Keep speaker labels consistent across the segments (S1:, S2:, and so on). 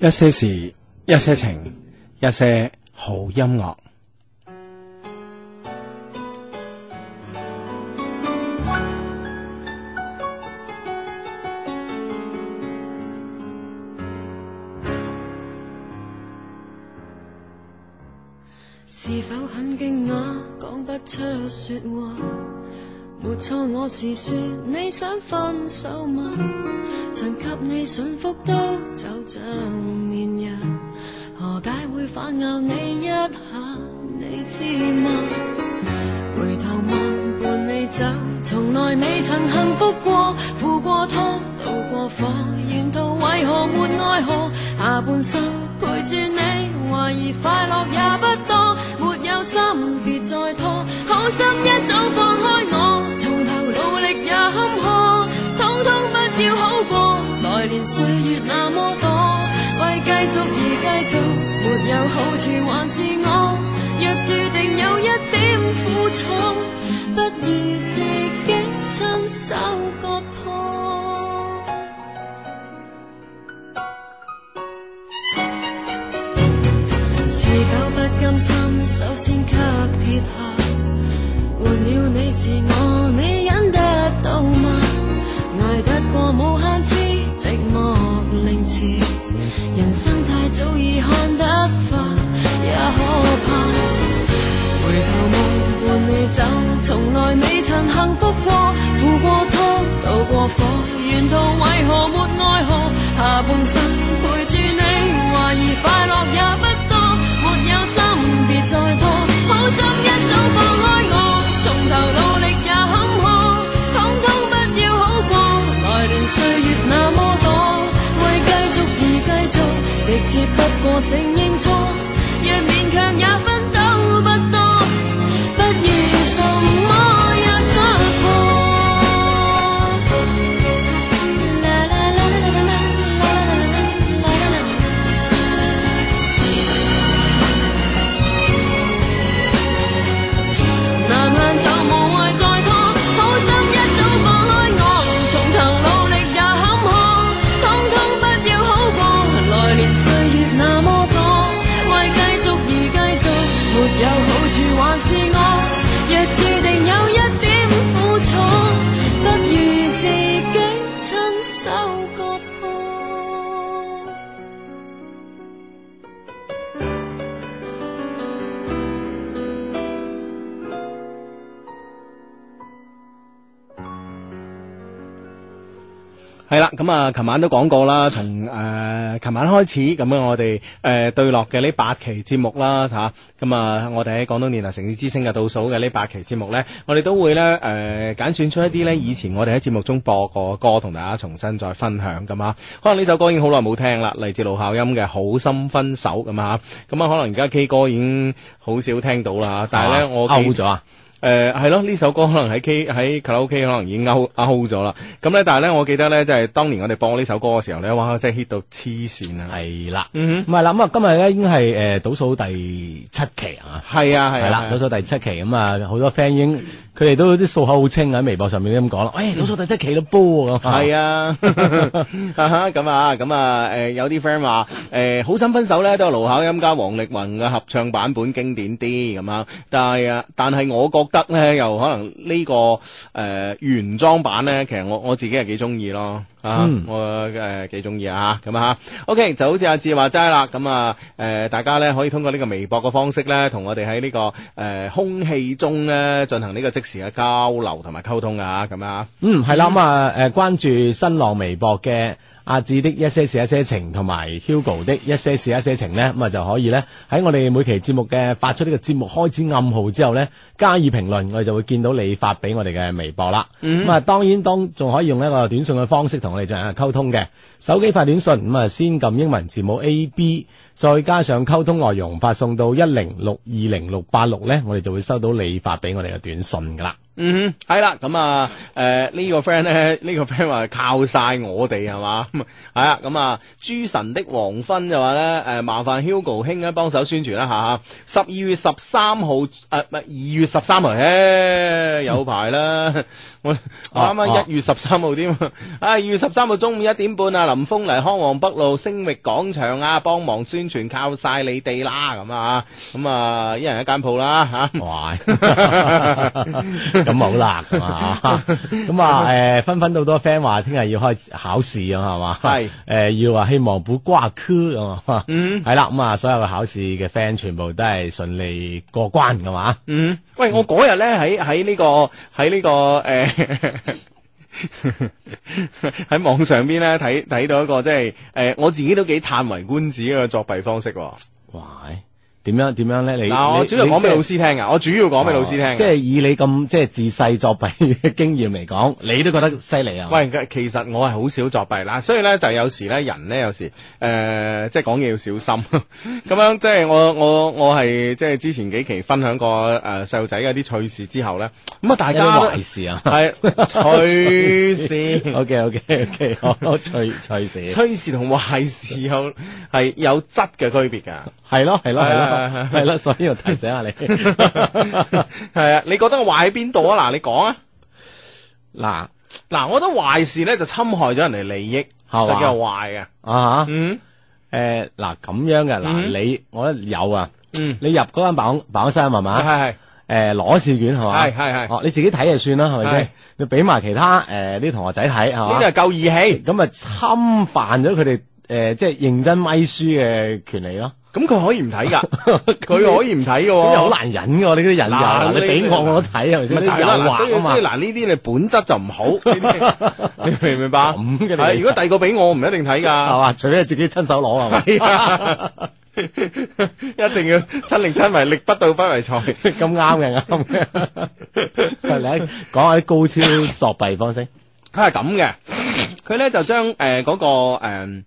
S1: 一些事，一些情，一些好音樂。
S2: 是否很驚訝，講不出說話？沒錯，我是說你想分手嗎？曾給你馴服到就像綿羊，何解會反咬你一下？你知嗎？回頭望伴你走，從來未曾幸福過，赴過湯，渡過火，沿途為何沒奈何？下半生陪住你，懷疑快樂也不多，沒有心別再拖，好心一早放開我，從頭努力也坎坷，通通不要好過，來年歲月那麼多，為繼續而繼續，沒有好處還是我，若注定有一點苦楚，不如自己親手割破。是否不甘心？首先給撇下，換了你是我，你忍得到嗎？捱得過無限次，寂寞凌遲，人生太早已看得化，也可怕。回頭望伴你走，從來未曾幸福過，赴過湯，渡過火，沿途為何沒奈何？下半生陪住你，懷疑快樂也不多，沒有心別再拖，好心一早放開我，從頭努力也坎坷，通通不要好過，來年歲月那麼多，為繼續而繼續，直接不過承認錯，若勉強也分到不多，不如什麼也失破。啦啦啦啦啦啦啦啦啦啦啦難限就無謂再拖，好心一早放開我，從頭努力也坎坷，通通不要好過。來年歲月那麼多，為繼續而繼續，沒有好處還是我，若注定有一點苦楚，不如自己親手割破。
S1: 係啦，咁啊，琴晚都講過啦，從誒琴晚開始，咁樣我哋誒、呃、對落嘅呢八期節目啦吓，咁啊，我哋喺廣東電台城市之聲嘅倒數嘅呢八期節目呢，我哋都會呢誒揀選出一啲呢以前我哋喺節目中播過嘅歌，同大家重新再分享咁啊。可能呢首歌已經好耐冇聽啦，嚟自盧巧音嘅《好心分手》咁啊，咁啊，可能而家 K 歌已經好少聽到啦，但係呢，我記
S3: out 咗啊！
S1: 誒呃係咯，呢首歌可能喺 K 喺卡拉 OK 可能已經 out out 咗啦。咁咧，但係咧，我記得咧，就係、當年我哋播呢首歌嘅時候咧，哇，真係 hit 到黐線啊！
S3: 係啦，
S1: 嗯
S3: 唔係啦，咁啊，今日咧已經係誒倒數第七期啊，
S1: 係啊，係
S3: 係
S1: 啊
S3: 啦，倒，數第七期咁啊，好多 friend 已經佢哋都啲數口好清啊喺微博上面都咁講啦，喂，倒數第七期都煲咁，
S1: 嗯係啊，啊哈咁啊，咁啊，誒有啲 friend 話誒好心分手咧，都係盧巧音加王力宏嘅合唱版本經典啲咁啊。但係啊，但係我覺得咧，又可能呢、個誒、原裝版咧，其實我我自己係幾中意咯。啊，
S3: 嗯
S1: 我誒幾中意啊，咁啊，OK，就好似阿志話齋啦，咁啊，誒、大家咧可以通過呢個微博嘅方式咧，同我哋喺呢個誒、空氣中咧進行呢個即時嘅交流同埋溝通啊，咁啊。
S3: 嗯，係啦，咁啊，誒，關注新浪微博嘅阿志的一些事一些情，同埋 Hugo 的一些事一些情呢，咁啊就可以呢，喺我哋每期節目嘅發出呢個節目開始暗號之後呢，加以評論，我哋就會見到你發俾我哋嘅微博啦。咁啊、當然當仲可以用一個短信嘅方式同我哋進行溝通嘅。手機發短信，咁啊先撳英文字母 A B，再加上溝通內容發送到一零六二零六八六呢，我哋就會收到你發俾我哋嘅短信噶啦。
S1: 嗯，系啦，咁啊，诶、呢、個个 friend 咧，呢、 個个 friend 話靠晒我哋係嘛， 系啊，咁啊，諸神的黃昏就話咧，诶、麻煩 Hugo 兄咧幫手宣傳啦吓，十二月十三號，诶、唔係二月十三號，嘿，有排啦，我我啱啱一月十三號添，啊，二月十三號中午一點半啊，林峰嚟康王北路星域廣場啊，幫忙宣傳，靠晒你哋啦，咁啊，咁啊，一人一間鋪啦吓。
S3: 哇， 咁好啦，咁啊，咁啊，诶，紛紛到多 friend 話聽日要開始考試啊，係嘛？
S1: 係嗯
S3: 诶，要話希望不掛科咁啊，係啦，咁啊，所有嘅考試嘅 friend 全部都係順利過關㗎嘛？
S1: 嗯，喂，我嗰日咧喺喺呢個喺呢、個诶。 喺網上邊咧睇睇到一個即係誒、呃我自己都幾歎為觀止嘅作弊方式喎。
S3: 哇，點樣點樣咧？你
S1: 嗱，我主要講俾老師聽啊，我主要講俾老師聽
S3: 哦即
S1: 㗎。
S3: 係以你咁即係自細作弊嘅經驗嚟講，你都覺得犀利啊？
S1: 喂，其實我係好少作弊啦，所以咧就有時咧人咧有時誒、呃即係講嘢要小心 咁樣。即係我我我係即係之前幾期分享過誒細路仔嘅啲趣事之後咧，咁啊大
S3: 有
S1: 家
S3: 啲
S1: 都
S3: 壞事啊！
S1: 係趣事。
S3: O K O K O K，好趣趣事，
S1: 吹事同壞事有係有質嘅區別㗎，
S3: 係咯係咯係
S1: 係係
S3: 咯係咯，所以我提醒下 你。
S1: 係啊！你覺得壞喺邊度啊？嗱，你講啊！
S3: 嗱
S1: 嗱，我覺得壞事咧就侵害咗人哋利益，
S3: 係嘛
S1: 就叫壞嘅。
S3: 啊
S1: 嗯
S3: 誒嗱咁樣嘅嗱，
S1: 嗯
S3: 你我覺得有啊，
S1: 嗯，
S3: 你入嗰間辦公辦公室係
S1: 係
S3: 嘛？
S1: 係
S3: 誒攞試卷係嘛？
S1: 係係係，
S3: 哦，你自己睇就算啦，係咪
S1: 係
S3: 先？你俾埋其他誒啲同學仔睇係
S1: 呢
S3: 嘛
S1: 啲係？夠義氣。
S3: 咁啊侵犯咗佢哋誒即係認真咪書嘅權利咯。
S1: 咁佢可以唔睇 㗎，佢可以唔睇㗎喎。
S3: 咁又好難忍嘅喎，你嗰啲人就
S1: 嗱
S3: 嗱你
S1: 你
S3: 俾我
S1: 你
S3: 我都睇係咪
S1: 咪
S3: 先？
S1: 就係
S3: 啲
S1: 啦，
S3: 誘
S1: 嗱所以
S3: 惑啊嘛
S1: 所以。嗱呢啲你本質就唔 好， 呢啲你明唔明白？
S3: 咁嘅你
S1: 係如果第二個俾我，我唔一定睇㗎。
S3: 係嘛？除非係自己親手 攞 係啊嘛？
S1: 一定要親力親為，力不到不為財。
S3: 咁啱 嘅，啱嘅。你講下啲高超作弊方式。
S1: 佢係咁嘅，佢咧就將誒嗰個誒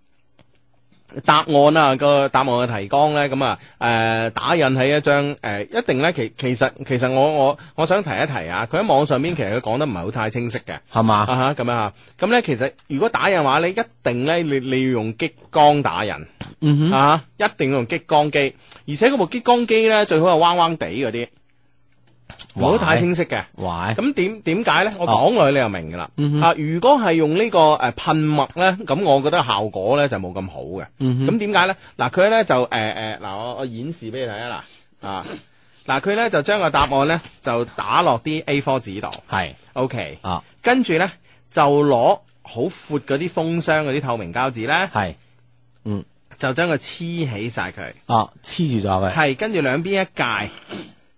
S1: 答案啊個答案嘅提綱咧，咁啊誒打印喺一張誒、呃一定咧其其實其實我我我想提一提啊，佢喺網上邊其實佢講得唔係好太清晰嘅。
S3: 係
S1: 啊
S3: 嘛？
S1: 哈，咁樣啊，咁咧其實如果打印嘅話咧，一定咧你你要用激光打印，
S3: 嗯
S1: 啊，一定要用激光機，而且嗰部激光機咧最好係彎彎地嗰啲，唔好太清晰嘅。
S3: 哼，哇！
S1: 咁點點解咧？我講落去你就明㗎啦。
S3: 哦嗯哼
S1: 啊，如果係用呢個誒噴墨咧，咁我覺得效果咧就冇咁好嘅。
S3: 嗯哼
S1: 咁點解咧？嗱，佢咧就誒誒嗱，我我演示俾你睇啊嗱啊嗱，佢咧就將個答案咧就打落啲 A4 紙度
S3: 係
S1: ，OK，
S3: 啊，
S1: 跟住咧就攞好闊嗰啲封箱嗰啲透明膠紙咧，
S3: 係嗯
S1: 就將佢黐起晒佢。
S3: 啊，黐住咗佢。
S1: 系跟住兩邊一界，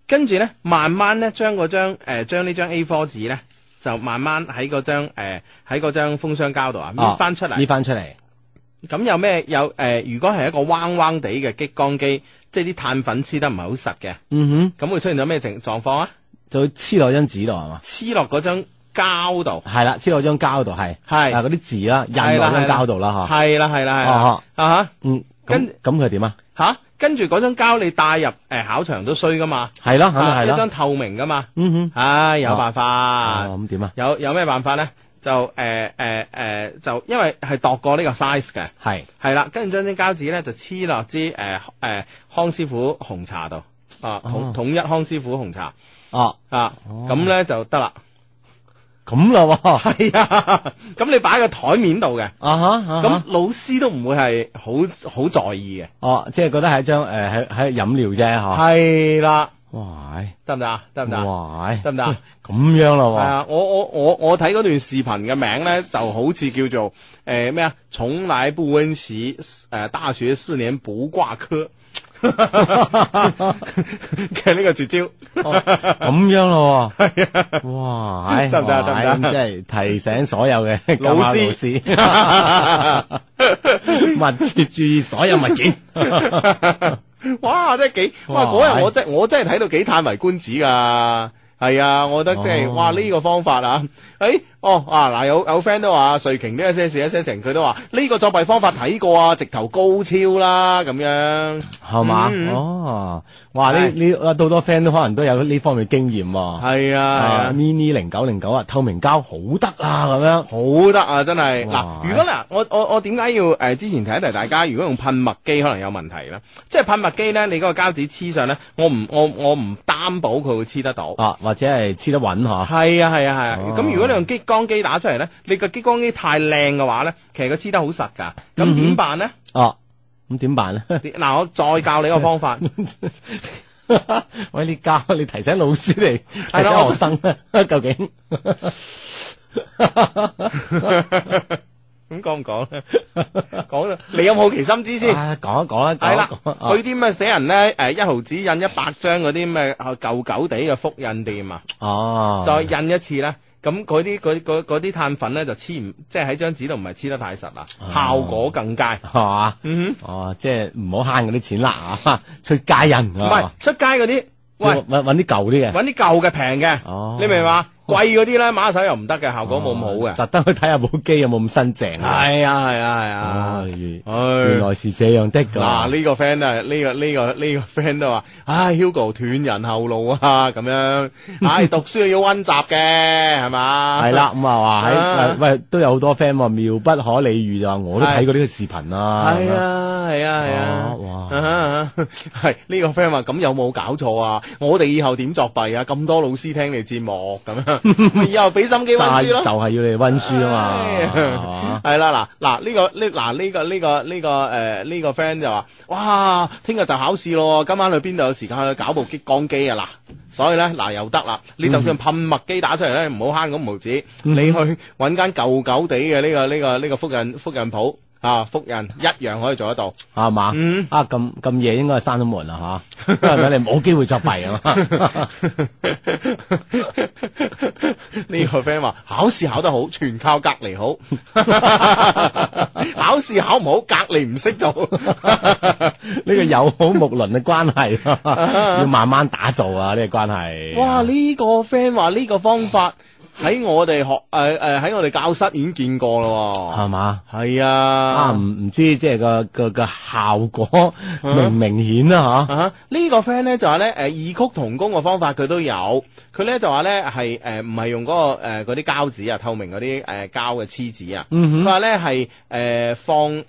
S1: 跟住咧慢慢咧將嗰張诶将呢張 A4 紙咧就慢慢喺嗰張诶喺嗰張封箱膠度啊搣翻出
S3: 哦搣
S1: 嚟。
S3: 翻出嚟。
S1: 咁有咩有诶、如果係一個彎彎地嘅激光機，即係啲碳粉黐得唔係好實嘅，
S3: 嗯哼，
S1: 咁會出現咗咩情狀況啊？
S3: 就黐落張紙度係嘛？
S1: 黐落嗰張膠度，
S3: 係啦，黐落張膠度係。啊
S1: 係
S3: 嗱，嗰啲字啦，印
S1: 係
S3: 落
S1: 啦
S3: 張
S1: 係啦
S3: 膠度啦嚇。
S1: 係啦係啦係啦
S3: 哦，
S1: 啊吓
S3: 嗯，
S1: 跟
S3: 咁咁佢點啊？
S1: 吓，跟住嗰張膠你帶入诶、考場都衰噶嘛，
S3: 係咯，肯定係
S1: 啊一張
S3: 啦。
S1: 透明噶嘛，
S3: 嗯哼，
S1: 唉、有辦法。
S3: 啊咁點啊？
S1: 有有咩辦法咧？就誒誒誒，就因為係度過呢個 size 嘅，
S3: 係
S1: 係啦，跟住將啲膠紙咧就黐落支誒誒康師傅紅茶度，啊統
S3: 哦
S1: 統一康師傅紅茶
S3: 哦，
S1: 啊，咁咧就得啦。
S3: 咁啦喎。
S1: 係啊，咁你擺喺個台面度嘅，
S3: 啊哈，啊哈
S1: 咁老師都唔會係好好在意嘅。
S3: 哦，即係覺得係一張誒喺喺飲料啫嚇。
S1: 係啦，
S3: 哇！
S1: 得唔得啊？得唔得啊？
S3: 啊哇！
S1: 得唔得啊？
S3: 咁樣
S1: 係
S3: 啦
S1: 啊，我我我我睇嗰段視頻嘅名咧，就好似叫做誒咩啊，從來不温習誒大學四年不掛科嘅呢個絕招，
S3: 喎，咁樣啦喎，哇！唉
S1: 啊 得唔得啊得唔得
S3: 哇
S1: 啊
S3: 咁即係提醒所有嘅
S1: 老
S3: 監考
S1: 師
S3: 老師 密切注意所有物件。
S1: 哇！真係幾哇！
S3: 哇哎
S1: 嗰日我真我真係睇到幾歎為觀止㗎。係啊，我覺得即係
S3: 哦
S1: 哇呢個方法啊，誒哦啊嗱有有 friend 都話瑞瓊呢一些事一些情，佢都話呢個作弊方法睇過啊，直頭高超啦咁樣。
S3: 係嘛？
S1: 嗯
S3: 哦，哇！呢呢啊，到多 friend 都可能都有呢方面經驗喎。
S1: 係啊
S3: 啊，。呢呢零九零九啊，透明膠好得啦咁樣。
S1: 好得啊，真係嗱
S3: 哇！
S1: 如果嗱，我我我點解要誒、呃之前提一提大家，如果用噴墨機可能有問題啦，即係噴墨機咧，你嗰個膠紙黐上咧，我唔我我唔擔保佢會黐得到。
S3: 啊，或者係黐得穩嗬，
S1: 係啊係啊係啊！咁、
S3: 哦
S1: 如果你用激光機打出嚟咧，你個激光機太靚嘅話咧，其實佢黐得好實㗎。
S3: 嗯
S1: 咁點辦 咧？
S3: 哦，咁點辦咧？
S1: 你嗱、我再教你一個方法，
S3: 喂，你教你提醒老師嚟，提
S1: 係啦
S3: 醒
S1: 我
S3: 學生咧，究竟
S1: 咁講唔講咧？講到你有冇好奇心知先？
S3: 啊講一講啦，
S1: 係
S3: 講
S1: 啦，
S3: 一講啊
S1: 去啲咩死人咧？誒一毫紙印一百張嗰啲咩啊舊舊地嘅複印店啊！
S3: 哦，
S1: 再印一次咧，咁嗰啲嗰嗰嗰啲碳粉咧就黐唔，即係喺張紙度唔係黐得太實啦，
S3: 哦
S1: 效果更佳。
S3: 係嘛？
S1: 嗯
S3: 哦，即係唔好慳嗰啲錢啦啊！ 出街人
S1: 哼，唔係
S3: 啊，
S1: 出街嗰啲，
S3: 即係
S1: 喂，
S3: 揾揾啲舊啲嘅，
S1: 揾啲舊嘅平嘅，
S3: 哦
S1: 你明嘛？貴嗰啲咧，馬手又唔得嘅，效果冇咁好
S3: 哦
S1: 嘅。
S3: 特登去睇下部機有冇咁新淨啊！
S1: 係啊，係啊，係
S3: 哦，原原
S1: 唉。
S3: 來是這樣的㗎。
S1: 嗱呢個 friend 啊，呢個呢個呢個 friend 都話，唉，Hugo 斷人後路啊，咁樣，唉，讀書要温習嘅，係嘛？
S3: 係啦，咁啊話
S1: 啊
S3: 喺喂喂都有好多 friend 話妙不可理喻就話我都睇過呢個視頻啊。
S1: 係啊，係啊，係啊，
S3: 哦哇
S1: 哇！係呢個 friend 話咁有冇搞錯啊？我哋以後點作弊啊？咁多老師聽你節目咁樣，咪以後俾心機
S3: 咁
S1: 温
S3: 樣，
S1: 書
S3: 就係
S1: 咯。哎
S3: 就係要你温書啊
S1: 唉
S3: 嘛啊係嘛。
S1: 係啦，嗱嗱呢個呢嗱呢個呢個呢個誒呢個 friend 就話，哇，聽日就考試咯，今晚去邊度有時間去搞部激光機啊嗱，所以咧嗱又得啦，你就算噴墨機打出嚟咧，唔好慳咁毫子，你去揾間舊舊地嘅呢個呢個呢個複印複印鋪啊複印一樣可以做得到。
S3: 係嘛？
S1: 嗯
S3: 啊咁咁夜應該係閂咗門啦嚇，因為你冇機會作弊啊嘛。
S1: 呢個 friend 話考試考得好，全靠隔離好； 考試考唔好，隔離唔識做。
S3: 呢個友好睦鄰嘅關係， 要慢慢打造啊！呢個關係。
S1: 哇！呢、個 friend 話呢個方法喺我哋學誒誒喺我哋教室已經見過咯
S3: 係嘛？
S1: 喎。係
S3: 啊，
S1: 啊
S3: 唔。唔知即係個個個效果明唔明顯啊？嚇，
S1: 啊！呢個 friend 咧就話咧，誒異曲同工嘅方法佢都有，佢咧就話咧係誒唔係用嗰、個誒嗰啲膠紙啊，透明嗰啲誒膠嘅黐紙啊，佢話咧係誒放誒，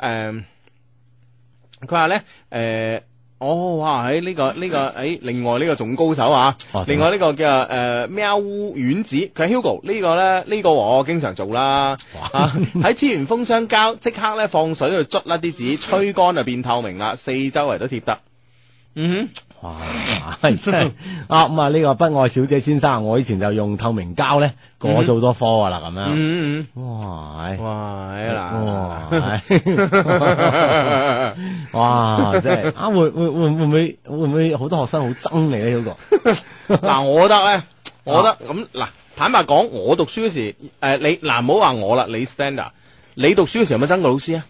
S1: 佢話咧誒。哦，哇！喺呢、個呢、個誒、哎另外呢個仲高手啊，
S3: 哦
S1: 另外呢個叫誒、呃、喵烏丸子，佢係 Hugo 呢個咧，呢、個我經常做啦。啊喺黐完封箱膠，即刻咧放水去捽甩啲紙，吹乾就變透明啦，四周圍都貼得。嗯
S3: 哇！真係啊咁啊！呢個不愛小姐先生，我以前就用透明膠咧過咗好多科㗎啦，咁
S1: 哼
S3: 樣。
S1: 嗯
S3: 哇！
S1: 嗯，
S3: 係
S1: 哇
S3: 哦
S1: 嗱，
S3: 哇！係哇！真係啊！會會會會唔會會唔會好多學生好憎你咧？Hugo
S1: 嗱，我覺得咧，我覺得咁嗱，坦白講，我讀書嗰時，誒你嗱唔好話我啦，你 standard，你讀書嗰時有冇憎過老師啊？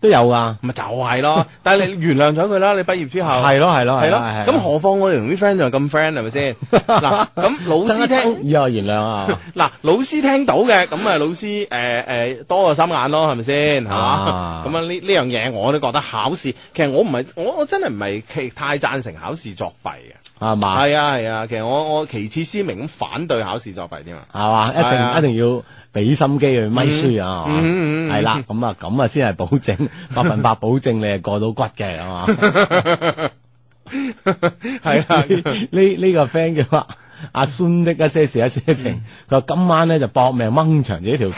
S3: 都有㗎。
S1: 咪就係咯， 但係你原諒咗佢啦，你畢業之後
S3: 係咯係咯
S1: 係咯，啊
S3: 係
S1: 咁何況我哋同啲 friend 就咁 friend 係咪 先？嗱，咁老師聽。
S3: 以後原諒啊！
S1: 嗱，老師聽到嘅，咁啊老師誒誒、呃多個心眼咯，係咪先？係嘛
S3: 啊？
S1: 咁啊呢呢樣嘢我都覺得考試，其實我唔係我我真係唔係其太贊成考試作弊嘅。
S3: 係嘛？
S1: 係啊係啊，其實我我旗幟鮮明咁反對考試作弊 添啊。
S3: 係嘛，一
S1: 係啊
S3: 定一定要俾心機去咪書啊，
S1: 嗯嗯嗯嗯
S3: 係啦，咁啊咁啊先係保證 百分百保證你係過到骨嘅，係嘛？
S1: 係啊，
S3: 呢呢個 friend 叫話阿孫的一些事一些情，
S1: 嗯
S3: 佢話今晚咧就搏命掹長自己 條頸，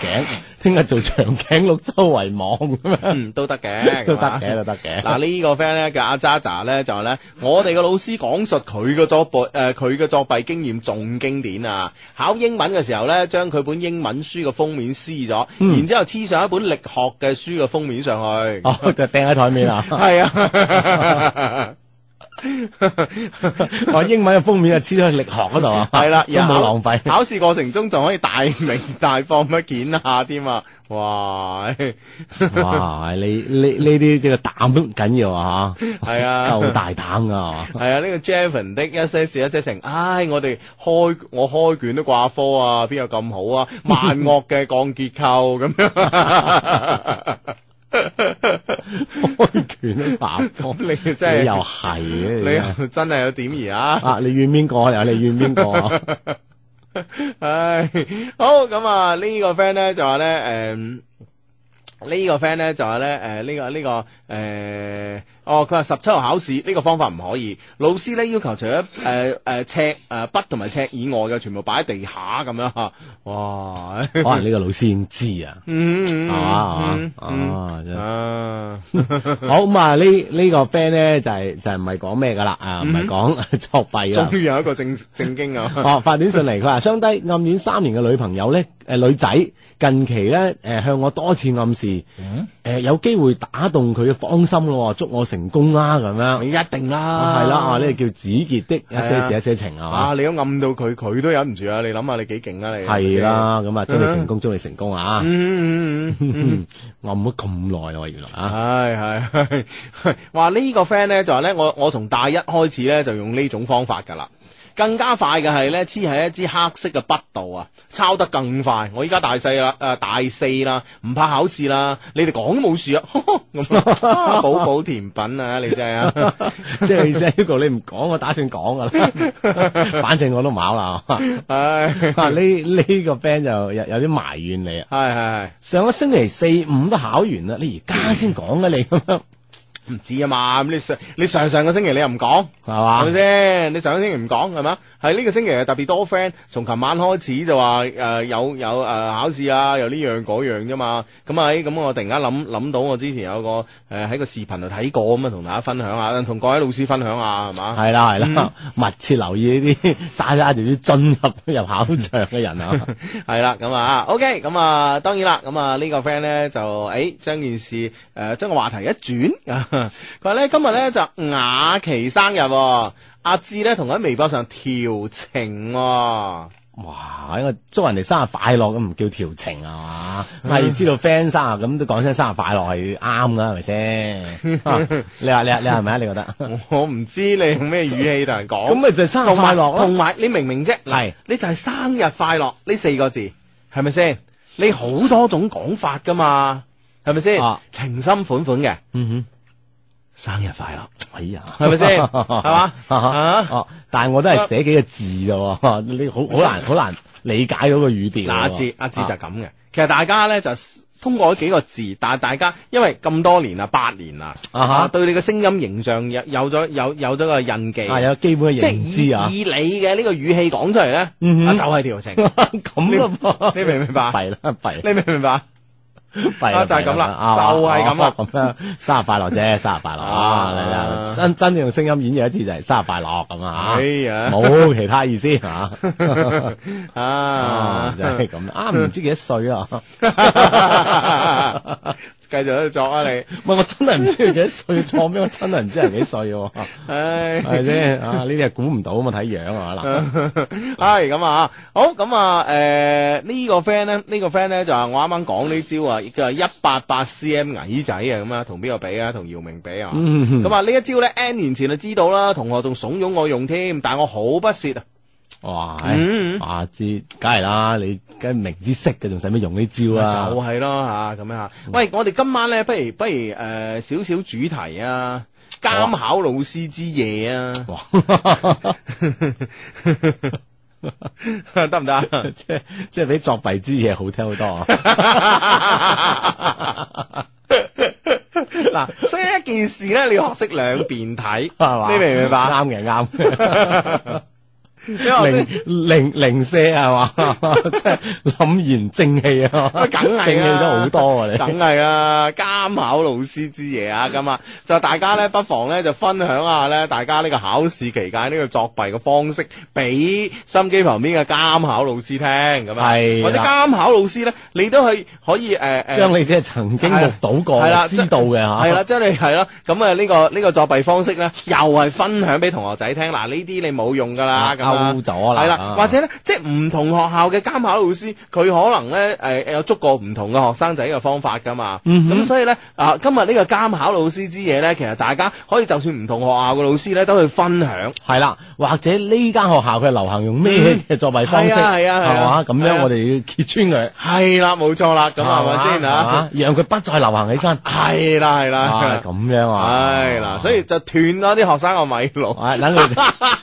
S3: 聽日做長頸鹿周圍望咁樣
S1: 嗯 都得嘅，
S3: 都得
S1: 咁啊
S3: 嘅，都得嘅。
S1: 嗱呢個 friend 咧叫阿渣渣咧就係咧，我哋嘅老師講述佢嘅作弊誒佢嘅作弊經驗仲經典啊！考英文嘅時候咧，將佢本英文書嘅封面撕咗，
S3: 嗯
S1: 然之後黐上一本力學嘅書嘅封面上去。
S3: 哦 哦，就掟喺台面啊！
S1: 係啊，
S3: 我哦英文嘅封面啊就黐咗去力學嗰度啊，
S1: 系啦，
S3: 都冇浪 費。
S1: 考試過程中仲可以大名大放乜件下添啊！哇，
S3: 哇！你呢呢啲呢個膽都緊要啊 吓，
S1: 係 啊
S3: 夠大膽噶 嘛。
S1: 係啊，呢、個 Jevon 的一些事一些情，唉，我哋開我開卷都掛科啊，邊有咁好啊？萬惡嘅鋼結構咁 樣。
S3: 開拳都白 波，
S1: 你真係
S3: 你又係啊
S1: 你
S3: 嘅，
S1: 又真係有點兒啊！
S3: 啊！你怨邊個又你怨邊個 啊？
S1: 唉，好咁啊！呢、個 friend 咧就話咧，诶、呢個 friend 咧就話咧，誒、呢、個呢、個誒，哦佢話十七號考試呢、個方法唔可以，老師咧要求除咗誒誒尺誒筆同埋尺以外嘅全部擺喺地下咁樣嚇，哇！
S3: 可能呢個老師已經知啊，
S1: 嗯
S3: 係嘛係嘛啊真係
S1: 啊，
S3: 好咁啊！呢呢個 friend 咧就係就係唔係講咩噶啦啊，
S1: 嗯
S3: 唔係講 作弊啦
S1: 終。於有一個正正經啊！
S3: 哦，發短信嚟，佢話相低暗戀三年嘅女朋友咧，誒、女仔近期咧誒、向我多次暗示，誒、
S1: 嗯
S3: 有機會打動佢嘅芳心咯，祝我成功啦咁樣。
S1: 一定啦
S3: 係啦，啊呢個叫子傑的一些事一些情係
S1: 哎啊！
S3: 嘛？
S1: 你都暗到佢，佢都忍唔住啊！你諗下你幾勁啊！你
S3: 係，啦，咁啊，祝你成功，祝你成功啊！
S1: 嗯嗯嗯嗯。
S3: 暗咗咁耐咯，原來 啊，
S1: 系系系，话呢個 friend 咧就話咧，我我從大一開始咧就用呢種方法㗎啦。更加快嘅係咧，黐喺一支黑色嘅筆度啊，抄得更快。我依家大四啦，诶、大四啦，唔怕考試啦。你哋講都冇事啊， 咁啊 寶寶甜品啊，你真係啊！
S3: 即係意思係 Hugo 你唔講，我打算講噶 啦，反正我都唔考啦。係嘛
S1: 唉，係
S3: 啊呢呢個 friend 就有有啲埋怨你啊。
S1: 係係。
S3: 上個星期四五都考完啦，你而家先講嘅你咁樣
S1: 唔知啊嘛，咁你上你上上個星期你又唔講，係咪
S3: 係嘛？
S1: 先？你上個星期唔講係嘛？係呢個星期係特別多 friend，從琴晚開始就話誒、呃有有誒、呃考試啊，有呢樣嗰樣啫嘛。咁啊，咦咁我突然間諗諗到，我之前有個誒喺、個視頻度睇過咁啊，同大家分享下，同各位老師分享下係嘛？
S3: 係啦係啦，
S1: 嗯
S3: 密切留意呢啲揸揸住啲樽入入考場嘅人啊！
S1: 係啦，咁啊，OK，咁啊，當然啦，咁啊呢個 friend 咧就誒將件事誒、呃、將個話題一轉，啊佢話咧今日咧就雅琪生日、喎，阿志咧同佢喺微博上調情、喎。
S3: 哇！我祝人哋生日快樂咁唔叫調情啊 嘛，係知道 friend 生日咁都講聲生日快樂係啱噶，係咪先？ 啊你話你話你係咪啊？你覺得？
S1: 我唔知你用咩語氣同人講。
S3: 咁咪就係生日快樂
S1: 同
S3: 咯，
S1: 埋你明唔明啫？嗱
S3: 係，
S1: 你就係生日快樂呢四個字，係咪先？你好多種講法噶嘛，係咪先
S3: 啊？
S1: 情深款款嘅
S3: 嗯
S1: 生日快樂，
S3: 哼，哎呀，
S1: 係咪先？係 嘛？啊
S3: 哦，但係我都係寫幾個字啫喎， 你好好難好難理解到個語調喎。
S1: 嗱，阿志阿志
S3: 啊
S1: 就係咁嘅。其實大家咧就 s- 通過呢幾個字，但係大家因為咁多年啦，八年啦，
S3: 啊哈
S1: 啊對你嘅聲音形象有有咗有有咗個印記，
S3: 啊有基本嘅
S1: 即係
S3: 認
S1: 以
S3: 知啊。
S1: 以你嘅呢個語氣講出嚟咧，啊就
S3: 嗯哼
S1: 係調情。
S3: 咁咯噃，
S1: 你明唔明白
S3: 弊啦，弊
S1: 你明唔明白？
S3: 弊
S1: 啊
S3: 啦，
S1: 就係咁啦
S3: 啊
S1: 就係咁啦
S3: 咁樣生日快 樂啫，生日快樂
S1: 啊
S3: 啊！你啊真真正用聲音演繹一次就係生日快樂咁啊
S1: 哎！呀
S3: 冇其他意思嚇，啊
S1: 啊
S3: 就，係咁啊！唔知幾多歲 啊？
S1: 繼續喺度作啊你，
S3: 唔係我真係唔知佢幾多歲，錯咩？我真係唔知人幾歲喎，
S1: 唉。
S3: 係咪先啊？呢啲係估唔到啊嘛，睇樣啊嗱，
S1: 系咁啊，好咁啊，诶、呢、個 friend 咧，呢、個 friend 咧就話我啱啱講呢招啊，佢係一八八 cm 矮仔啊，咁啊，同邊個比啊？同姚明比啊？
S3: 嗯
S1: 咁啊，呢一招咧，N 年前就知道啦，同學仲慫恿我用添，但我好不屑啊，
S3: 哇！
S1: 嗯
S3: 啊知，梗係啦，你梗係明知識嘅，仲使咩用呢招啊？
S1: 就係咯吓，咁樣啊，喂，我哋今晚咧，不如不如诶、誒少少主題啊，監考老師之夜啊，得唔得啊？
S3: 即係即係比作弊之嘢好聽好多 啊！
S1: 嗱，所以呢一件事咧，你要學識兩邊睇，
S3: 係嘛
S1: 你明唔明白？
S3: 啱嘅，啱嘅。零零零舍系嘛， 即系凛然正氣啊，
S1: 喂梗係啊
S3: 正氣咗好多啊！你
S1: 梗係啦，監考老師之夜啊，咁啊，就大家咧不妨咧就分享下咧，大家呢個考試期間呢個作弊嘅方式，俾心機旁邊嘅監考老師聽咁啊，
S3: 係啦
S1: 或者監考老師咧，你都去可以诶诶。
S3: 將你即係曾經目睹過、
S1: 係啦
S3: 知道嘅吓，
S1: 系啦，即系系咯，咁啊呢個呢個作弊方式咧，又係分享俾同學仔聽。嗱，呢啲你冇用噶啦，咁啊
S3: 勾咗啦
S1: 係啦
S3: 啊，
S1: 或者咧，即係唔同學校嘅監考老師，佢可能咧誒有捉過唔同嘅學生仔嘅方法噶嘛。咁、所以咧啊，今日呢個監考老師之夜咧，其實大家可以就算唔同學校嘅老師咧，都去分享。
S3: 係啦，或者呢間學校佢流行用咩嘅作弊方式，
S1: 係啊係啊係啊
S3: 係嘛？咁
S1: 係啊
S3: 樣我哋要揭穿佢，
S1: 係啦，冇錯啦，咁係咪先啊？
S3: 係嘛？讓佢不再流行起身，
S1: 係啦，係
S3: 啊
S1: 啦，
S3: 咁樣啊，
S1: 唉嗱，所以就斷咗啲學生個米 路，
S3: 啊，等佢哋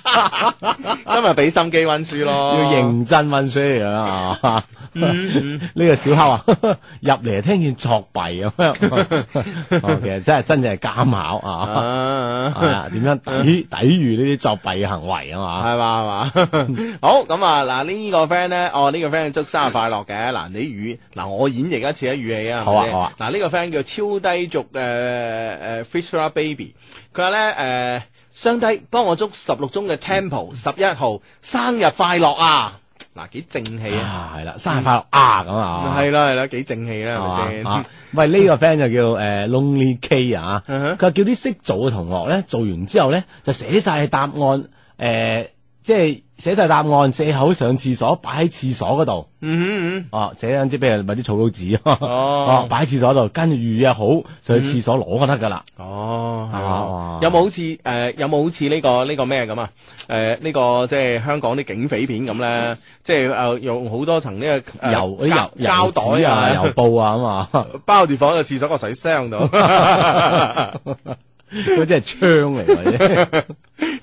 S1: 今日俾心機温書咯，
S3: 要認真温書啊！
S1: 嗯。嗯
S3: 呢個小黑啊， 入嚟就聽見作弊咁樣， 哦其實真係真正係監考啊！
S1: 啊
S3: 係啊，點樣抵抵禦呢啲作弊嘅行為啊嘛？
S1: 系嘛系嘛，好咁啊嗱呢個 friend 咧，哦呢、個 friend 祝生日快樂嘅嗱你語嗱我演繹一次嘅語氣啊，係咪
S3: 好啊
S1: 先
S3: 好啊
S1: 嗱呢個 friend 叫超低俗誒誒 Fisher Baby，佢話咧誒雙低幫我祝十六中嘅 Temple 十一號生日快樂啊！嗱幾正氣啊，
S3: 啊，係啦，生日快樂啊咁啊！
S1: 係啦係啦幾正氣啦係咪
S3: 係
S1: 先？
S3: 嘛啊喂，呢個 friend 就叫誒 Lonely K 啊，
S1: 嗯哼
S3: 佢話叫啲識做嘅同學咧，做完之後咧就寫晒答案，誒，即係寫晒答案，借口上廁所，擺喺廁所嗰度。
S1: 嗯嗯
S3: 哦，寫張即係譬如咪啲草稿紙
S1: 哦
S3: 哦，擺喺廁所度，跟住預約好上去廁所攞就得㗎啦。
S1: 嗯，哦係嘛
S3: 啊
S1: 有冇好似誒、呃有冇好似呢、個呢、個咩咁啊？誒、呢、個即係香港啲警匪片咁咧，即係誒、呃用好多層呢、個呃
S3: 油啲
S1: 膠
S3: 油
S1: 膠
S3: 油紙
S1: 袋
S3: 啊，
S1: 啊，
S3: 油布啊咁啊，
S1: 包住放喺個廁所個水箱度，
S3: 嗰啲係槍嚟嘅啫。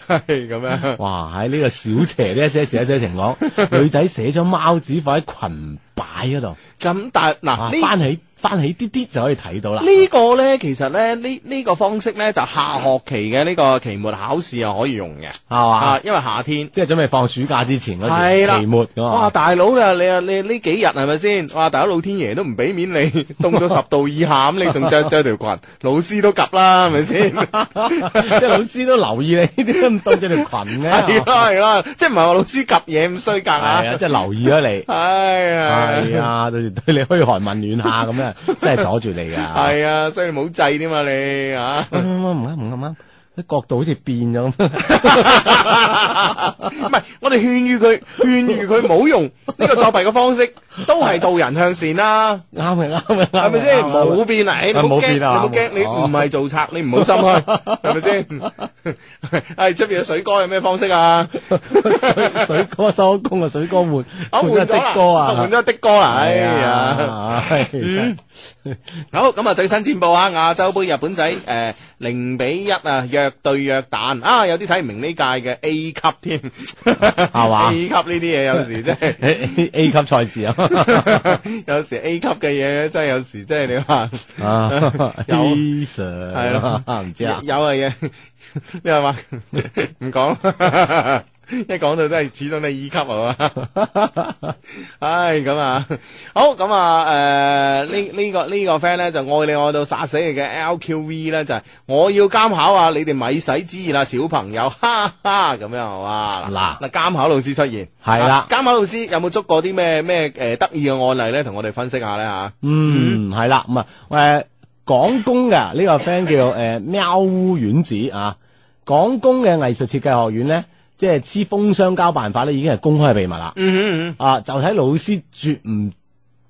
S1: 係咁樣。
S3: 哇！喺呢個小邪呢一些事一些 情況，女仔寫咗貓紙放喺裙擺嗰度，
S1: 咁但係
S3: 啊
S1: 嗱呢
S3: 翻起翻起啲啲就可以睇到啦。
S1: 呢個咧，其實咧呢呢個方式咧，就下學期嘅呢個期末考試啊可以用嘅，
S3: 係嘛
S1: 啊，？因為夏天。
S3: 即係準備放暑假之前嗰
S1: 係啦
S3: 時期末㗎
S1: 哇，
S3: 嘛。
S1: 大佬啊，你啊，你呢幾日係咪先？哇，大佬老天爺都唔俾面 你，凍到十度以下，咁你仲着着條裙，老師都及啦，係咪 先？
S3: 即係老師都留意你呢啲咁多咗條裙 嘅。
S1: 係
S3: 係
S1: 啦係啦，即係唔係話老師及嘢咁衰格啊？
S3: 啊，即係留意咗你。
S1: 哎呀，
S3: 係啊，到時對你噓寒問暖下咁樣，真係阻住你㗎。
S1: 係啊，所以冇制添嘛你 啊。
S3: 啱啱啱唔啱唔啱唔啱，啲角度好似變咗咁。
S1: 唔係，我哋勸喻佢，勸喻佢冇用呢個作弊嘅方式，都係導人向善啦，
S3: 啱嘅，啱嘅，啱 嘅
S1: 係咪先？
S3: 啱嘅
S1: 冇變啊，哎你唔好
S3: 冇
S1: 驚，你
S3: 變
S1: 唔
S3: 啊
S1: 好驚，你
S3: 哦
S1: 唔係做賊，你唔好心 虛，係咪先？ 係出邊嘅水哥有咩方 式啊？
S3: 水水哥收工啊，水哥換
S1: 啊，
S3: 換
S1: 換
S3: 咗
S1: 咗啦
S3: 的哥啊，
S1: 換咗的哥啦，哎呀！
S3: 啊，係
S1: 好咁啊！最新戰報啊，亞洲杯日本仔誒零比一啊，弱對弱彈啊，有啲睇唔明呢屆嘅 A 級 添，係
S3: 嘛，
S1: ？A 級呢啲嘢有時真係
S3: A A 級賽事啊，
S1: 有時 A 級嘅嘢真係有時真係你話
S3: 啊
S1: 有
S3: A Sir
S1: 係咯，
S3: 唔知啊，
S1: 有 嘅嘢，你係嘛？ 唔講， 一講到都係始終都係 E 級啊嘛。 唉，咁啊，好咁啊，誒、呢呢、個呢、個 friend 咧就愛你愛到殺死你嘅 LQV 咧就係、我要監考啊，你哋咪使旨意啦，小朋友， 哈哈咁樣係嘛？
S3: 嗱
S1: 嗱，監考老師出現
S3: 係啦
S1: 啊監考老師有冇捉過啲咩咩誒得意嘅案例咧？同我哋分析下咧嚇。
S3: 嗯，係啦，咁啊，誒廣工嘅呢個 friend 叫 誒喵烏丸子啊，廣工嘅藝術設計學院咧，即係黐封箱交辦法咧，已經係公開嘅秘密啦。
S1: 嗯嗯
S3: 啊，就睇老師絕唔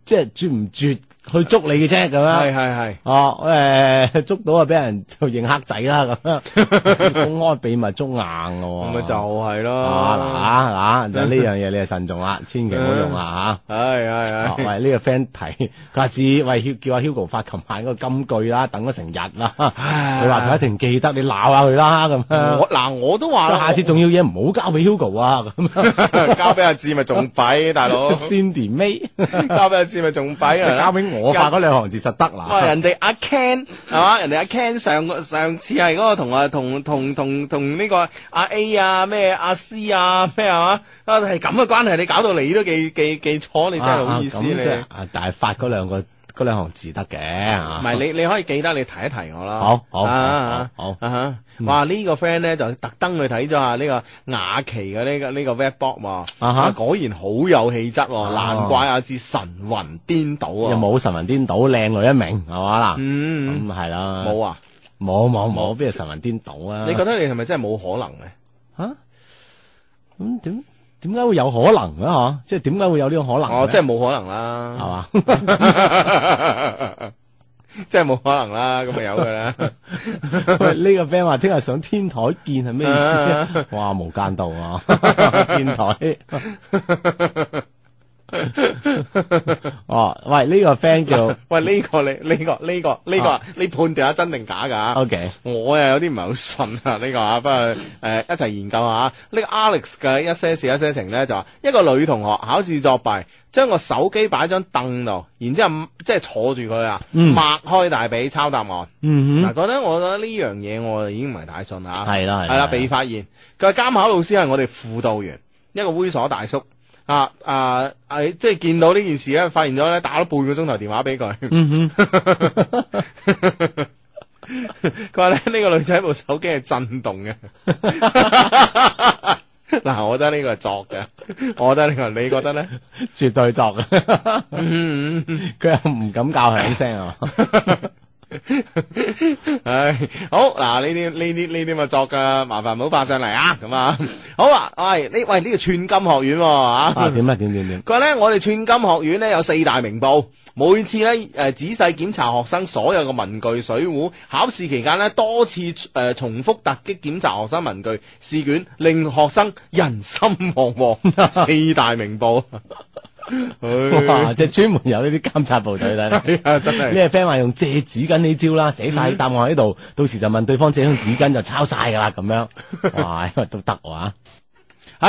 S3: 即係絕唔絕去捉你嘅啫，咁
S1: 嗯，係。
S3: 樣
S1: 係係。
S3: 哦，诶、捉到啊，俾人就認黑仔啦咁樣， 公安秘密捉硬嘅喎、
S1: 咁咪就係咯。
S3: 啊 嗱嗱，就呢樣嘢你就慎重啦，千祈唔好用啦
S1: 係
S3: 吓。啊
S1: 係
S3: 喂，呢、個 friend 提佢話至喂叫叫阿 Hugo 發琴晚嗰個金句啦，等咗成日啦，
S1: 唉
S3: 佢話佢一定記得，你鬧下佢啦咁
S1: 係，
S3: 樣。
S1: 我嗱我都話啦，
S3: 下次重要嘢唔好交俾 Hugo 啊，咁樣
S1: 交俾阿志咪仲弊，大佬
S3: Cindy 尾
S1: 交俾阿志咪仲弊啊，
S3: 交俾我發嗰兩行字實得啦。啊
S1: 哇！人哋阿 Ken 係嘛？人哋阿 Ken 上個上次係嗰個同啊同同同同呢個阿 A 啊咩阿 C 啊咩係嘛？啊係咁嘅關係，你搞到你都記記記錯，你真係好意思
S3: 啊咁即
S1: 你。
S3: 係啊但係發嗰兩個嗰兩行字得嘅啊
S1: 唔係你你可以記得你提一提我啦。
S3: 好好
S1: 啊
S3: 好好嗯
S1: 啊哈哇！呢個 friend 咧就特登去睇咗下呢個雅琪嘅呢個呢個 web box 喎，
S3: 啊哈
S1: 啊果然好有氣質喎，
S3: 啊
S1: 難怪阿志神魂顛倒啊！
S3: 又？冇神魂顛倒，靚女一名係嘛啦？
S1: 嗯，
S3: 咁係啦，
S1: 冇啊！
S3: 冇冇冇，邊係神魂顛倒啊？
S1: 你覺得你係咪真係冇可能咧？
S3: 啊？咁點點解會有可能咧？嗬，即係點解會有呢個可能
S1: 哦，
S3: 呢
S1: 即係冇可能啦，
S3: 係嘛？
S1: 即係冇可能啦，咁咪有噶 啦。
S3: 喂呢個 friend 話聽日上天台見係咩意思啊？ 哇，無間道 啊！天台。 哦，喂，呢、個 friend 叫
S1: 喂，呢個你呢個呢個呢個，你判斷下真定假㗎？
S3: OK，
S1: 我又有啲唔係好信啊呢、個啊，不過誒、呃一齊研究下呢、個 Alex 嘅一些事一些情咧，就話一個女同學考試作弊，將個手機擺喺張凳度，然之後即係坐住佢啊，擘開大髀抄答案。嗱、
S3: 嗯
S1: 覺得我覺得呢樣嘢我已經唔係太信啦。
S3: 係
S1: 係
S3: 啊啦係啦係啦
S1: 啦，被發現佢話監考老師係我哋輔導員，一個猥瑣大叔。啊啊！誒，即係見到呢件事咧，發現咗咧，打咗半個鐘頭電話俾佢。
S3: 嗯
S1: 佢話咧呢個女仔部手機係震動嘅。 嗱，我覺得呢個係作嘅，我覺得呢、個，你覺得咧？
S3: 哼，絕對作嘅，
S1: 嗯
S3: 佢又唔敢教響聲 啊！
S1: 唉，好嗱，呢啲呢啲呢啲咪作噶，麻煩唔好發上嚟啊！咁啊，好啊，喂呢喂呢個串金學院喎啊
S3: 啊，點啊點點點，
S1: 佢話咧，我哋串金學院咧有四大名報，每次咧誒、呃仔細檢查學生所有嘅文具、水壺。考試期間咧多次誒、呃重複突擊檢查學生文具試卷，令學生人心惶惶。 四大名報，
S3: 哇！
S1: 唉
S3: 即係專門有呢啲監察部隊睇嚟。
S1: 係啊，真係。
S3: 呢個 friend 話用借紙巾呢招啦，寫晒答案喺度，到時就問對方借張紙巾就抄晒㗎啦咁樣。哇，因為都得啊哇！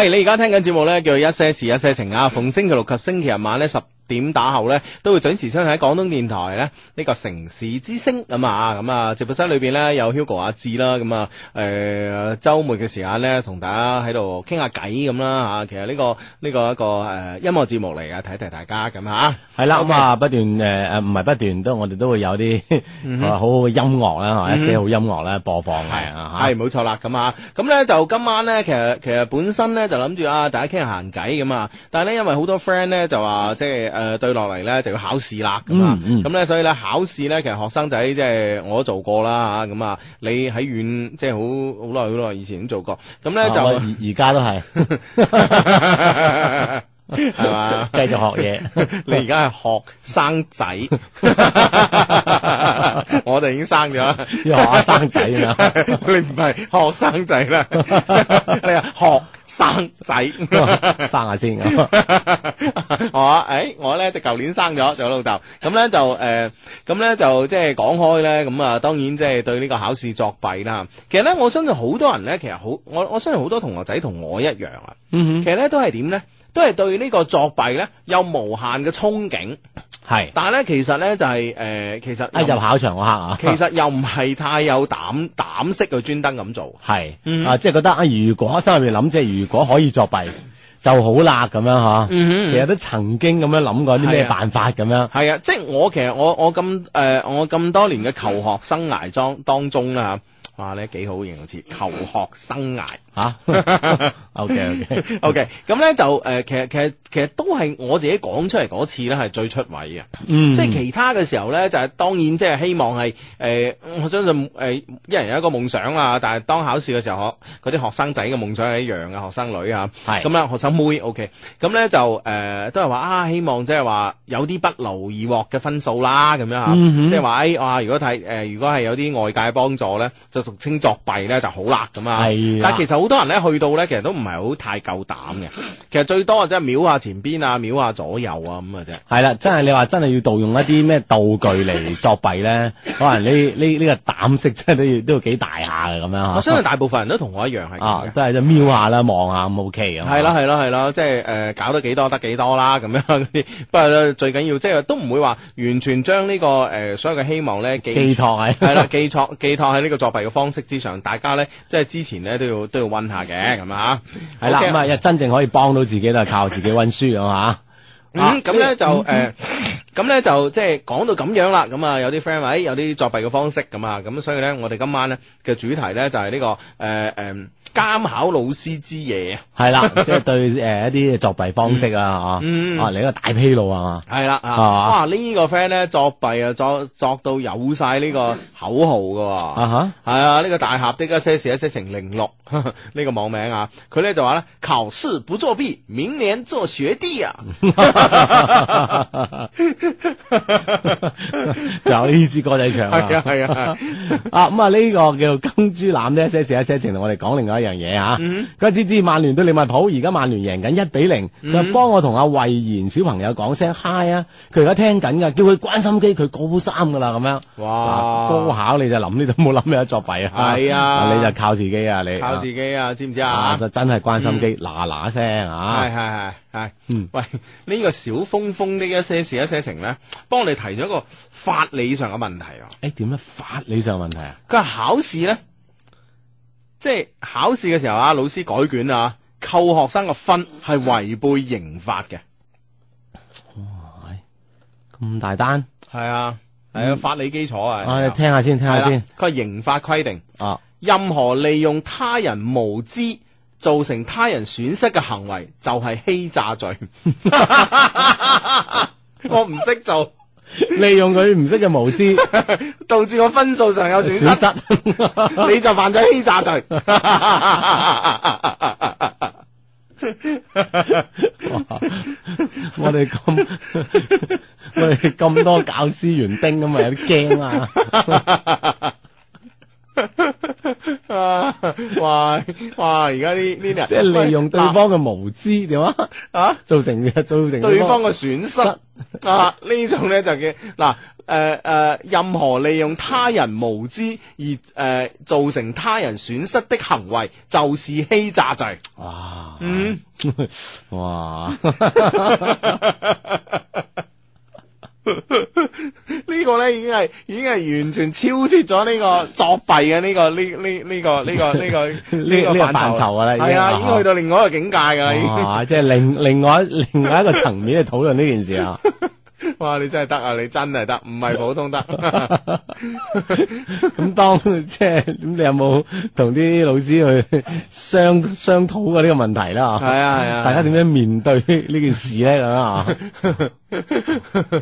S1: 系你而家聽緊節目呢，叫做一些事一些情啊。逢星期六及星期日晚呢，十點打後呢，都會準時出現喺廣東電台呢，呢、個城市之聲咁啊。咁啊，直播室裏邊呢，有 Hugo 阿志啦，咁啊，诶、周末嘅時間呢，同大家喺度傾下偈咁啦啊吓。其實呢、個呢、個一個诶、誒音樂節目嚟嘅，提一提大家咁吓。
S3: 係啦，咁啊不斷誒誒，唔係不斷都我哋都會有啲
S1: 嗯
S3: 好好嘅音樂啦，嚇一些好音樂咧播放嘅啊
S1: 系冇錯啦，咁啊，咁咧就今晚咧，其實其實本身咧就諗住啊，大家傾下閒偈咁啊，但係咧因為好多 friend 咧就話即係誒對落嚟咧就要考試啦咁啊，
S3: 嗯嗯
S1: 咁咧所以咧考試咧其實學生仔即係我都做過啦嚇，咁啊你喺遠即係好好耐好耐以前已經做過，咁
S3: 嚇
S1: 咧
S3: 啊我而
S1: 就
S3: 而家都 係
S1: 係嘛？
S3: 繼續學嘢。
S1: 你而家係學生仔， 我哋已經生咗啦。
S3: 要學下生仔啊！
S1: 你唔係學生仔啦， 你係學生仔。
S3: 生下先咁，
S1: 我哦誒我咧就舊年生咗做老豆，咁咧就誒，呃咁、咧就即係講開咧，咁啊當然即係對呢個考試作弊啦。其實咧，我相信好多人咧，其實好，我我相信好多同學仔同我一樣啊。其實咧都係點咧，都係對呢個作弊咧有無限嘅憧憬，
S3: 係
S1: 但係咧其實咧就係、呃其實
S3: 一入考場我黑啊！
S1: 其實又唔係太有膽膽識去專登咁做。
S3: 系、
S1: 嗯
S3: 啊，即系覺得啊，如果心入邊諗，即係如果可以作弊就好啦，咁樣嗬。
S1: 嗯
S3: 其實都曾經咁樣諗過啲咩
S1: 係啊
S3: 辦法咁樣。
S1: 系啊，即系我其實我我咁诶、呃我咁多年嘅求學生涯當當中啦吓，哇，你幾好形容詞，求學生涯。
S3: 吓，OK OK，
S1: OK，咁咧就诶、呃其實其實其實都係我自己講出嚟嗰次咧係最出位嘅，
S3: 嗯
S1: 即係其他嘅時候咧就係、當然即係希望係诶、呃我相信诶、呃一人有一個夢想啊，但係當考試嘅時候，學嗰啲學生仔嘅夢想係一樣嘅，學生女啊，
S3: 係
S1: 咁啦，學生妹 OK，咁咧就诶、呃都係話啊，希望即係話有啲不勞而獲嘅分數啦，咁樣啊，即係話誒哇，如果睇诶、呃如果係有啲外界幫助咧，就俗稱作弊咧就好啦咁啊，
S3: 係啦
S1: 但其實好好多人咧去到咧，其實都唔係好太夠膽嘅。其實最多啊，即係瞄下前邊啊，瞄下左右啊咁嘅啫。
S3: 系啦，真係你話真係要盜用一啲咩道具嚟作弊咧，可能呢 呢呢个胆识真係都要都要 幾大下嘅咁樣
S1: 我
S3: 吓
S1: 相信大部分人都同我一樣係咁
S3: 啊
S1: 嘅，。
S3: 都係就瞄下啦，望下咁 OK 啊。
S1: 係啦，係啦，係啦，即係誒、呃搞得幾多得幾多啦，咁樣 嗰啲。不過咧最緊要即係都唔會話完全將呢、個誒、呃所有嘅希望咧寄
S3: 寄托 喺
S1: 係啦，寄託寄託喺呢個作弊嘅方式之上，大家咧即係之前咧都要都要温下嘅 咁啊。
S3: 係啦，
S1: OK
S3: 咁啊，又真正可以幫到自己都係靠自己温書咁啊。啊
S1: 嗯，咁咧就誒，咁咧就即係講到咁樣啦，咁啊有啲 friend 話，誒有啲作弊嘅方式咁啊，咁所以咧我哋今晚咧嘅主題咧就係呢個誒誒監考老師之夜啊，
S3: 係啦，即係對诶一啲作弊方式啊，
S1: 嗯
S3: 吓，啊，你一個大披露啊嘛。
S1: 係啦
S3: 啊
S1: 啊，哇呢個 friend 咧作弊啊作作到有晒呢個口號噶喎。
S3: 啊哈，
S1: 系啊，呢、個大俠的一些事一些情零六 呢個網名啊，佢咧就話咧考試不作弊，明年做學弟啊，
S3: 仲有呢支歌仔唱啊
S1: 係。啊係啊，
S3: 啊，咁啊呢個叫金豬腩呢一些事一些情，同我哋講另外一樣嘢吓。
S1: 嗯
S3: 佢話芝芝曼聯對利物浦，而家曼聯贏緊一比零。
S1: 嗯
S3: 佢話幫我同阿慧賢小朋友講聲 hi 啊，佢而家聽緊噶，叫佢關心機，佢高三噶啦咁樣。
S1: 哇啊
S3: 嗱高考你就諗你都冇諗有作弊啊。
S1: 係啊
S3: 你就靠自己啊，你
S1: 靠自己啊，知唔知
S3: 啊，
S1: 啊？
S3: 就真係關心機，嗱嗱聲啊
S1: 係。嗯係係係，喂，呢、個小峰峰的一些事一些情咧，幫我哋提咗一個法理上嘅問題啊。
S3: 誒點咧？法理上問題啊？
S1: 佢話考試咧，即係考試嘅時候啊，老師改卷啊，扣學生嘅分係違背刑法嘅。
S3: 咁大單，
S1: 係啊，係啊，法理基礎啊。
S3: 我哋聽下先，聽
S1: 係
S3: 下
S1: 啦
S3: 先。
S1: 佢係刑法規定，
S3: 啊，
S1: 任何利用他人無知造成他人損失嘅行為，就係欺詐 罪。我唔識做，
S3: 利用佢唔識嘅 無知
S1: 導致我分數上有損
S3: 損
S1: 失，
S3: 失。
S1: 你就犯咗欺詐 罪。
S3: 我哋咁， 我哋咁多教師園丁咁啊，有啲 驚啊！
S1: 啊哇哇！而家呢呢啲人
S3: 即係利用對
S1: 喂嗱
S3: 方嘅無知點啊，
S1: 啊
S3: 造成造成
S1: 對方嘅損失啊，呢種咧就叫嗱誒誒，任何利用他人無知而誒、呃造成他人損失的行為，就是欺詐罪。
S3: 哇，
S1: 嗯，
S3: 啊哇，
S1: 呢個咧已經係已經係完全超脱咗呢個作弊嘅呢、個呢呢呢個呢、個呢、個
S3: 呢
S1: 個
S3: 呢個範疇㗎啦已經哦
S1: 係啊，已經去到另外一個境界㗎啦已經。
S3: 哇！即係另另外另外一個層面去討論呢件事 啊！
S1: 哇！你真係得啊，你真係得，唔係普通 得。
S3: 咁當即係咁，你有冇同啲老師去商商討過呢個問題啦？
S1: 係啊係 啊
S3: 大家點樣面對呢件事咧？咁樣啊？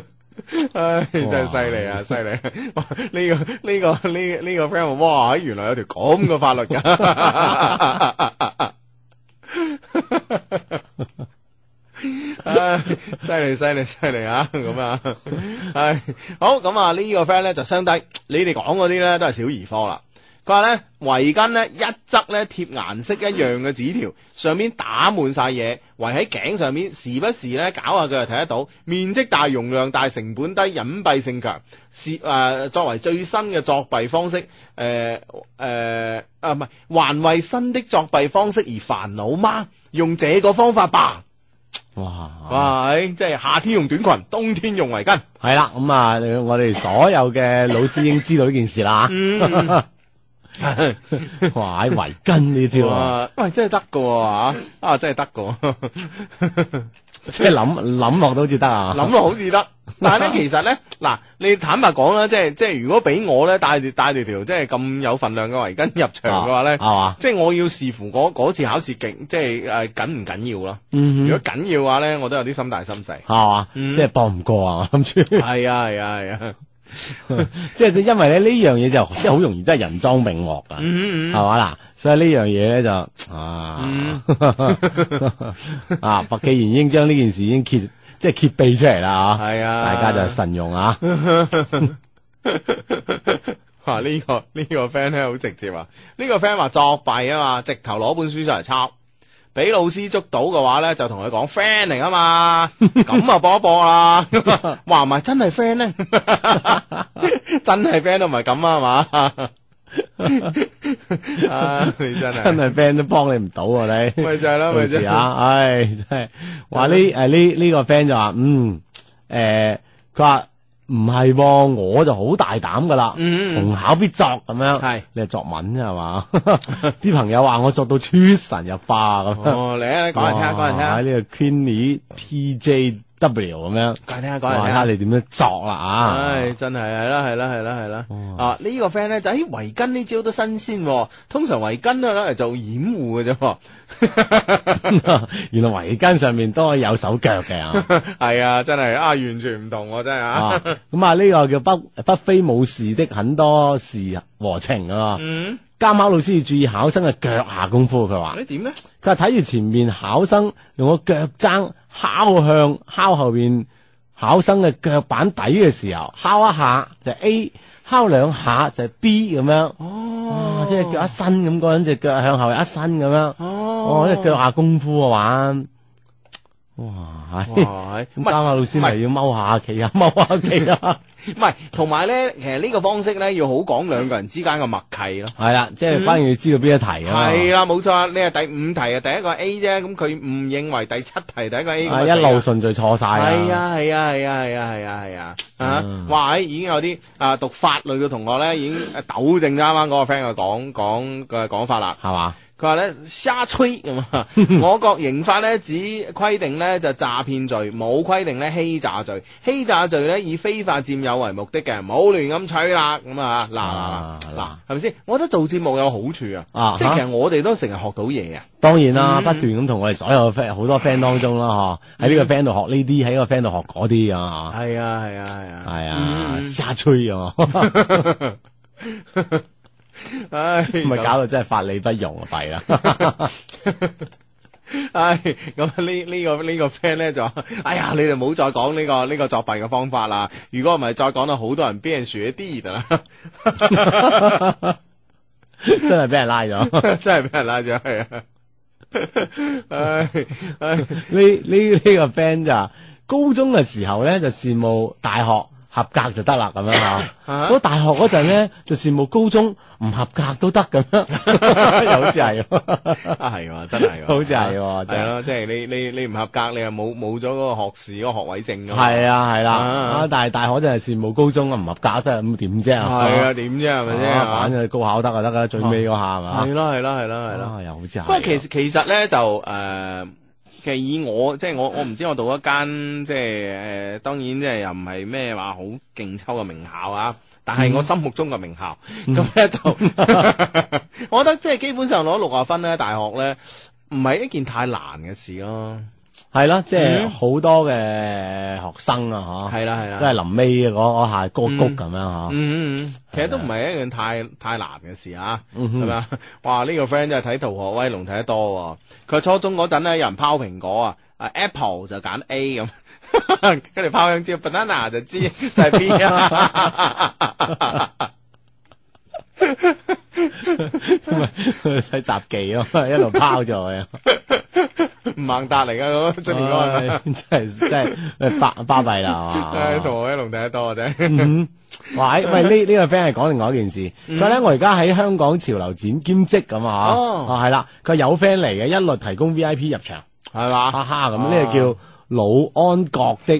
S1: 唉，真係犀利啊，犀利！ 哇呢、個呢、個呢呢、個 friend 話：哇，原來有條咁嘅法律㗎！唉，犀利犀利犀利啊！咁啊，唉，好咁啊，呢、個 friend 咧就相低，你哋講嗰啲咧都係小兒科啦。佢話咧圍巾咧一側咧貼顏色一樣嘅紙條，上面打滿晒嘢，圍喺頸上面，時不時咧搞下佢就睇得到，面積大、容量大、成本低、隱蔽性強，是誒、呃作為最新嘅作弊方式，誒誒啊唔係，還為新的作弊方式而煩惱嗎？用這個方法吧。
S3: 哇！
S1: 哇！唉即係夏天用短裙，冬天用圍巾。
S3: 系啦，咁啊，我哋所有嘅老師已經知道呢件事啦。
S1: 嗯
S3: 哇！喺圍巾呢招啊，
S1: 哇！喂，真係得噶吓，啊真係得噶。
S3: 即係諗諗落都好似得啊。
S1: 諗落好似得，但係咧其 實咧，嗱，你坦白講啦，即係即係如果俾我咧帶住帶住條即係咁有份量嘅圍巾入場嘅話咧，
S3: 啊係嘛。
S1: 即係我要視乎嗰嗰次考試勁，即係誒緊唔緊要啦。如果緊要嘅話咧，我都有啲心大心細
S3: 係嘛，
S1: 嗯
S3: 即係搏唔過啊！ 諗住，
S1: 係啊係啊係
S3: 嗯
S1: 啊，
S3: 即係因為咧呢樣嘢就即係好容易，真係人贓並獲啊，係
S1: 嗯嗯
S3: 嘛嗱？所以呢樣嘢咧就
S1: 嗯
S3: 啊 啊，白既然已經將呢件事已經揭即係揭秘出嚟啦啊
S1: 係啊
S3: 大家就慎用啊。
S1: 啊呢、個呢、個 friend 咧好直接啊！呢、個 friend 話作弊啊嘛，直頭攞本書上嚟抄，俾老師捉到嘅話咧，就同佢講 friend 嚟啊 嘛，咁啊播一播啦。 話唔係真係 friend 咧， 真係 friend 都唔係咁啊係嘛？ 啊你真係
S3: 真系 friend 都幫你唔到啊！你
S1: 咪就係咯咪
S3: 到
S1: 就係
S3: 時啊，唉，真係話呢诶呢呢個 friend 就話嗯诶，佢話唔係喎，我就好大膽噶啦，
S1: 嗯
S3: 逢考必作咁樣。
S1: 係
S3: 你係作文啫係嘛？ 啲朋友話我作到出神入化咁樣。
S1: 哦，嚟啊！你講嚟聽下，講嚟聽
S3: 哇
S1: 下
S3: 呢，個 Queenie PJW 咁樣，
S1: 講嚟聽下，講嚟聽
S3: 哇睇
S1: 下
S3: 下。你點樣作啦啊！哦
S1: 唉，真係係啦，係啦，係啦，係啦。啊，呢個 friend 咧就喺圍巾呢招都新鮮喎，通常圍巾都係攞嚟做掩護嘅啫 喎。
S3: 原來圍巾上面都可以有手腳嘅啊！
S1: 係啊，真係啊，完全唔同喎，真係啊。
S3: 啊，咁啊呢個叫北北非武士的很多事和情啊，
S1: 嗯，
S3: 監考老師要注意考生嘅腳下功夫。佢話
S1: 你點咧？
S3: 佢話睇住前面考生用個腳踭敲向敲後邊考生嘅腳板底嘅時候，敲一下就 A，敲兩下就 B 咁樣。哦，即係腳一伸咁，嗰人隻腳向後一伸咁樣。哦，即係腳下功夫嘅玩。哇，哦係
S1: 哇，唔
S3: 咁監
S1: 係
S3: 考老師咪要踎下企下 踎下啊企下。
S1: 唔係，同埋咧，其實呢個方式咧要好講兩個人之間嘅默契咯。
S3: 系啦，即系關鍵要知道邊一題嗯啊嘛。
S1: 係啦，冇錯，你係第五題啊，第一個 A 啫，咁佢誤認為第七題第一個 A，咁
S3: 啊
S1: 啊
S3: 一路
S1: 死啦
S3: 順序錯晒啊
S1: 系，啊系啊系啊系啊系啊系啊啊！哇！已經有啲啊讀法律嘅同學咧，已經呃糾正啱啱嗰個 friend 嘅講講嘅講法啦。
S3: 係嘛？
S1: 佢話咧瞎吹咁 啊！我國刑法咧只規定咧就詐騙罪，冇規定咧欺詐罪。欺詐罪咧以非法佔有為目的嘅，唔好亂咁取啦。咁啊
S3: 啊
S1: 嗱嗱嗱嗱
S3: 嗱，
S1: 係咪先？我覺得做節目有好處啊
S3: 啊，
S1: 即係其
S3: 嚇
S1: 實我哋都成日學到嘢啊。
S3: 當然啦，不斷咁同我哋所有 friend 好多 friend 當中啦，嗬，喺呢個 friend 度學呢啲，喺呢個 friend 度學嗰啲啊，
S1: 係啊係啊係啊
S3: 係
S1: 嗯
S3: 啊
S1: 嗯，
S3: 瞎吹啊，
S1: 唉，
S3: 咪搞到真係法理不容啊，弊 啦。
S1: 唉，咁啊呢呢個呢、個 friend 咧就話，哎呀，你哋唔好再講呢、個呢、個作弊嘅方法啦。如果唔係，再講到好多人 b e n d 啲㗎啦，
S3: 真係俾人拉咗。呢
S1: 真係俾人拉咗去啊！唉唉，
S3: 呢呢個 friend 就話高中嘅時候咧就羨慕大學合格就得啦， 咁樣啊。到大學嗰陣咧就羨慕高中唔合格都得咁樣， 又好似係喎。
S1: 啊係喎，真係喎，
S3: 好似係喎真係
S1: 係咯，即係你你你唔合格，你又冇冇咗嗰個學士嗰個學位證㗎嘛。
S3: 系啊系啦，
S1: 啊
S3: 啊但系大學真係羨慕高中啊唔合格得咁點啫？
S1: 係啊，，點啫係咪先？係嘛
S3: 反正啊高考得就得啦，最尾嗰下係嘛，
S1: 係咯係咯係咯係咯。
S3: 啊又好似係。
S1: 不過其實其實咧就誒、呃其實以我即係
S3: 嗯
S1: 我我唔知我讀一間即係誒、呃，當然即係又唔係咩話好勁抽嘅名校啊。但
S3: 嗯
S1: 係我心目中嘅名校，咁咧、就， 我覺得即係基本上攞六啊分咧，大學咧唔係一件太難嘅事咯。
S3: 係咯，即係
S1: 嗯
S3: 好多嘅學生啊，
S1: 係啦係
S3: 吓，
S1: 啦，
S3: 都係臨尾嘅嗰嗰下高谷
S1: 嗯
S3: 咁樣吓。
S1: 嗯，嗯嗯其實都唔係一件太太難嘅事啊，
S3: 嗯
S1: 係咪啊？ 哇！呢、個 friend 真係睇《逃學威龍》睇得多喎。佢初中嗰陣咧，有人拋蘋果啊，啊 Apple 就揀 A 咁， 跟住拋香蕉 banana 就知就係 B 啊。
S3: 睇雜技啊嘛，一路拋咗佢啊，
S1: 吳孟達嚟噶，咁出面嗰個係咪
S3: 唉真係真係巴巴閉 啦，
S1: 唉《逃
S3: 係嘛。哎
S1: 學威龍》睇得多啫。
S3: 喂喂，呢呢個 friend 係講另外一件事，佢話咧我而家喺香港潮流展兼職咁啊，
S1: 哦
S3: 啊係啦，佢話有 friend 嚟嘅，一律提供 V I P 入場。
S1: 係嘛？
S3: 哈哈，咁呢個叫老安閣的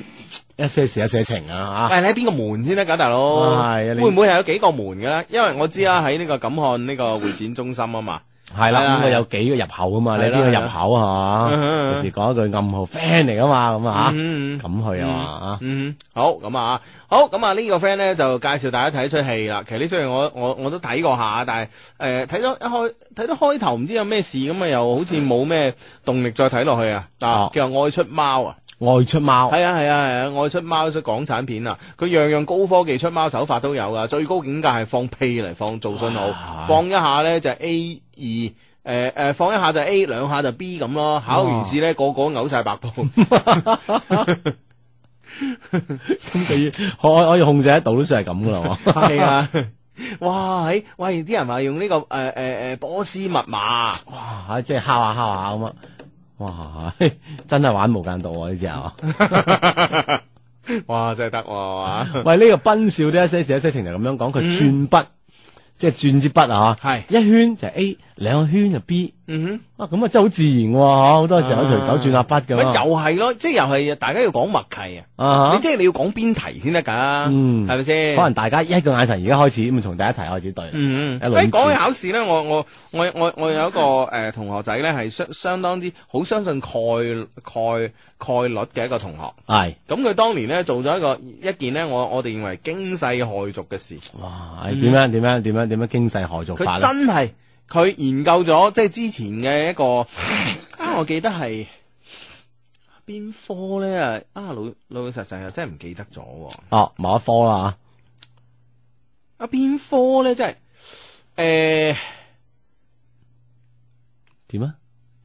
S3: 一些事一些情啊吓。
S1: 喂，你喺邊個門先得㗎，大佬？
S3: 係啊你
S1: 會唔會係有幾個門㗎咧？因為我知啊啦，喺呢個錦漢呢個會展中心啊嘛。
S3: 係
S1: 係啦
S3: 啦，咁
S1: 係
S3: 佢
S1: 啦
S3: 有幾個入口啊嘛，你
S1: 係啦
S3: 邊個入口
S1: 係
S3: 啊
S1: 啦嗯嗯嗯
S3: 嘛？有時講一句暗號 friend 嚟噶嘛，咁啊
S1: 嗯嗯嗯
S3: 吓，咁去啊嘛啊，
S1: 嗯，好咁啊，好咁啊，呢個 friend 咧就介紹大家睇一出戲啦。其實呢出戲我我我都睇過下，但係誒睇咗一開睇到開頭唔知有咩事咁啊，又好似冇咩動力再睇落去啊。啊
S3: 哦，
S1: 叫《愛出貓》啊，
S3: 外出貓
S1: 係啊係啊係啊，《愛出貓》出港產片啊，佢樣樣高科技出貓手法都有噶，最高境界係放屁嚟放做信號，
S3: 哇
S1: 放一下咧就 A 二。誒誒、放一下就 A，兩下就 B 咁咯。考完試咧，個個嘔晒白布。
S3: 咁佢要可可以控制得到都算係咁噶啦喎。
S1: 系啊，哇！喺喂，啲人話用呢、個诶诶诶波斯密碼，
S3: 哇！即係敲下敲下咁啊！哇！真係玩無間道啊！呢 只啊！
S1: 哇真係得喎，
S3: 喂，呢、個斌少啲一些事一些情就咁樣講，佢轉筆，即係轉支筆啊！
S1: 嗯係
S3: 一圈就 A，兩個圈就 B。
S1: 嗯
S3: 啊，咁啊真係好自然喎！嚇好多時候隨手轉下筆
S1: 哼，
S3: 咁
S1: 咪又
S3: 啊
S1: 係咯，即係又係大家要講默契啊！
S3: 啊
S1: 你即係你要講邊題先得㗎，
S3: 嗯
S1: 係咪先？
S3: 可能大家一個眼神而家開始咁，從第一題開始對。
S1: 嗯，
S3: 一輪
S1: 誒講起
S3: 轉
S1: 考試咧，我我我我我有一個誒、呃同學仔咧，係相相當之好相信概概概率嘅一個同學。
S3: 係
S1: 咁佢當年咧做咗一個一件咧，我我哋認為驚世駭俗嘅事。
S3: 哇！點樣點樣點樣點樣經濟何做法
S1: 嗯佢
S3: 咧？
S1: 真係佢研究咗即係之前嘅一個啊，我記得係邊科咧啊？老老老實實又真係唔記得咗喎。
S3: 哦，某一科啦
S1: 啊，邊科咧真係誒。呃
S3: 嚇點啊？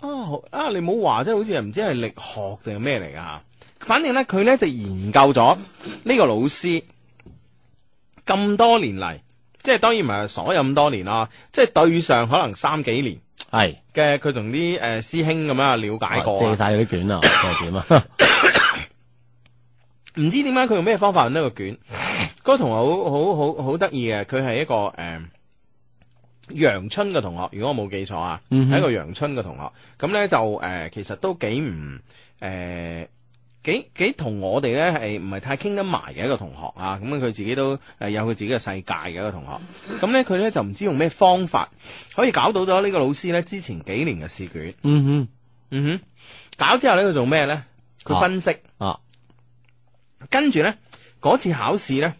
S1: 啊好啊！你冇話，即係好似係唔知係力學定係咩嚟噶。反正咧，佢咧就研究咗呢個老師咁多年嚟，即係當然唔係所有咁多年啦，即係對上可能三幾年
S3: 係。
S1: 嘅，佢同啲誒師兄咁樣了解過
S3: 借
S1: 啊。
S3: 晒嗰啲卷啊，定係點啊？
S1: 唔知點解佢用咩方法揾到個 卷？嗰個同學好好好好得意嘅，佢係一個誒。陽春嘅同學，如果我冇記錯啊，係、
S3: 嗯哼
S1: 一個陽春嘅同學，咁呢就誒、呃其實都幾唔誒幾幾同我哋呢係唔係太傾得埋嘅一個同學啊，咁佢自己都誒有佢自己嘅世界嘅一個同學，咁呢，佢呢就唔知用咩方法可以搞到咗呢個老師呢之前幾年嘅試卷，
S3: 嗯
S1: 嗯哼，搞之後呢，佢做咩呢？佢
S3: 啊
S1: 分析。
S3: 哼，啊，
S1: 跟住咧，嗰次考試咧，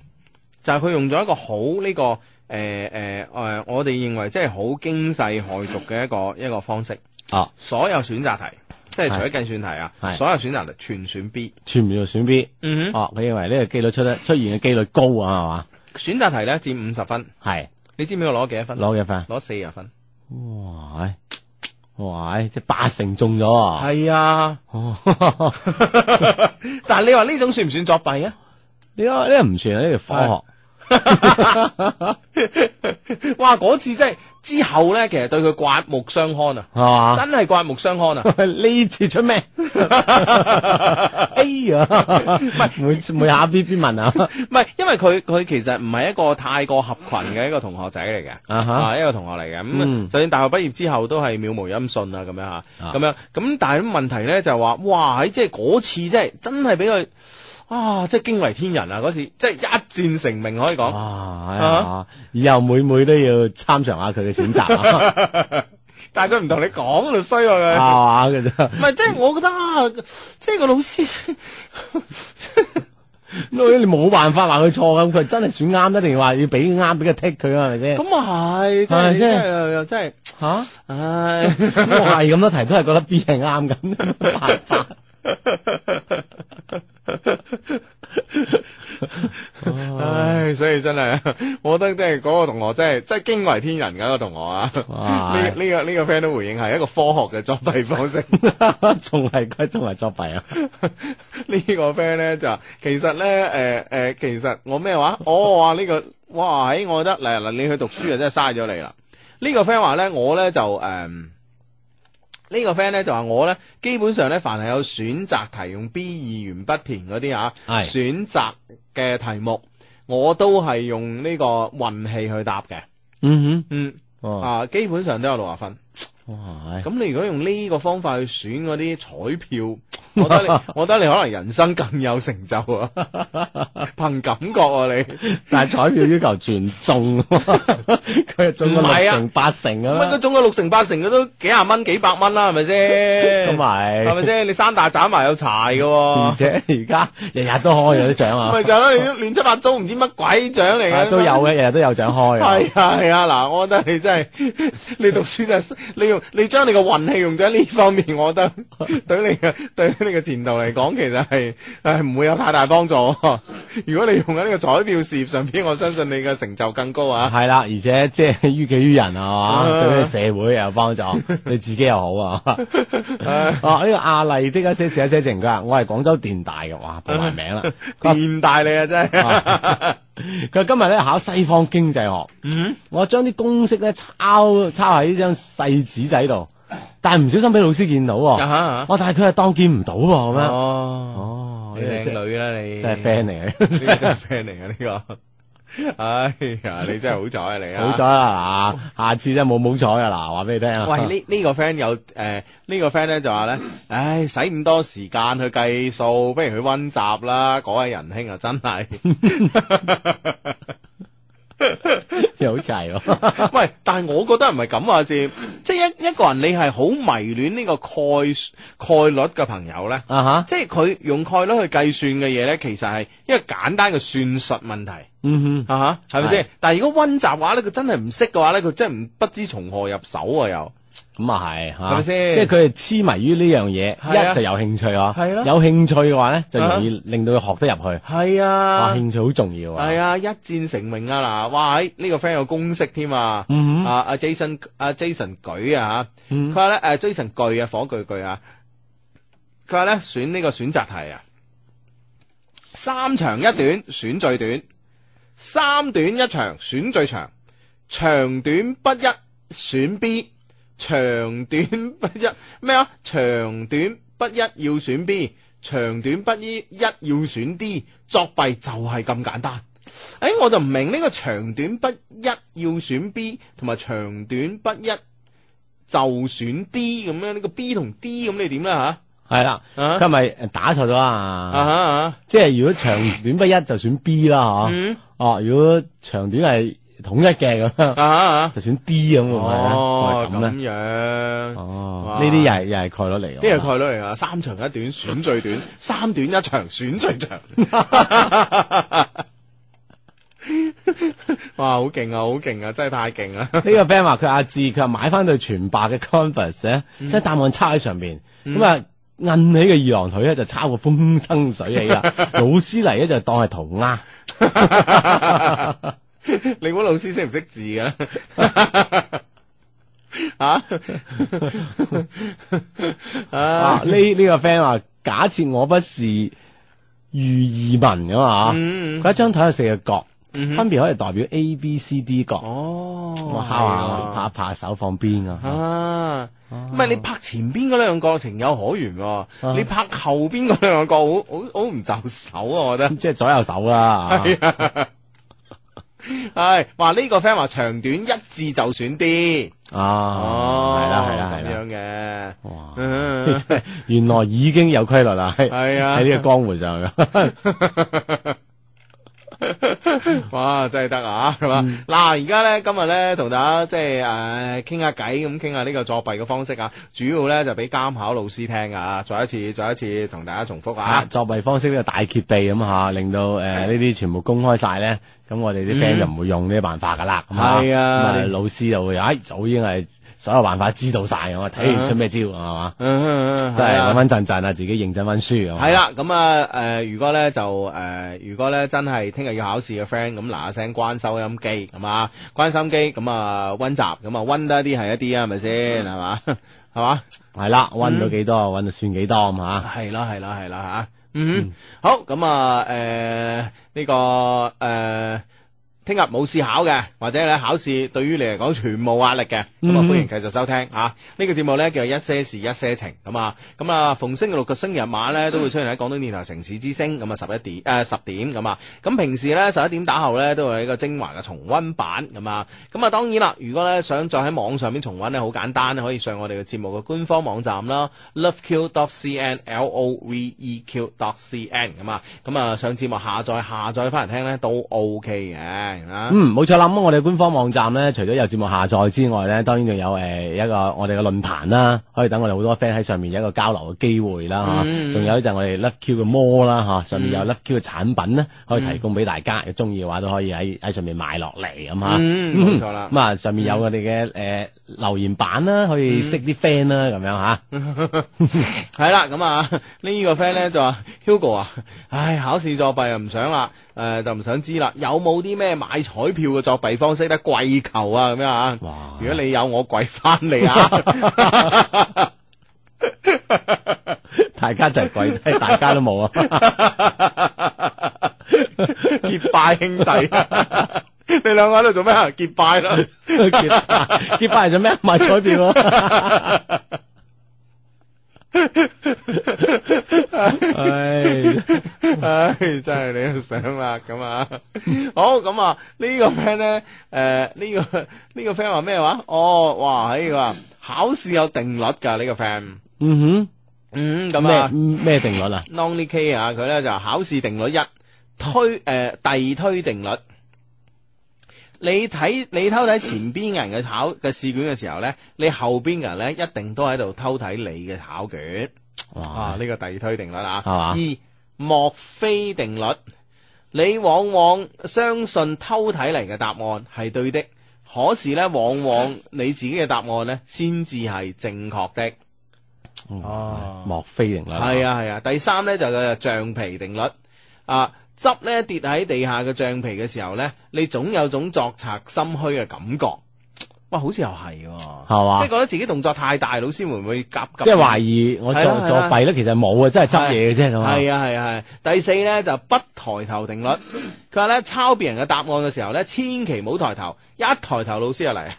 S1: 就係佢用咗一個好呢、個誒誒誒，我哋認為即係好驚世駭俗嘅一個一個方式。
S3: 哦，
S1: 所有選擇題，即係除咗計算題啊，
S3: 係
S1: 所有選擇題全選 B。
S3: 全部要選 B，
S1: 嗯哼，
S3: 哦，佢認為呢個機率出得出現嘅機率高啊，
S1: 選擇題咧佔五十分，
S3: 係
S1: 你知唔知我攞幾多
S3: 嘛？係
S1: 分？
S3: 攞幾分？啊
S1: 攞四十分。
S3: 哇，唉哇，唉即係八成中咗啊！
S1: 係啊，
S3: 哦
S1: 但係你話呢種算唔算作弊啊？
S3: 呢個呢個唔算啊，呢個科學
S1: 哇！嗰次真係之後咧，其實對佢刮目相看啊，
S3: 係嘛？
S1: 真係刮目相看啊！
S3: 呢 次出咩？A 啊，唔係每每下 B B 問啊，
S1: 唔係，因為佢佢其實唔係一個太過合群嘅一個同學仔嚟嘅，
S3: 啊哈
S1: 啊一個同學嚟嘅。咁、
S3: 嗯
S1: 就算大學畢業之後都係渺無音訊啊，咁樣嚇，
S3: 啊
S1: 咁樣咁，但係問題咧就係話，哇！喺即係嗰次真係真係俾佢啊，即係驚為天人啊！嗰次即係一戰成名可以講。
S3: 哇，唉
S1: 啊
S3: 呀以後每每都要參詳下佢嘅選擇 啊，
S1: 但係佢唔同你講啊就衰喎
S3: 係
S1: 佢。
S3: 嘛嘅啫。
S1: 唔係，即係我覺得啊，即係個老師，
S3: 咁 你冇辦法話佢錯咁，佢真係選啱，一定要話要俾啱俾佢剔佢啊，係咪先？
S1: 咁啊係，真
S3: 係咪
S1: 係
S3: 先
S1: 真係又真係，
S3: 吓，
S1: 唉。
S3: 我係咁多題都係覺得 B 係啱咁，冇辦法。
S1: 唉，所以真系，我覺得真係嗰個同學真係真係驚為天人嘅一個同學啊！
S3: 哇
S1: 呢呢個呢個 friend 都回應係一個科學嘅作弊方式。
S3: 仲係佢仲係作弊啊！
S1: 呢個 friend 咧就其實咧誒誒，其實我咩話？哦我話呢個哇，喺我覺得嗱嗱，你去讀書啊，真係嘥咗你啦。呢個 friend 話咧，我咧就誒。呢個 friend 咧就話我咧，基本上咧凡係有選擇題用 B 二元筆填嗰啲嚇，
S3: 係
S1: 選擇嘅題目，我都係用呢個運氣去答嘅。
S3: 嗯
S1: 嗯，
S3: 哼，哇
S1: 啊，基本上都有六十分。
S3: 哇，
S1: 咁你如果用呢個方法去選嗰啲彩 票，我覺得你，我覺得你可能人生更有成就 啊！憑感覺啊你，
S3: 但係彩票要求全 中，佢係中咗
S1: 唔係
S3: 六
S1: 啊
S3: 成八成咁
S1: 乜佢
S3: 啦，
S1: 中咗六成八成，佢都幾廿蚊幾百蚊啦，係咪
S3: 咁啊
S1: 先？係咪
S3: 咪？
S1: 先？你山大斬埋有柴嘅
S3: 而
S1: 喎，
S3: 且而家日日都開有啲獎啊
S1: 咪，就係咯，你都亂七八糟，唔知乜鬼獎嚟
S3: 啊
S1: 嘅
S3: 都有。嘅，日日都有獎開啊。
S1: 係啊係啊，嗱，我覺得你真係 你讀書真係你用你將你個運氣用咗喺呢方面，我覺得對你嘅對你嘅前途嚟講，其實係係唔會有太大幫助。如果你用喺呢個彩票事業上邊，我相信你嘅成就更高 啊！
S3: 系啦，而且即係 於己於人 啊，
S1: 啊
S3: 嘛，對呢個社會又有 幫助，你自己又好啊。 哦，呢個阿麗的一些事一些情，佢話我係廣州電大嘅，哇，報埋 名啦。
S1: 電大你啊， 真係
S3: 佢話今日咧考西方經濟學，
S1: 嗯
S3: 我將啲公式咧抄抄喺呢張細紙仔度，但係唔小心俾老師見到喎。
S1: 啊
S3: 我但係佢係當見唔到喎，咁樣。
S1: 哦，
S3: 哦
S1: 你靚女啦 你，
S3: 真係 friend 嚟嘅。
S1: 呢個真係 friend 嚟嘅呢個。哎呀，你真係好彩啊你啊！
S3: 好彩啦嗱，下次真係冇冇彩啊嗱，話俾你聽 啊。
S1: 喂，呢呢、個 friend 有誒，呃呢、個 friend 咧就話咧，唉，使咁多時間去計數，不如去温習啦。嗰位仁兄啊，真係，
S3: 又好似係喎，
S1: 喂，但係我覺得唔係咁啊，先，即係一一個人你係好迷戀呢個概概率嘅朋友咧，
S3: 啊哈，
S1: 即係佢用概率去計算嘅嘢咧，其實係一個簡單嘅算術問題。
S3: 嗯哼。
S1: 啊哈，係咪
S3: 係
S1: 先？但係如果温習嘅話咧，佢真係唔識嘅話咧，佢真係唔不知從何入手啊！又
S3: 咁啊係，係
S1: 係咪先
S3: 即係佢係痴迷於呢樣
S1: 係
S3: 嘢，
S1: 啊
S3: 一就有興趣啊，
S1: 係咯
S3: 有興趣嘅話咧，就容易令到佢學得入去。
S1: 係啊
S3: 哇，興趣好重要啊！
S1: 系啊，一戰成名啊！嗱，哇，喺呢、個 friend 有公式添啊！
S3: 嗯哼嗯
S1: 啊，阿 Jason，阿 Jason 舉啊吓，佢話咧，诶，Jason 巨啊，火巨巨啊，佢話咧選呢個選擇題啊，三長一短選最短，三短一長選最長，長短不一選 B，長短不一咩啊？長短不一要選 B，長短不一一要選 D，作弊就係咁簡單。诶、哎我就唔明呢個長短不一要選 B，同埋長短不一就選 D 咁樣，呢、個 B 同 D 咁你點啦
S3: 係啦，
S1: 啊
S3: 今日打錯咗
S1: 吓？
S3: 啊！
S1: 啊
S3: 即係如果長短不一就選 B 啦，
S1: 嗯
S3: 嗬。哦，如果長短係統一嘅咁
S1: 吓
S3: 樣，
S1: 啊
S3: 就選 D 咁會唔會咧？
S1: 哦
S3: 會，唔會
S1: 咁
S3: 咁咧？
S1: 樣，
S3: 哦，
S1: 哇
S3: 呢啲又係又係概率嚟
S1: 呢
S3: 㗎。
S1: 個概率嚟啊！三長一短選最 短，三短一長選最長。哇，好勁啊，好勁啊，真係太勁 啦！
S3: 呢個 friend 話佢阿志，佢話買翻對全白嘅 Converse 咧，
S1: 嗯
S3: 即係答案抄喺上邊，咁啊摁起個二郎腿咧就抄個風生 水起啦。老師嚟咧就當係塗
S1: 啊
S3: 鴉，
S1: 你估老師識唔識字 嘅？啊！
S3: 啊呢呢個 friend 話假設我不是寓意文噶嘛，啊
S1: 嗯
S3: 佢一張台有四個角，分別可以代表 A、B、C、D 角，
S1: 哦，
S3: 我敲下拍一拍手放邊啊，
S1: 啊，唔係你拍前邊嗰兩個情有可原
S3: 啊
S1: 喎，你拍後邊嗰兩個好好好唔就手啊！我覺得
S3: 即係左右手啦。啊
S1: 係話呢個 friend 話長短一致就選啲，
S3: 啊，係啦係啦係
S1: 哦咁
S3: 啦。
S1: 樣嘅，
S3: 哇
S1: 嗯
S3: 原來已經有規律啦，喺
S1: 係啊
S3: 喺呢個江湖上
S1: 哇，真係得啊，係嘛？
S3: 嗯
S1: 嗱，而家咧今日咧同大家即係誒傾下偈咁，傾下呢個作弊嘅方式啊，主要咧就俾監考老師聽啊，再一次再一次同大家重複啊
S3: 啊，。作弊方式呢個大揭秘咁吓，令到誒呢啲全部公開晒咧，咁我哋啲 friend 就唔會用呢啲辦法噶啦，咁
S1: 嗯係啊
S3: 咁老師就會，唉，哎早已經係所有辦法知道晒，咁啊，睇唔出咩招係嘛，
S1: 嗯，
S3: 真係
S1: 係啊
S3: 穩穩陣陣啊，自己認真温書啊，
S1: 系啦，咁啊，诶、如果咧就誒、如果咧真係聽日要考試嘅 friend，咁嗱嗱聲關收音機，係嘛？關收音機，咁啊温習，咁啊温得一啲係一啲啊，係咪先？係嘛？ 係嘛？
S3: 係啦，温
S1: 嗯
S3: 到幾多啊，温到算幾多咁啊嚇，
S1: 係啦，係啦，係啦吓，嗯，好，咁啊，誒、呢、個誒。聽日冇試考嘅，或者咧考試對於你嚟講全冇壓力嘅，咁啊、歡迎繼續收聽啊！呢、個節目咧叫做一些事一些情咁啊，咁啊逢星期六及星期日晚咧都會出現喺廣東電台城市之聲咁啊十一點誒十、點咁啊，咁平時咧十一點打後咧都會有一個精華嘅重温版咁啊，咁啊當然啦，如果咧想再喺網上邊重温咧，好簡單，可以上我哋嘅節目嘅官方網站啦，loveq.cn，l o v e q.cn 咁啊，咁啊上節目下載下載翻嚟聽咧都 OK 嘅。啊。
S3: 嗯，冇錯啦。咁我哋官方網站咧，除咗有節目下載之外咧，當然仲有誒、呃一個我哋嘅論壇啦，可以等我哋好多 friend 喺上面有一個交流嘅機會
S1: 嗯
S3: 啦嚇。仲、有就係我哋 Love Q 嘅 m 啦嚇，上面有 Love Q 嘅產品咧，可以提供俾大家，有中意嘅話都可以喺喺上面買落嚟咁嚇。
S1: 嗯，冇錯啦。嗯
S3: 咁啊，上面有我哋嘅誒留言板啦，可以識啲 friend 啦，咁樣嚇。
S1: 嗯系啦，咁啊 呢個 friend 咧就話 Hugo 啊，唉考試作弊又唔想啦，诶、就唔想知啦，有冇啲咩買彩票嘅作弊方式咧？跪求啊咁樣啊！
S3: 哇
S1: 如果你有，我跪翻你啊！
S3: 大家就係跪低，大家都冇啊。
S1: 結拜兄弟，你兩個喺度做咩啊？結拜啦！
S3: 結拜結拜係做咩？買彩票咯。唉。
S1: 唉，真係你都想啦，咁啊，好咁啊，呢、個 friend 咧，诶、呢、個 呢、個 friend 話咩話？哦，哇，喺佢話考試有定律㗎，呢、個 friend，
S3: 嗯
S1: 嗯，
S3: 哼，
S1: 咁
S3: 咩
S1: 啊。
S3: 咩定律啊？
S1: Lonely K 啊，佢咧就考試定律一推诶、遞推定律。你睇你偷睇前邊人嘅考嘅試卷嘅時候咧，你後邊嘅人咧一定都喺度偷睇你嘅考卷。啊
S3: 哇，，
S1: 呢、個遞推定律啊。
S3: 係嘛
S1: 二莫非定律，你往往相信偷睇嚟嘅答案係對的，可是咧往往你自己嘅答案咧先至係正確的。哦
S3: 莫非定律
S1: 系啊系啊，第三咧就係橡皮定律啊，汁咧跌喺地下嘅橡皮嘅時候咧，你總有種作賊心虛嘅感覺。哇，好似又係喎，
S3: 係嘛
S1: 即係覺得自己動作太大，老師會唔會夾夾？
S3: 即係懷疑我作
S1: 係啦係啦
S3: 作弊咧，其實冇啊，真係執嘢嘅啫咁啊。
S1: 係啊係啊係。第四咧就不抬頭定律，佢話咧抄別人嘅答案嘅時候咧，千祈唔好抬頭，一抬頭老師就嚟。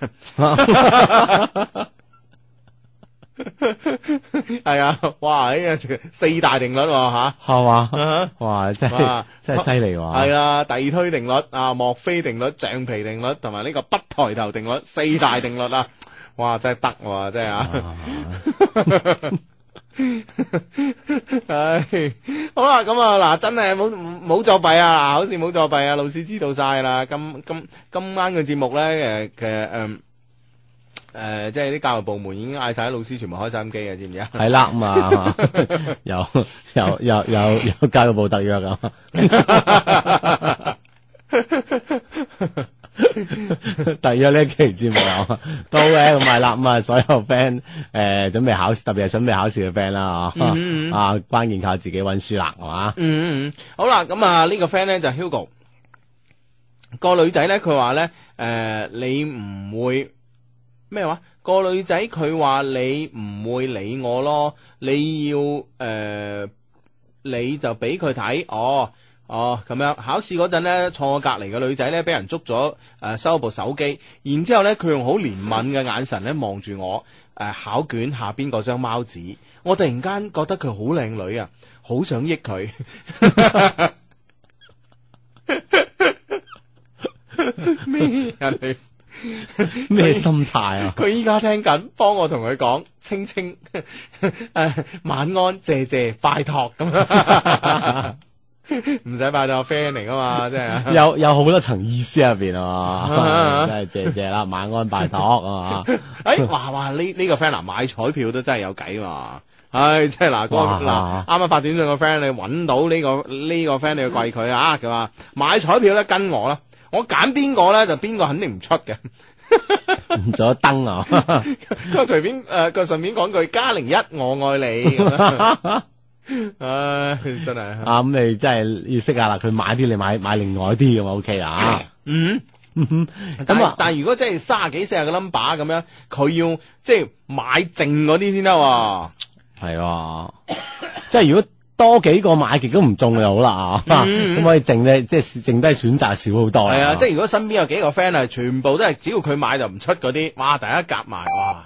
S1: 係啊，哇！哎呀，四大定律喎吓。
S3: 係嘛？哇，真係
S1: 啊哇啊
S3: 真係犀利
S1: 系
S3: 喎！
S1: 啦，遞推定律啊，莫非定律、橡皮定律同埋呢個不抬頭定律，四大定律啊！ 哇，真係得喎，真係啊！ 唉，好啦，咁啊，嗱，真係冇冇作弊啊！嗱，好似冇作弊啊，老師知道晒啦。今今今晚嘅節目咧，诶嘅诶嗯诶，誒即係啲教育部門已經嗌晒啲老師全部開收音機嘅，知唔知啊？
S3: 係啦，咁啊， 有有有有有教育部特約啊咁， 特約呢一期節目啊，都嘅咁係啦，咁啊，所有 friend 誒準備考試，特別係準備考試嘅 friend 啦啊，啊，關鍵靠自己温書啦，係 嘛？
S1: 嗯，嗯嗯，好啦，咁啊呢個 friend 咧就 Hugo，個女仔咧佢話咧，诶、你唔會咩話？個女仔佢話你唔會理我咯，你要诶、誒你就俾佢睇，哦。哦，咁樣考試嗰陣咧，坐我隔離嘅女仔咧，俾人捉咗，誒、呃收部手機，然之後咧，佢用好憐憫嘅眼神咧望住我，誒、呃考卷下邊嗰張貓紙，我突然間覺得佢好靚女啊，好想益佢。咩人嚟？
S3: 咩心態啊？
S1: 佢依家聽緊，幫我同佢講，青青，誒、晚安，謝謝，拜託咁樣。 唔使拜託 friend 嚟噶嘛，真 係。
S3: 有有好多層意思喺入邊啊
S1: 啊，
S3: 真係謝謝啦，晚安拜託啊，
S1: 诶，哎哇哇，呢呢個 friend 嗱買彩票都真係有計嘛。唉，即係嗱，嗰個
S3: 哇
S1: 嗱，啱啱發短信個 friend，你揾到呢個呢個 friend，你要跪佢啊！佢話買彩票咧跟我啦，我揀邊個咧就邊個肯定唔出嘅。
S3: 唔咗燈啊，
S1: 佢話隨便诶，佢順便講句加零一，我愛你。咁樣唉，真係。
S3: 啊咁你真係要識下啦，佢買啲你買買另外啲咁啊 OK 啊，
S1: 嗯，
S3: 咁
S1: 咁
S3: 啊
S1: 啊，但系如果真系卅幾四十個 number 咁樣，佢要即係買剩嗰啲先得喎。
S3: 係喎，即係如果多幾個買極都唔中就好啦啊，咁可以剩低即係剩低選擇少好多
S1: 嗯
S3: 啦，
S1: 係啊，即係如果身邊有幾個 friend 啊，全部都係只要佢買就唔出嗰啲，哇！大家夾埋，哇！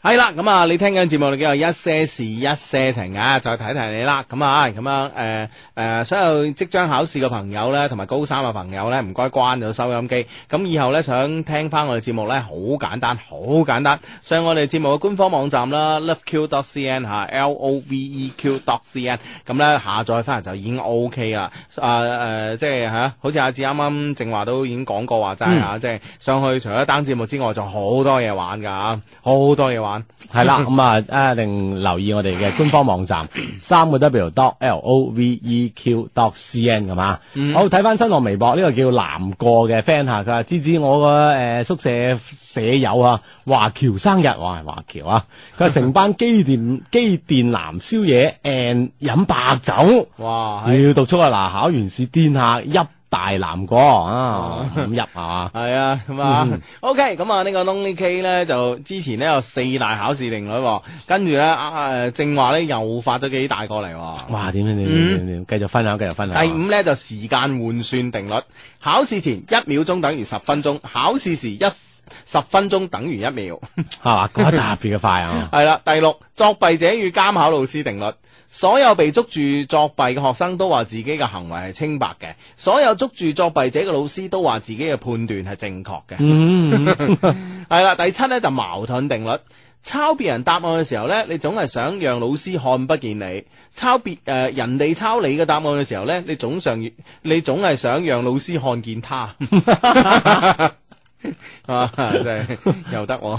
S1: 系啦，咁啊，你聽緊節目你叫做一些事一些情啊，再提一提你啦，咁啊，咁樣诶诶，所有即將考試嘅朋友咧，同埋高三嘅朋友咧，唔該關咗收音機。咁以後咧想聽翻我哋節目咧，好簡單，好簡單，上我哋節目嘅官方網站啦，loveq.cn 吓，l o v e q.cn，咁咧下載翻嚟就已經 O K 啦。啊诶、呃即係吓、好似阿志啱啱正話都已經講過話齋啊，即係上去除咗單節目之外，仲有好多嘢玩㗎啊，好多嘢玩。
S3: 系 啦，咁啊，一定留意我哋嘅官方網站，三個 W dot L O V E Q dot C N 係嘛？
S1: 嗯
S3: 好睇翻新浪微博呢、個叫南過嘅 friend 吓，佢話芝芝我個诶、呃宿舍舍友啊，華僑生日，哇華僑啊，佢話成班 機電機電男宵夜 and 飲白酒，
S1: 哇，係
S3: 要讀出啊！嗱，考完試癲下一大南過
S1: 哦
S3: 啊，咁入係 嘛？
S1: 系啊，咁啊，OK，咁啊，呢個 Lonely K 咧就之前咧有四大考試定律喎，跟住咧誒正話咧又發咗幾大過嚟喎。
S3: 哇！點點點點點點，繼續分享，繼續分
S1: 嗯
S3: 享。
S1: 第五咧就時間換算定律，考試前一秒鐘等於十分鐘，考試時一十分鐘等於一秒。
S3: 係嘛？講得特別嘅快啊！
S1: 係啦，第六作弊者與監考老師定律。所有被捉住作弊嘅學生都話自己嘅行為係清白嘅，所有捉住作弊者嘅老師都話自己嘅判斷係正確嘅。 係啦，第七咧就矛盾定律。抄別人答案嘅時候咧，你總係想讓老師看不見你；抄別誒、呃人哋抄你嘅答案嘅時候咧，你總上你總係想讓老師看見他。 啊，真係又得喎！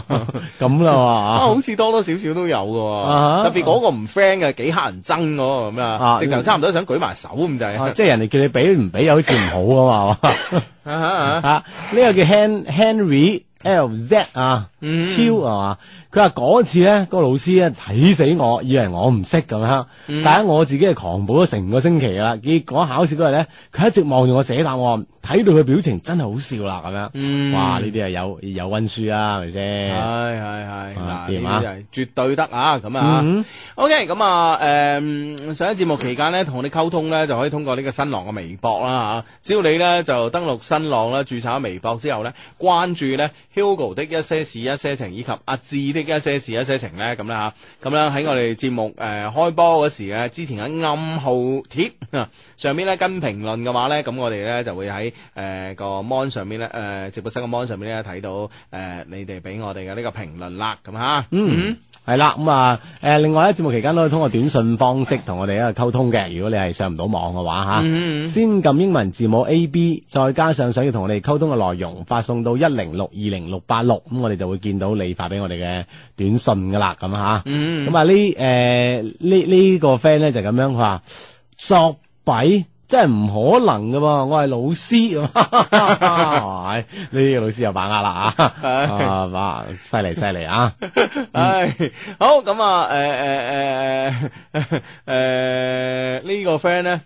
S3: 咁啦
S1: 啊，
S3: 嘛，
S1: 好似多多少少都有嘅喎，
S3: 啊
S1: 特別嗰個唔 friend 嘅幾黑人憎嗰個咁啊，
S3: 啊
S1: 直頭差唔多想舉埋手咁就
S3: 啊
S1: 係。
S3: 即係人哋叫你俾唔俾，又好似唔好啊嘛，係
S1: 啊啊
S3: 嘛啊，呢個叫 Hen Henry L Z 啊，超
S1: 嗯
S3: 係嘛？佢話嗰次咧，個老師咧睇死我，以為我唔識咁樣，
S1: 嗯
S3: 但係我自己係狂補咗成個星期㗎啦。結果考試嗰日咧，佢一直望住我寫答案，睇到佢表情真係好笑啦咁
S1: 嗯
S3: 樣。哇！呢啲係有有温書啊，係咪
S1: 係
S3: 先？
S1: 係係，
S3: 啊
S1: 嗱
S3: 掂
S1: 呢啲
S3: 啊嗯
S1: 就係絕對得啊！咁啊，OK，咁啊，誒上一節目期間咧，同我哋溝通咧，就可以通過呢個新浪嘅微博啦嚇，只要你咧就登錄新浪啦，註冊咗微博之後咧，關注咧 Hugo 的一些事一些情以及阿志的一些事一些情咧，咁啦嚇，咁啦喺我哋節目誒開波嗰時咧，之前喺暗號貼啊上面咧跟評論嘅話咧，咁我哋咧就會喺誒、呃個 mon 上面咧誒、呃直播室個 mon 上面咧睇到誒、呃你哋俾我哋嘅呢個評論啦，咁嚇，嗯，
S3: 係啦，咁啊，誒，另外咧，節目期間都可以通過短信方式同我哋一個溝通嘅。如果你係上唔到網嘅話嚇，先撳英文字母 A B，再加上想要同我哋溝通嘅內容，發送到一零六二零六八六，咁我哋就會見到你發俾我哋嘅短信噶啦，咁嚇。咁啊，呢誒呢呢個 friend 咧就咁樣，佢話作弊。真係唔可能噶喎！我係老師咁，係呢個老師有把握啦啊！啊哇，犀利犀利啊！
S1: 唉，好咁啊，誒誒誒誒呢 個 friend 咧。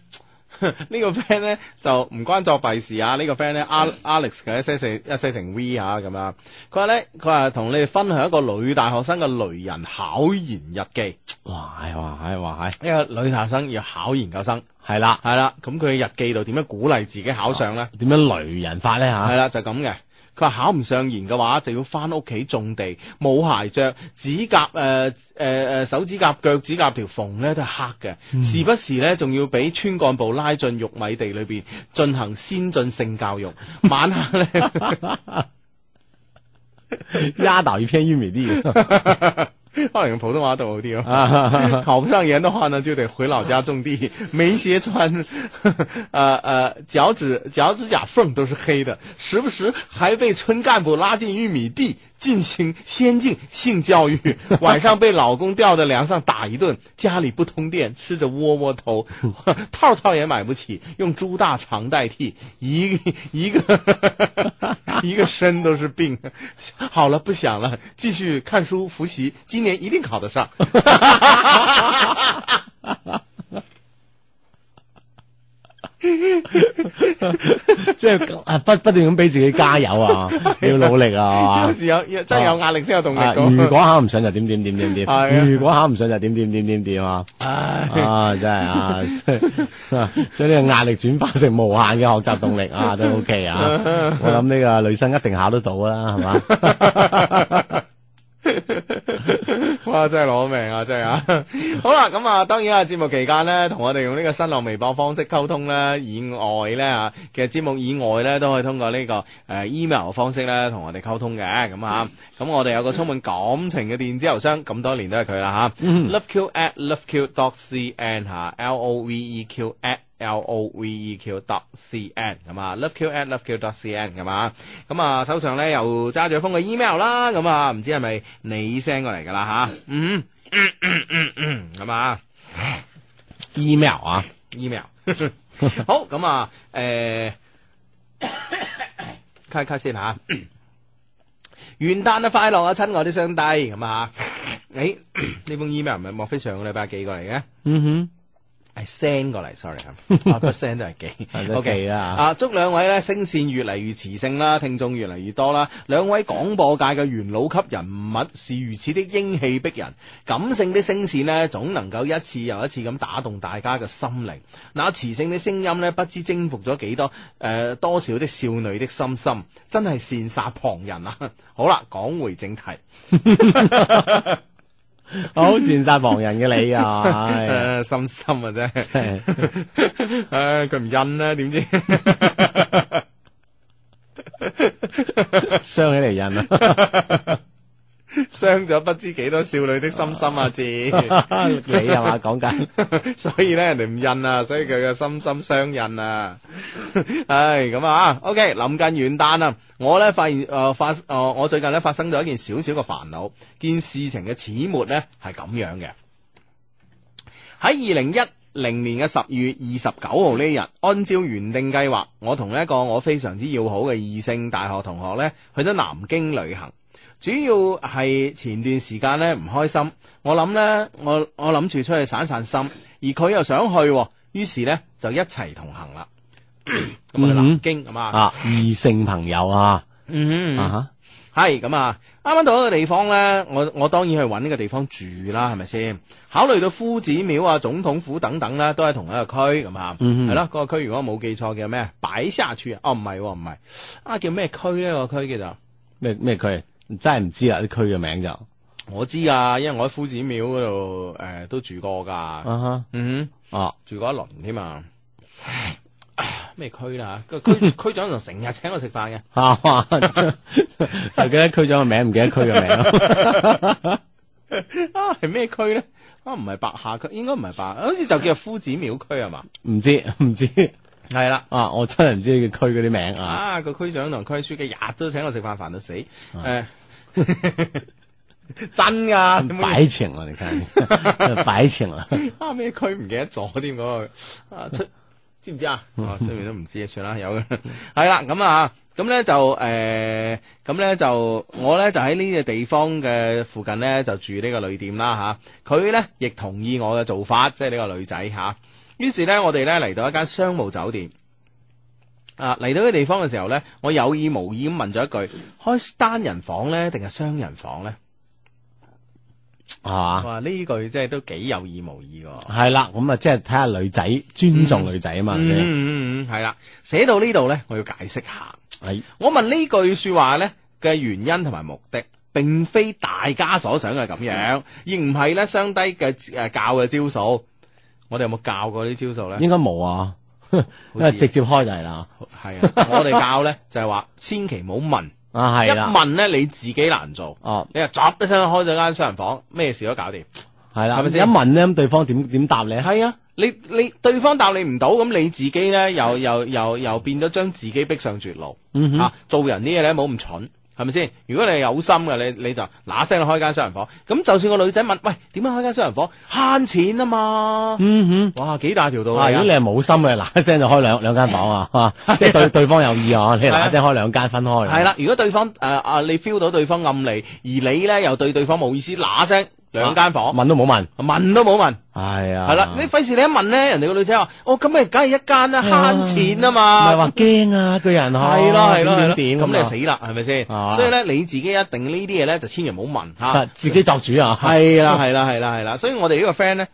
S1: 呢個 friend 咧就唔關作弊事啊！呢、個 friend 咧，Al- Alex 嘅一些成一些成 V 啊咁啊，佢話咧佢話同你哋分享一個女大學生嘅雷人考研日記，
S3: 哇！係哇！係哇！係
S1: 一個女大學生要考研究生，
S3: 係啦，
S1: 係啦，咁佢嘅日記度點樣鼓勵自己考上咧？
S3: 點樣雷人法咧
S1: 係
S3: 嚇？
S1: 啦，就咁嘅。佢話考唔上研嘅話，就要翻屋企種地，冇鞋着，指甲誒誒誒手指甲、腳指甲條縫咧都係黑嘅，時不時咧仲要俾村幹部拉進玉米地裏邊進行先進性教育，晚黑咧
S3: 壓倒一片玉米地
S1: 可能用普通話讀好啲咯。考不上研的話呢，就得回老家種地， 沒鞋穿， 呃呃，腳趾腳趾甲縫都是黑的，时不时还被村干部拉进玉米地进行先进性教育，晚上被老公吊在梁上打一顿，家里不通电，吃着窝窝头， 套套也买不起，用猪大肠代替，一个 一个 一个身都是病。 好了，不想了，继续看书复习，今年一定考得上。
S3: 即係啊不不斷咁俾自己加油啊！要努力
S1: 有
S3: 啊！係嘛
S1: 時有有真係有壓力先有動力
S3: 啊
S1: 㗎
S3: 如果考唔上就點點點點
S1: 係啊
S3: 點，如果考唔上就點點點點點啊！啊，真係啊，將呢個壓力轉化成無限嘅學習動力啊，都 OK 啊！我諗呢個女生一定考得到啦，係嘛？
S1: 哇！真係攞命啊，真係啊！ 好啦，咁啊，當然啊，節目期間呢，同我哋用呢個新浪微博方式溝通啦。以外呢，啊，其實節目以外呢，都可以通過呢、個誒、呃 email 方式呢，同我哋溝通嘅咁
S3: 嗯
S1: 啊。咁我哋有個充滿感情嘅電子郵箱，咁多年都係佢啦吓。loveq
S3: 嗯
S1: at loveq dot cn 吓，l o v e q at L O V E Q dot C N 咁啊，love Q at love Q dot C N 咁啊，咁啊手上咧又揸住一封嘅 email 啦，咁啊唔知係咪你 send 過嚟噶啦吓，嗯嗯嗯嗯嗯咁啊
S3: email 啊，
S1: email 好咁啊，誒咳一咳先吓，元旦啊快樂啊，親愛的上帝咁啊嚇，誒 呢封 email 唔係莫非上個禮拜寄過嚟嘅？
S3: 嗯
S1: 係 send 過嚟，sorry 啊，啊不 send 都係寄
S3: 係都
S1: ，O
S3: 寄
S1: K
S3: 啦
S1: 啊，祝兩位咧聲線越嚟越磁性啦，聽眾越嚟越多啦，兩位廣播界嘅元老級人物是如此的英氣逼人，感性的聲線呢，總能夠一次又一次咁打動大家嘅心靈。那磁性的聲音呢，不知征服咗幾多誒、呃多少的少女的心心，真係羨煞旁人啊！ 好啦，講回正題。
S3: 哼，好善殺亡人嘅你啊，
S1: 誒
S3: 係
S1: 心心啊，真係，
S3: 真
S1: 唉，佢唔印啦，點知？
S3: 傷起嚟人啊，
S1: 傷咗不知幾多少女的心心啊！字，
S3: 你係嘛講緊，
S1: 所以咧人哋唔印啊，所以佢嘅心心相印啊。 唉，咁啊，OK，臨近元旦啊，我咧發現誒、呃發誒、呃我最近咧發生咗一件小小嘅煩惱，件事情嘅始末咧係咁樣嘅。喺二零一零年嘅十二月二十九號呢日，按照原定計劃，我同一個我非常之要好嘅異性大學同學呢，去咗南京旅行。主要係前段時間呢唔開心，我諗呢，我我諗住出去散散心，而佢又想去喎，於是呢，就一齊同行啦。咁啊，去南京咁啊，
S3: 啊，異性朋友啊，
S1: 嗯哼
S3: 啊
S1: 係咁啊，啱啱到一個地方呢，我我當然去揾呢個地方住啦，係咪先？考慮到夫子廟啊、總統府等等啦，都係同一個區咁啊，
S3: 嗯哼
S1: 係咯、嗰個區如果我冇記錯叫咩？擺下區啊？哦，唔係喎，唔係啊，叫咩區呢？個區叫做
S3: 咩咩區？真係唔知啊，啲區嘅名就啊
S1: 我知啊，因為我喺夫子廟嗰度誒都住過㗎，
S3: 哈，
S1: 嗯
S3: 哦，
S1: 哼，住過一輪添嘛。咩區啦？個 區區長就成日請我食飯嘅。
S3: 啊， 哇就記得區長嘅名，唔記得區嘅名咯，
S1: 啊，係咩區咧？啊，唔係白下區，應該唔係白，好似就叫夫子廟區係嘛？
S3: 唔知唔知
S1: 係啦。
S3: 啊，我真係唔知個區嗰啲名啊，
S1: 啊，個區長同區書記日都請我食飯，煩到死。誒、啊 真㗎，
S3: 擺情啊，你睇， 擺情啊，
S1: 啊咩區唔記得咗添嗰個啊出知唔知啊？啊出面都唔知，算啦，有嘅。 係啦，咁啊。咁咧就誒，咁、咧就我咧就喺呢個地方嘅附近咧就住呢個旅店啦吓，佢、咧亦同意我嘅做法，即係呢個女仔吓、於是咧我哋咧嚟到一間商務酒店。啊！嚟到呢個地方嘅時候呢，我有意無意咁問咗一句：開單人房呢，定係雙人房呢？
S3: 係嘛？
S1: 哇！呢句真係都幾有意無意喎。
S3: 系啦，咁啊，即系睇下女仔尊重女仔啊嘛，係咪先
S1: 嗯嗯嗯，係啦。寫到呢度呢，我要解釋下。
S3: 系
S1: 我問呢句说話呢嘅原因同埋目的，並非大家所想嘅咁
S3: 嗯
S1: 樣，亦唔係呢相低嘅誒教嘅招數。我哋有冇教過呢招數呢？
S3: 应该冇啊，因為直接開就係啦，
S1: 係啊， 我哋教呢就係話，千祈唔好問，
S3: 啊
S1: 一
S3: 係啦，
S1: 問呢，你自己難做。
S3: 哦
S1: 你又噏一聲開咗間雙人房，咩事都搞掂。
S3: 係
S1: 係
S3: 啦，係
S1: 咪
S3: 咪
S1: 先
S3: 先？一問咧，咁對方點點答你啊？
S1: 係啊，你你對方答你唔到，咁你自己呢，又又又又變咗將自己逼上絕路。
S3: 嗯哼，
S1: 啊，做人呢嘢咧冇咁蠢，係咪先？如果你係有心嘅，你你就嗱聲開間雙人房。咁就算個女仔問，喂，點樣開間雙人房？慳錢啊嘛！
S3: 嗯
S1: 哇，幾大條道
S3: 哼，啊，
S1: 理
S3: 如果你
S1: 啊！
S3: 係冇心嘅，嗱一聲就開兩兩間房啊，啊即係對對方有意啊，你嗱一聲開兩間分開，
S1: 係啦，如果對方誒啊、你 feel 到對方暗你，而你咧又對對方冇意思，嗱聲兩間房，
S3: 問都冇問，
S1: 問都冇問，
S3: 係啊，
S1: 係啦，你費事你一問咧，人哋個女仔話，哦，咁咪梗係一間啦，慳錢啊
S3: 唔
S1: 嘛，
S3: 係話驚啊，個人啊
S1: 係咯係咯係咯，
S3: 點點
S1: 咁你就
S3: 死
S1: 死啦，係咪先？
S3: 啊
S1: 所以咧，你自己一定呢啲嘢咧就千祈唔好問嚇。
S3: 自己作主啊，
S1: 係啦，係啦，係啦，係啦，所以我哋呢個 friend 咧，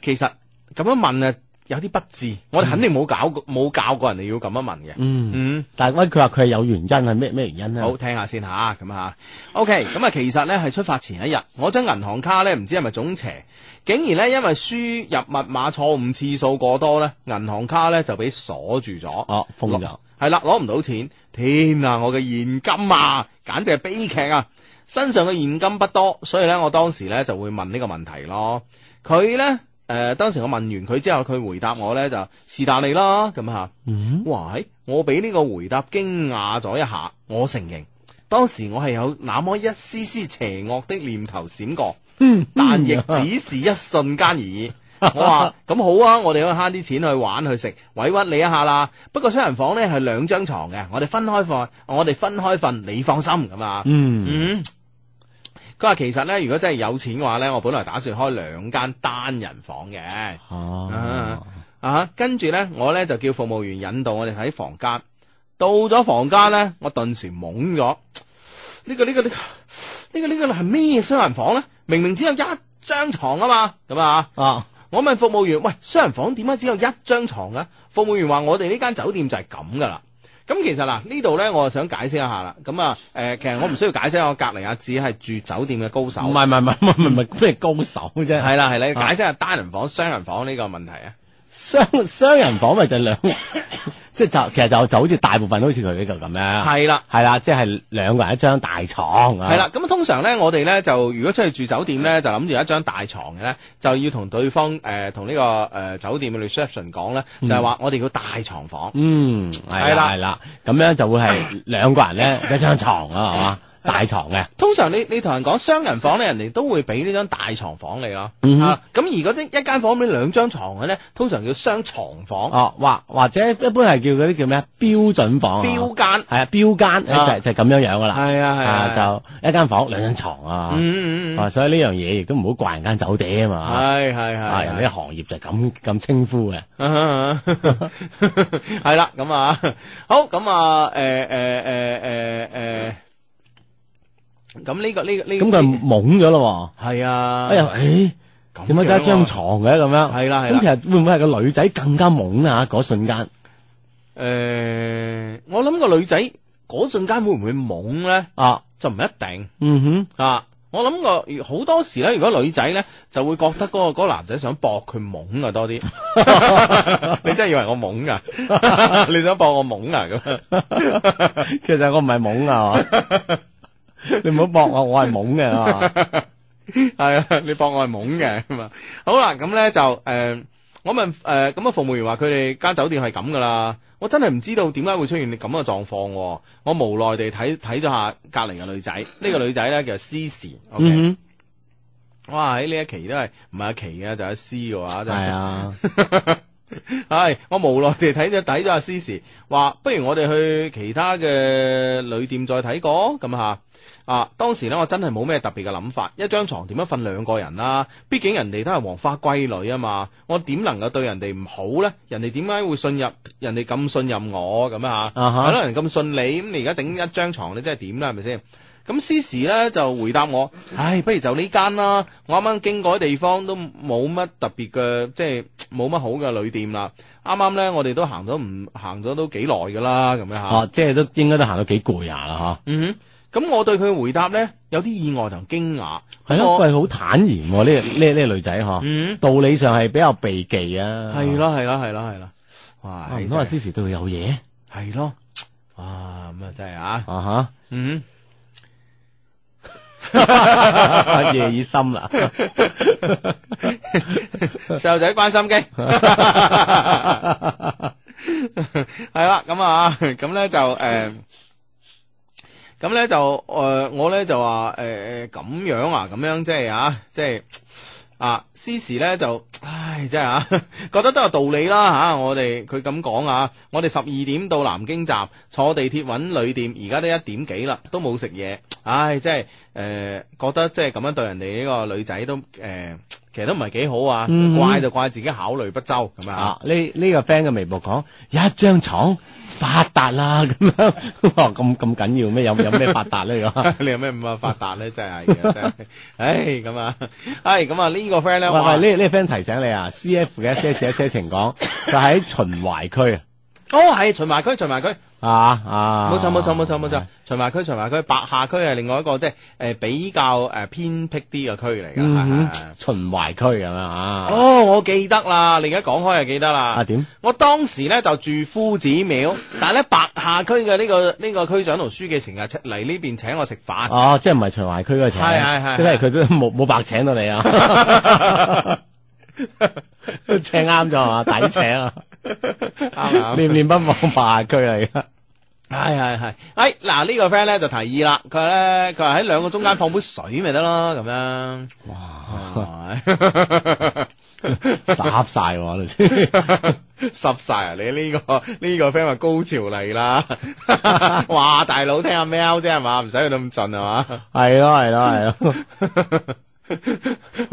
S1: 其實咁樣問啊，有啲不智，我哋肯定冇搞過冇教過人哋要咁樣問嘅。
S3: 嗯
S1: 嗯。
S3: 但系喂，佢話佢係有原因，係咩咩原因咧？
S1: 好，聽下先吓，咁啊，OK，咁啊，其實呢係出發前一日，我張銀行卡呢唔知係咪總邪，竟然呢因為輸入密碼錯誤次數過多呢，銀行卡呢就俾鎖住咗，
S3: 哦封咗
S1: 攞，係啦，攞唔到錢，天啊，我嘅現金啊，簡直係悲劇啊！身上嘅現金不多，所以呢，我當時呢就會問呢個問題咯。佢呢，誒、當時我問完佢之後，佢回答我呢就是但你啦咁嚇。喂，我俾呢個回答驚訝咗一下，我承認當時我係有那麼一絲絲邪惡的念頭閃過，但亦只是一瞬間而已。我話咁好啊，我哋可以慳啲錢去玩去食，委屈你一下啦。不過雙人房呢係兩張床嘅，我哋分開瞓，我哋分開瞓，你放心咁啊。
S3: 嗯，
S1: 嗯，佢話其實咧，如果真係有錢嘅話咧，我本來打算開兩間單人房嘅。
S3: 哦
S1: 啊，啊，跟住咧，我咧就叫服務員引導我哋睇房間。到咗房間咧，我頓時懵咗。呢、個呢、個呢、個呢、個呢、個係咩雙人房咧？明明只有一張床啊嘛，咁啊。
S3: 啊，
S1: 我問服務員：喂，雙人房點解只有一張床嘅？服務員話：我哋呢間酒店就係咁噶啦。咁其實嗱，呢度呢，我就想解釋一下啦。咁啊，誒、其實我唔需要解釋，我隔離阿子係住酒店嘅高手。
S3: 唔係唔係唔係唔係唔係咩高手啫，
S1: 係啦係啦，你解釋下單人房、雙人房呢個問題啊。
S3: 雙雙人房咪就兩，即係就其實就就好似大部分都好似佢呢個咁樣，
S1: 係啦。
S3: 啊係啦，即係兩個人一張大床啊，
S1: 係啦，咁通常呢，我哋呢，就如果出去住酒店呢，就諗住一張大床嘅呢，就要同對方誒同呢個誒、呃酒店嘅 reception 講呢，就係話我哋要大床房。
S3: 嗯，
S1: 係
S3: 係啦
S1: 啦
S3: 係啦，咁樣就會係兩個 人咧一張床啊，係嘛，大床嘅，
S1: 通常你你同人講雙人房咧，人哋都會俾呢張大床房你咯。
S3: 嗯哼
S1: 啊，咁而嗰啲一間房俾兩張床嘅咧，通常叫雙床房、
S3: 哦，或或者一般係叫嗰啲叫咩啊標準房啊，
S1: 標間。
S3: 係啊標間
S1: 啊
S3: 就就係咁樣樣噶啦，
S1: 係啊係啊係
S3: 啊就一間房兩張床啊，
S1: 嗯嗯嗯，
S3: 啊，所以呢樣嘢亦都唔好怪人間酒店啊
S1: 係係
S3: 嘛，啊，人哋
S1: 係。
S3: 行業就係咁咁稱呼嘅，
S1: 係啦，咁啊，好咁啊，誒誒誒誒誒。咁呢個呢個呢個
S3: 咁佢懵咗咯
S1: 係
S3: 喎，
S1: 啊，
S3: 哎呀，誒
S1: 咁
S3: 點解得一張
S1: 樣喎啊
S3: 床嘅咁樣？
S1: 係啦係
S3: 咁
S1: 啦
S3: 其實會唔會係個女仔更加懵啊？嗰瞬間，
S1: 誒，我諗個女仔嗰瞬間會唔會懵咧？
S3: 啊，
S1: 就唔一定。
S3: 嗯哼，
S1: 啊！我諗過好多時咧，如果女仔咧就會覺得嗰、個嗰個男仔想搏佢懵啊多啲， 你真係以為我懵 噶？你想搏我懵啊？咁
S3: 其實我唔係懵啊， 你唔好駁我，我係懵嘅啊。
S1: 係啊，你搏我係懵嘅咁啊！好啦，咁咧就誒、呃我問誒咁啊，服務員話佢哋間酒店係咁噶啦，我真係唔知道點解會出現咁嘅狀況喎。我無奈地睇睇咗下隔離嘅女仔，呢、個女仔咧叫 C 時，OK，、
S3: 嗯
S1: 哇喺呢一期都係唔係阿奇嘅，就係阿 C 嘅話
S3: 哼，
S1: 真係
S3: 係啊，
S1: 系，我無奈地睇咗睇咗阿思時，話不如我哋去其他嘅旅店再睇過咁吓。啊，當時呢，我真係冇咩特別嘅諗法，一張床點樣瞓兩個人啦、啊畢竟人哋都係黃花閨女啊嘛，我點能夠對人哋唔好呢？人哋點解會信任人哋咁信任我咁啊？
S3: 啊哈
S1: 係咯，人咁信你，咁你而家整一張床，你真係點啦？係咪先？咁思時呢就回答我：，
S3: 嗯
S1: 唉，不如就呢間啦。我啱啱經過嘅地方都冇乜特別嘅，即係冇乜好嘅旅店啦。啱啱呢，我哋都行咗唔行咗都幾耐噶啦，咁樣吓。
S3: 哦，即係都應該都行到幾攰下啦，
S1: 嗯哼，咁我對佢回答呢，有啲意外同驚訝。
S3: 嗬。係
S1: 咁
S3: 咯，
S1: 我
S3: 佢係好坦然喎，呢呢呢個女仔嗬。
S1: 嗯，
S3: 道理上係比較避忌啊。
S1: 係啦，係啦，係啦，係啦。哇，
S3: 啊，唔
S1: 真
S3: 通話
S1: 係
S3: 思時對佢有嘢
S1: 係咯，哇，咁啊真係啊，
S3: 啊
S1: 嗯
S3: 吓，夜已深啦。
S1: 哼，細路仔關心機。係啦，咁啊，咁咧就诶。呃咁咧就誒、呃我咧就話誒誒咁樣啊，咁樣即係啊，即係啊，思時咧就唉，真係啊， 覺得都有道理啦嚇、我哋佢咁講啊，我哋十二點到南京站坐地鐵揾旅店，而家都一點幾啦，都冇食嘢，唉，即係誒、覺得即係咁樣對人哋呢個女仔都誒、其實都唔係幾好啊，
S3: 嗯
S1: 怪就怪自己考慮不周咁啊
S3: 啊！。呢呢、個 friend 嘅微博講一張床發達啦 咁樣，哇咁咁緊要咩？有有咩發達呢？ 咁
S1: 你有咩咁啊發達咧？真係嘅真 係，唉咁啊，唉咁啊呢個 friend 咧，哇
S3: 喂喂，呢呢個 friend 提醒你啊，C F 嘅一些事一些情講，佢喺秦淮區
S1: 哦係秦淮區，秦淮區。
S3: 啊啊，
S1: 冇錯冇錯冇錯冇錯，秦淮區秦淮區，白下區係另外一個即係诶比較诶偏僻啲嘅區嚟㗎。
S3: 嗯
S1: 係
S3: 哼
S1: 係係，
S3: 秦淮區咁樣啊，
S1: 哦，我記得啦，你而家講開就記得啦。
S3: 啊點？
S1: 我當時咧就住夫子廟，但係咧白下區嘅呢個呢個區長同書記成日嚟呢邊請我食飯。
S3: 哦，即係唔係秦淮區嘅請，
S1: 係係係
S3: 即係佢都冇冇白請到你啊， 請啱咗係嘛，抵請啊，
S1: 啱啊
S3: 念念不忘白區啊嚟噶，
S1: 係係係，哎嗱呢個 friend 咧就提議啦，佢話咧佢話喺兩個中間放杯水咪得咯，咁樣。哇！
S3: 霎晒喎我哋先。
S1: 濕晒啊！你呢、個呢、個 friend 話高潮嚟啦， 哇！大佬聽下喵啫係嘛，唔使去到咁盡係嘛。
S3: 系咯系咯系咯，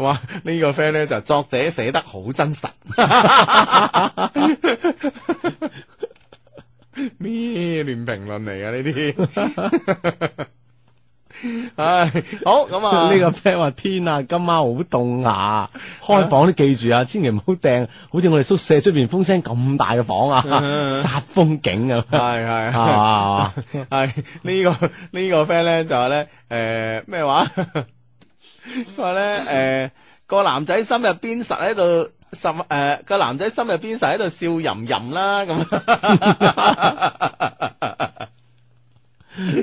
S1: 哇！呢、個 friend 咧就作者寫得好真實， 咩亂評論嚟㗎呢啲？ 唉，好咁啊！
S3: 呢個 friend 話天啊，今晚好凍啊！開房都記住啊，千祈唔好掟，好似我哋宿舍出边風聲咁大嘅房啊，
S1: 嗯
S3: 殺風景啊，
S1: 係係
S3: 啊
S1: 系呢、個呢、個 friend 咧就話咧，诶咩話？ 佢話咧，诶、個男仔心入邊實喺度。十诶、呃個男仔心入邊實喺度笑吟吟啦，咁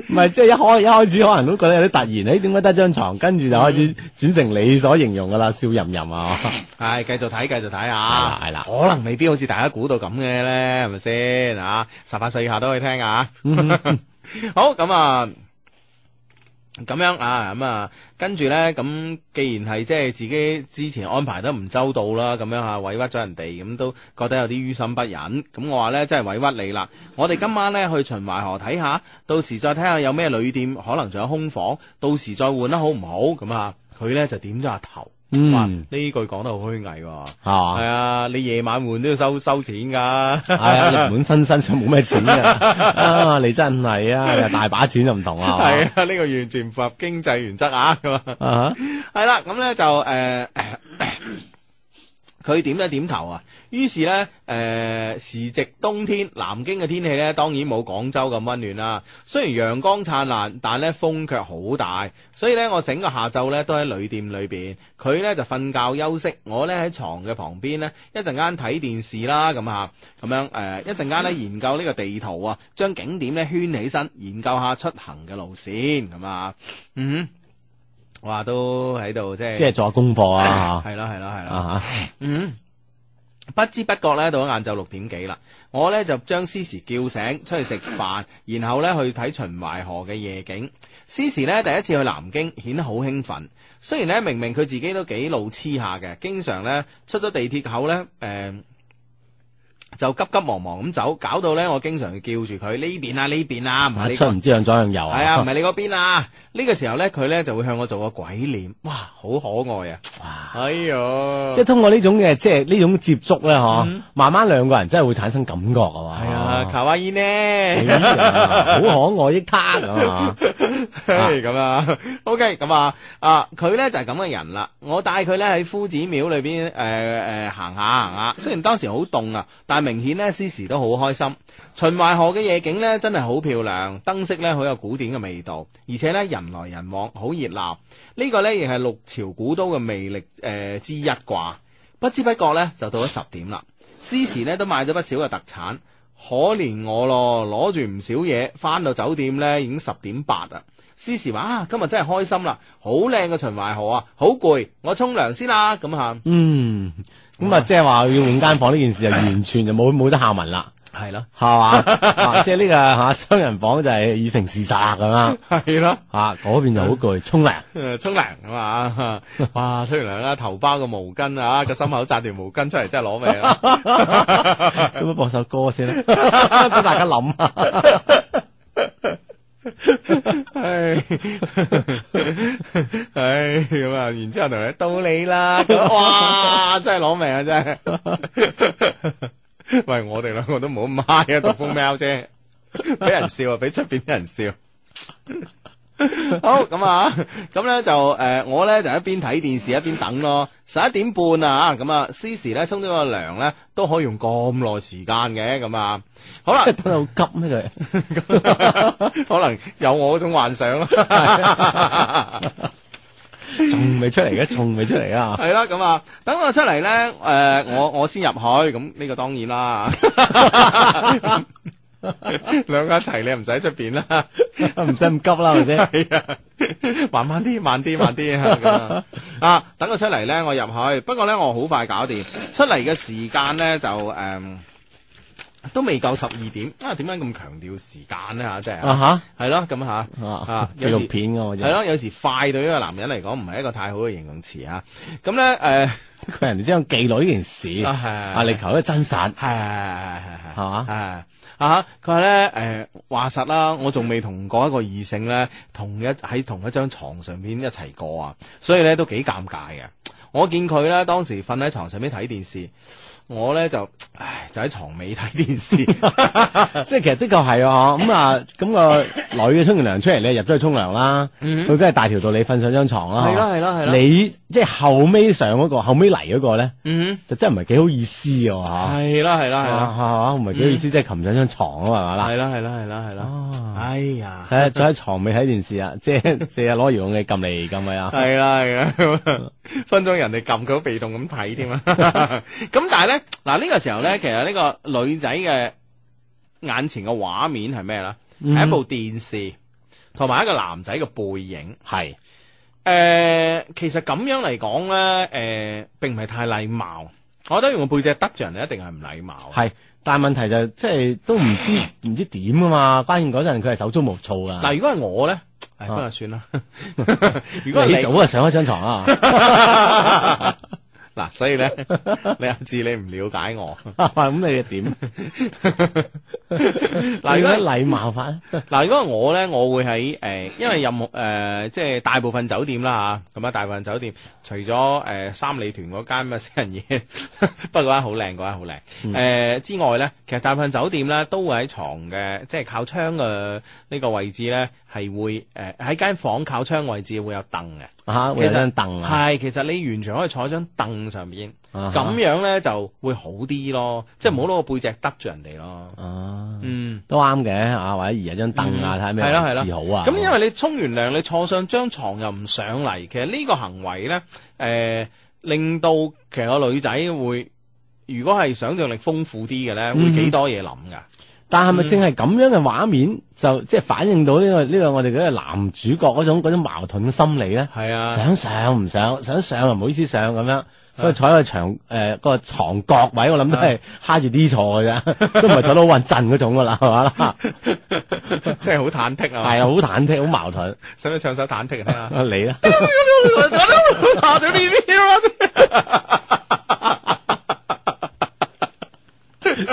S3: 唔係即係一開一开始可能都覺得有啲突然，诶點解得張床，跟住就開始
S1: 嗯
S3: 轉成你所形容噶啦，笑吟吟啊，
S1: 係繼續睇，繼續睇
S3: 啦
S1: 下，
S3: 係啦
S1: 可能未必好似大家估到咁嘅咧，係咪先啊？十八歲以下都可以聽啊！
S3: 嗯
S1: 好咁啊。咁樣啊，咁啊，跟住呢，咁既然係即係自己之前安排得唔周到啦，咁樣嚇委屈咗人哋，咁都覺得有啲於心不忍。咁我話呢，真係委屈你啦。我哋今晚呢，去秦淮河睇下，到時再睇下有咩旅店，可能仲有空房，到時再換啦，好唔好？咁啊，佢呢就點咗下頭。
S3: 嗯
S1: 哇 呢句講得好虛偽喎。
S3: 係嘛
S1: 係啊，你夜晚換都要收收錢㗎。
S3: 係啊，日本新身上冇咩錢嘅，啊你真係啊，又大把錢就唔同啦，
S1: 係啊，呢個完全唔符合經濟原則啊，咁啊。
S3: 嘛啊
S1: 系啦，咁咧就诶，呃佢、點一點頭啊。於是咧，诶、時值冬天，南京嘅天氣咧，當然冇廣州咁温暖啦。雖然陽光燦爛，但咧風卻好大，所以咧我整個下晝咧都喺旅店裏邊，佢咧就瞓覺休息，我咧喺床嘅旁邊咧一陣間睇電視啦，咁啊，咁樣誒、呃一陣間咧研究呢個地圖啊，將景點咧圈起身，研究下出行嘅路線咁啊，嗯哼，哇都喺度即係
S3: 即係做下功課啊
S1: 係啦係啦係
S3: 嚇
S1: 啦。
S3: 啊
S1: 嗯，不知不覺咧到咗晏晝六點幾啦，我呢就將思時叫醒，出去食飯，然後呢去睇秦淮河嘅夜景。思時呢第一次去南京，顯得好興奮。雖然呢明明佢自己都幾路痴下嘅，經常呢出咗地鐵口呢。誒、就急急忙忙咁走，搞到呢我經常要叫住佢呢邊啊呢邊啊，唔係
S3: 啊
S1: 呢
S3: 出
S1: 個
S3: 唔知向左向右啊，
S1: 係啊，唔係你嗰邊啊！呢、個時候呢，佢呢就會向我做個鬼臉，哇，好可愛啊！哎呦，
S3: 即係通過呢種嘅，即係呢種接觸咧，嗬、慢慢兩個人真係會產生感覺啊嘛。
S1: 系嗯啊， 卡哇伊呢？係
S3: 哎呀好可愛益他啊嘛。
S1: 咁啊，OK，咁 啊，啊，佢咧就係咁嘅人啦。我帶佢咧喺夫子廟裏邊诶诶行下行下，雖然當時好凍啊，但係明顯咧時時都好開心。秦淮河嘅夜景咧真係好漂亮，燈飾咧好有古典嘅味道，而且咧人來人往，好熱鬧。呢、個咧亦係六朝古都嘅魅力诶、呃之一啩。不知不覺咧就到咗十點啦。詩時咧都買咗不少嘅特產，可憐我咯，攞住唔少嘢，翻到酒店咧已經十點八啦。詩時話啊，今日真係開心啦，好靚嘅秦淮河啊，好攰，我沖涼先啦，咁吓，
S3: 嗯，咁啊，即係話要換間房呢件事就完全就冇冇 得下文啦，
S1: 係咯，
S3: 係嘛？啊即係呢個吓雙人房就係已成事實啦咁樣。
S1: 係咯。
S3: 啊，嗰邊就好攰，沖涼。
S1: 誒沖涼啊嘛，哇！沖完涼啦，頭包個毛巾啊，個心口扎條毛巾出嚟，真係攞命啊！
S3: 使唔使播首歌先啦？俾大家諗啊。
S1: 唉，唉，咁啊，然之后同佢到你啦，咁哇，真系攞命啊，真系！ 喂，我哋两个都冇咁 high 啊，毒蜂喵啫，俾人笑啊，俾出边啲人笑。好咁啊，咁咧就诶、呃我咧就一邊睇電視一邊等咯。十一點半啊，咁啊，私時咧沖咗個涼咧，都可以用咁耐時間嘅，咁啊，好啦
S3: 即系，等得好急咩佢？
S1: 可能有我嗰種幻想 咯。
S3: 仲未出嚟嘅，仲未出嚟啊！
S1: 係啦，咁啊，等我出嚟咧，诶、我我先入去，咁呢個當然啦。 兩個一齊你唔使出邊啦。
S3: 唔使咁急啦，或者
S1: 系啊，慢慢啲，慢啲，慢啲啊咁啊！啊，等佢出嚟咧，我入去。不過咧，我好快搞掂。出嚟嘅時間咧就诶、嗯都未夠十二點。啊，點解咁強調時間咧吓？真係
S3: 啊
S1: 係咯，咁吓
S3: 吓
S1: 啊
S3: 啊，
S1: 有
S3: 纪
S1: 時
S3: 录片噶，我
S1: 係咯，有時快對於一個男人嚟講唔係一個太好嘅形容詞啊。咁咧诶，
S3: 佢人哋將妓女呢件事
S1: 啊係
S3: 啊，你求得真實，
S1: 係係係
S3: 係嘛
S1: 係啊！佢話咧，诶、話實啦，我仲未同過一個異性咧，同一喺同一張床上面一齊過啊，所以咧都幾尷尬嘅。我見佢咧當時瞓喺床上面睇電視，我咧就唉就喺床尾睇電視，
S3: 即係其實的確係啊。咁啊，咁個女嘅沖完涼出嚟，你入咗去沖涼啦，佢梗係大條道理瞓上張床啦。
S1: 嗯係啦
S3: 嗬
S1: 係啦係啦
S3: 你即係後尾上嗰個，後尾嚟嗰個咧，
S1: 嗯
S3: 就真係唔係幾好意思嘅喎
S1: 哼，
S3: 嚇。
S1: 係啦係啦係啦，
S3: 啊，唔係幾好意思，即係擒上張床啊嘛，係嘛
S1: 係啦係啦係啦係啦，哎呀
S3: 嗱，！喺坐喺床尾睇電視啊， 即係借攞遙控器撳嚟撳去啊，
S1: 系啦系啦，分鐘人哋撳佢都被動咁睇添啊！ 咁但係咧，嗱呢個時候咧，其實呢個女仔嘅眼前嘅畫面係咩咧？
S3: 嗯
S1: 係一部電視同埋一個男仔嘅背影。
S3: 係
S1: 诶、其實咁樣嚟講咧，诶、並唔係太禮貌。我覺得用個背脊得罪人一定係唔禮貌。
S3: 係，但係問題就即係都唔知 唔知點啊嘛，關鍵嗰陣佢係手足無措㗎。
S1: 嗱，如果係我咧，唉，不過算 啦。如果係
S3: 啊你早就上咗張床啊 啦，
S1: 嗱，所以咧，你阿志你唔了解我。
S3: 咁 你嘅點？
S1: 嗱，
S3: 嗱，
S1: 如
S3: 如
S1: 果
S3: 果禮貌法呢，
S1: 嗱，如果係我咧，我會喺誒、呃因為 任何誒、呃即係大部分酒店啦嚇，咁啊大部分酒店除咗誒、呃三里屯嗰間咁嘅私人嘢， 不過嗰間好靚，嗰間好靚
S3: 嗯
S1: 誒之外咧，其實大部分酒店咧都會喺床嘅，即係靠窗嘅呢個位置咧係會誒喺間房靠窗位置會有凳嘅。
S3: 嚇會有啊張凳啊，
S1: 係，其實你完全可以坐喺張凳上面，
S3: 啊
S1: 咁
S3: 哈
S1: 樣咧就會好啲咯，即係唔好攞個背脊得住人哋咯。
S3: 啊
S1: 嗯。
S3: 都啱嘅啊，或者移下張凳啊，睇下咩
S1: 係啦係
S3: 位
S1: 啦
S3: 置好啊。
S1: 咁因為你沖完涼，你坐上張床又唔上嚟，其實呢個行為咧，诶、令到其實個女仔會，如果係想像力豐富啲嘅咧，會幾多嘢諗噶。
S3: 但係咪正係咁樣嘅畫面，就即係反映到呢個呢個我哋嗰個男主角嗰種嗰種矛盾嘅心理咧？
S1: 係啊
S3: 想上唔上，想上又唔好意思上咁樣。所以坐喺個床誒個床角位，我諗
S1: 啊
S3: 都係揩住啲坐嘅啫， 都唔係坐到好穩陣嗰種噶啦，係嘛
S1: 啊
S3: 啦？
S1: 即係好忐忑啊！
S3: 係啊，好忐忑，好矛盾。
S1: 使唔使唱首忐忑嚟聽下？
S3: 啊你啦。
S1: 打咗呢啲啊啦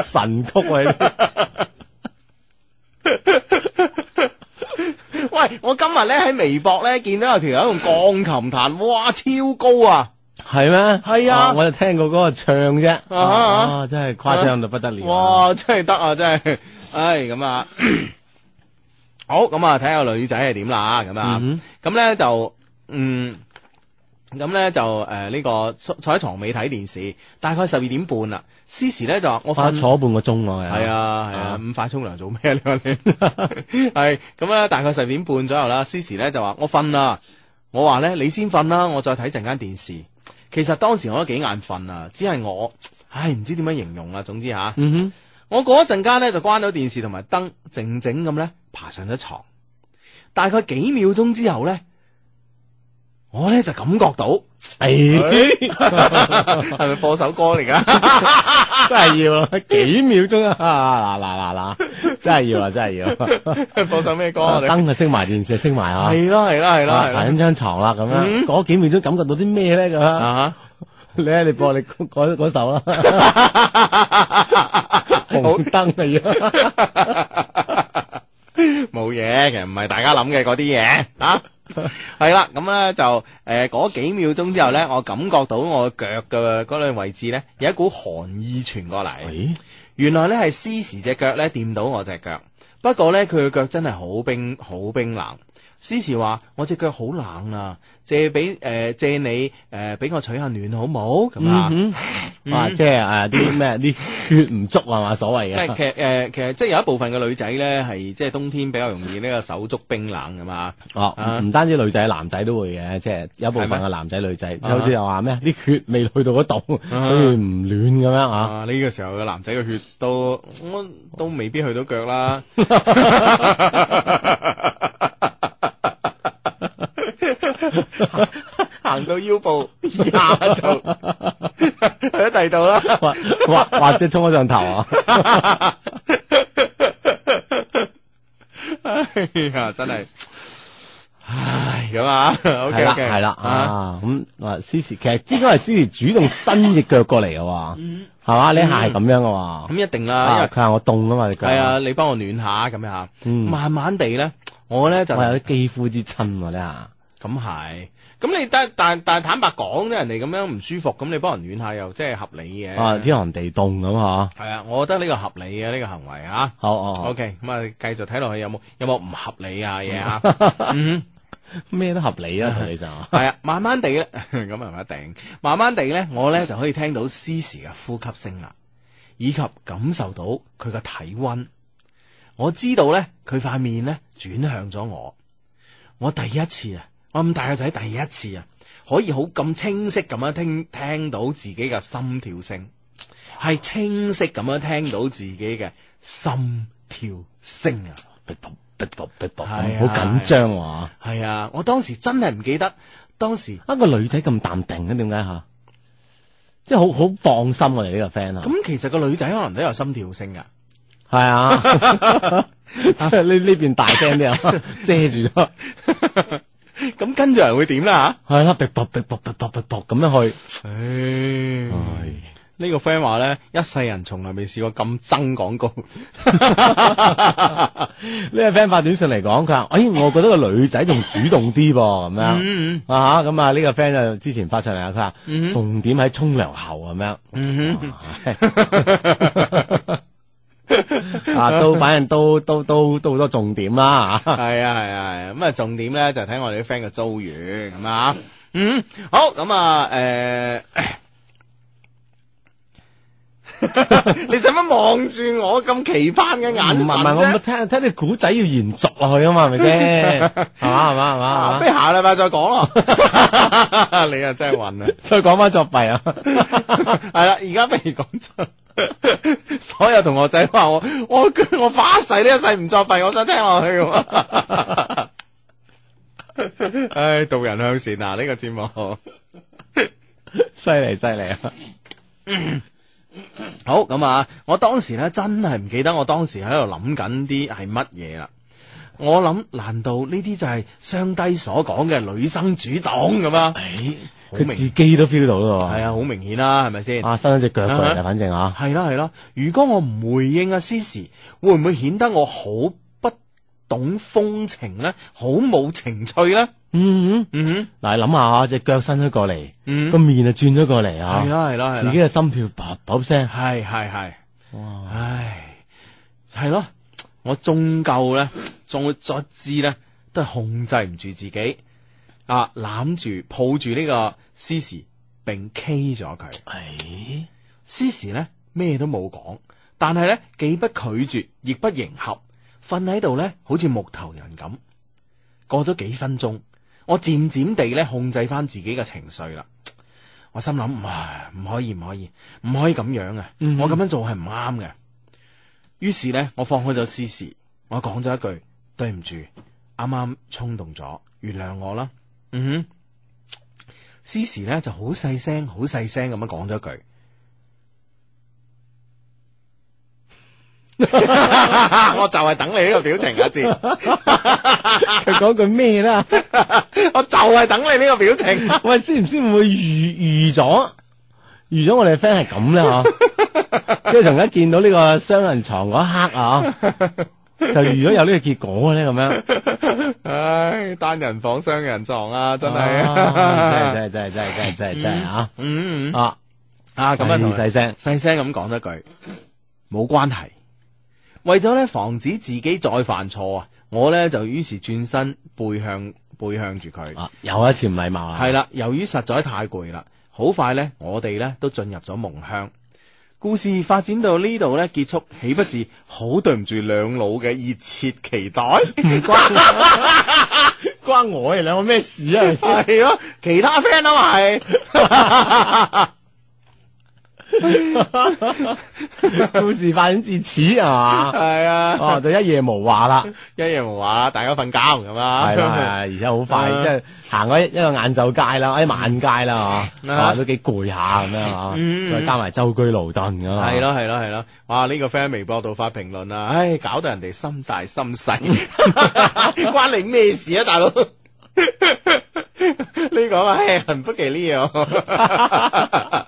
S3: 神曲啊！
S1: 喂，我今日咧喺微博咧見到有條友用鋼琴彈，哇，超高啊！
S3: 系咩？
S1: 係啊
S3: 我就聽過嗰個唱啫，
S1: 啊啊
S3: 啊，真係誇張到不得了。
S1: 哇，真系得啊，真系，唉，咁啊， 好，咁啊，睇下女仔系点啦，咁啊，咁咧、就，嗯。咁咧就呃誒呢、個坐坐喺床尾睇電視，大概十二點半啦。思時咧就話我
S3: 哇，
S1: 瞓
S3: 坐半個鐘喎，
S1: 係啊係啊，咁快沖涼做咩你話你 係咁咧，大概十點半左右啦。思時咧就話我瞓啦，我話咧你先瞓啦，我再睇陣間電視。其實當時我都幾眼瞓啊，只係我唉唔知點樣形容啦。總之吓，
S3: 嗯
S1: 我嗰一陣間咧就關咗電視同埋燈，靜靜咁咧爬上咗床。大概幾秒鐘之後咧，我咧就感覺 到
S3: 哼，
S1: 哎
S3: 誒，
S1: 係咪播首歌嚟㗎？
S3: 真係要咯， 幾秒鐘啊！嗱嗱嗱嗱，真係要啊，真係要。
S1: 播首咩歌啊？
S3: 燈就熄埋，電視就熄埋 啊！
S1: 係啦係啦係啦
S3: 啊
S1: 係，啦嗯
S3: 爬緊張床啦，咁樣嗰幾秒鐘感覺到啲咩咧？咁樣
S1: 啊！
S3: 你咧，你播你嗰嗰嗰首 啦，
S1: 嗯
S3: 紅燈啊要。
S1: 冇嘢，其實唔係大家諗嘅嗰啲嘢啊。係啦，咁咧就诶嗰、幾秒鐘之後咧，我感覺到我腳嘅嗰兩位置咧有一股寒意傳過嚟。
S3: 咦，
S1: 原來咧係斯時只腳咧掂到我只腳，不過咧佢嘅腳真係好冰好冰冷。斯時話：我只腳好冷啊，借俾诶、呃借你诶俾、我取下暖好冇咁啊？
S3: 啊，即系诶啲咩啲血唔足係嘛，所謂
S1: 因為
S3: 嘅
S1: 其實誒、呃其實即係有一部分嘅女仔咧，係即係冬天比較容易呢個手足冰冷噶嘛。啊
S3: 哦，唔唔單止女仔，男仔都會嘅，即係啊有部分
S1: 係咩
S3: 嘅男仔女仔，即係好似又話咩啲血未去到嗰度，所以唔暖咁樣啊。
S1: 啊！呢、個時候嘅男仔嘅血都我都未必去到腳啦。行到腰部以下就去咗第二度啦。
S3: 或或 或者冲咗上頭 啊！
S1: 哎呀，真係，唉咁啊，OK
S3: 係啦
S1: OK，
S3: 係啦啊！咁啊，思時其實應該係思時主動伸只腳過嚟嘅喎，係嘛？呢下係咁樣嘅喎
S1: 咁。一定啦，因
S3: 嗯啊
S1: 為
S3: 佢話我凍啊嘛，
S1: 系
S3: 佢
S1: 啊，，你幫我暖下咁樣吓，慢慢地咧，我咧就
S3: 我有
S1: 咁
S3: 啲肌膚之親喎，呢下。
S1: 係。咁你但但但坦白講咧，人哋咁樣唔舒服，咁你幫人暖下又即係合理嘅。
S3: 啊，天寒地凍咁啊！
S1: 係啊，我覺得呢個合理嘅呢個行為啊。
S3: 好哦，
S1: OK，咁啊，繼續睇落去有冇有冇唔合理啊嘢 啊？
S3: 咩都合理啊，同你上
S1: 係啊，慢慢地咧， 咁啊唔一定。慢慢地咧，我咧就可以聽到斯時嘅呼吸聲啦，以及感受到佢嘅體温。我知道咧，佢塊面咧轉向咗我。我第一次啊，我咁大個仔第一次啊，可以好咁清晰咁樣聽聽到自己嘅心跳聲，係清晰咁樣聽到自己嘅心跳聲啊！
S3: 逼迫逼迫逼迫，好
S1: 係啊
S3: 緊張喎！啊，
S1: 係啊，我當時真係唔記得當時。
S3: 個女仔咁淡定嘅，點解吓？即係好好放心我哋呢個 friend 啊，
S1: 咁其實個女仔可能都有心跳聲噶，
S3: 係啊， 即係呢呢邊大聲啲啊， 遮住咗。
S1: 咁跟住人會點啦
S3: 係啦，逼迫逼迫逼迫逼迫咁樣去。
S1: 吓？呢個 friend 話咧，一世人從來未試過咁憎廣 告，
S3: 呢個 friend 發短信嚟講，佢話：，哎，我覺得個女仔仲主動啲噃，咁樣
S1: 嗯
S3: 啊咁啊，呢個 friend 就之前發上嚟啊，佢話重點喺沖涼後咁樣。
S1: 嗯
S3: 啊，都反正都都都都好多重點啦嚇。
S1: 係啊係啊係啊，咁啊重點咧就睇我哋啲 friend 嘅遭遇咁啊，嗯，好咁啊，誒， 你使乜望住我咁期盼嘅眼
S3: 唔
S1: 神
S3: 係唔係，我
S1: 啫？
S3: 聽聽你古仔要延續落去啊嘛，係咪先？係嘛係嘛係嘛
S1: 啊
S3: 係
S1: 不
S3: 嘛。
S1: 如下禮拜再講咯， 你啊真係暈啊！
S3: 再講翻作弊啊！
S1: 系啦，而家不如講真，所有同學仔話我， 我我發誓呢一世唔作弊，我想聽落去咁啊。 唉，導人向善啊！呢、個節目
S3: 犀利犀利啊！
S1: 好咁啊！我當時咧真係唔記得我當時喺度諗緊啲係乜嘢啦。我諗難道呢啲就係上帝所講嘅女生主動咁啊？好
S3: 哎佢
S1: 明
S3: 自己都 feel 到咯
S1: 係啊，好明顯啦，係咪先？
S3: 喎。啊，伸咗只腳過嚟
S1: 啊
S3: 啦，反正啊，
S1: 系啦系啦，如果我唔回應阿 C C，會唔會顯得我好不懂風情呢？好冇情趣呢？
S3: 嗯，
S1: 嗯哼，
S3: 嗱，你諗下啊，只腳伸咗過嚟，
S1: 嗯
S3: 個面啊轉咗過嚟啊，
S1: 係啦係啦係
S3: 自
S1: 啦
S3: 己，嘅心跳啪啪聲，
S1: 係係係，唉，係咯，我終究呢，仲作之呢，都係控制唔住自己啊，攬住抱住呢個 C C，並 K 咗佢。
S3: 誒，
S1: 詩時呢咩都冇講，但係呢既不拒絕，亦不迎合，瞓喺度呢好似木頭人咁。過咗幾分鐘，我漸漸地呢控制翻自己嘅情緒啦。我心諗，唉唔可以，唔可以，唔可以咁樣啊！我咁樣做係唔啱嘅。於是呢，我放開咗詩時，我講咗一句：對唔住，啱啱衝動咗，原諒我啦。嗯哼，詩時呢就好細聲、好細聲咁樣講咗一句。 我就係等你呢個表情啊，志，
S3: 佢講句咩啦？
S1: 我就係等你呢個表情。
S3: 喂，先唔先會預預咗預咗我哋 friend 係 咁咧嚇，即係從一見到呢個雙人床嗰一刻啊，就預咗有呢個結果咧，咁樣
S1: 唉，單人房雙人床啊，真
S3: 啊
S1: 係。
S3: 真係真係真係真係真係真係啊
S1: 嗯，嗯
S3: 啊啊
S1: 咁啊同
S3: 細聲
S1: 細聲咁講一句，冇關係。為咗咧防止自己再犯錯啊，我咧就於是轉身背向背向住佢。
S3: 啊，又一次唔禮貌啊，
S1: 係啦，由於實在太攰啦，好快呢，我哋呢都進入咗夢鄉。故事發展到呢度呢，結束，豈不是好對唔住兩老嘅熱切期 待？
S3: 關我哋兩個咩事啊？
S1: 係咯，其他 friend 啊嘛係，
S3: 故事發展至此係嘛？
S1: 係 啊，
S3: 哦，就一夜無話啦，
S1: 一夜無話，大家瞓覺咁啊，
S3: 係啦，係啦而且好快，
S1: 啊
S3: 即係行咗一一個晏晝街啦，一哎晚街啦，嚇，
S1: 啊
S3: 啊都幾攰下咁樣啊，
S1: 嗯
S3: 再加埋舟車勞頓咁啊，
S1: 係咯係咯係咯，哇！呢、個 friend 微博度發評論啊，唉，搞到人哋心大心細， 關你咩事啊，大佬？ 呢個啊，唉很不吉利啊！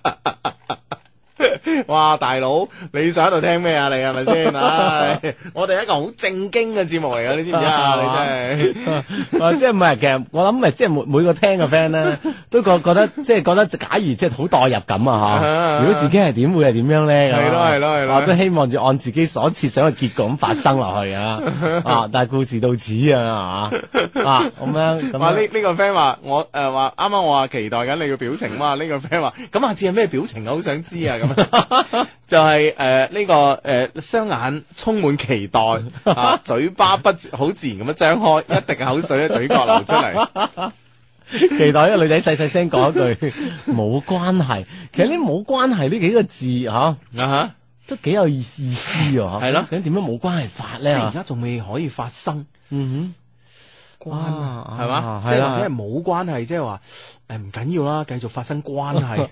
S1: 哇，大佬，你想喺度聽咩啊？你係咪先？唉，我哋係一個好正經嘅節目嚟噶，你知唔知 啊？你真係。
S3: 啊，即係唔係？其實我諗咪即係每每個聽嘅 friend 咧， 都覺覺得即係覺得，假如即係好代入感啊
S1: 啊
S3: 嚇。如果自己係點會係點樣咧？咁啊
S1: 係咯係咯係咯
S3: 我都希望就按自己所設想嘅結果咁發生落 去啊！啊，但係故事到此啊嚇啊咁樣咁
S1: 哇！呢
S3: 樣。
S1: 呢個 friend 話我誒話啱啱我話期待緊你嘅表情嘛，呢個 friend 話 咁下次係咩表情啊？好想知啊！ 咁就係誒呢個誒雙眼充滿期待啊， 嘴巴不自好自然咁樣張開，一滴口水喺嘴角流出 嚟。
S3: 期待一個女仔細細聲講一句 冇關係。其實呢冇關係呢幾個字嚇
S1: 啊
S3: 都幾有意思意思喎。
S1: 係咯
S3: 咁點樣冇關係法啊咧？
S1: 家仲未可以發生，
S3: 嗯
S1: 關
S3: 啊
S1: 係嘛
S3: 啊？
S1: 即
S3: 係
S1: 係
S3: 啦
S1: 或者係冇關係，即係話誒唔緊要啦，繼續發生關 係，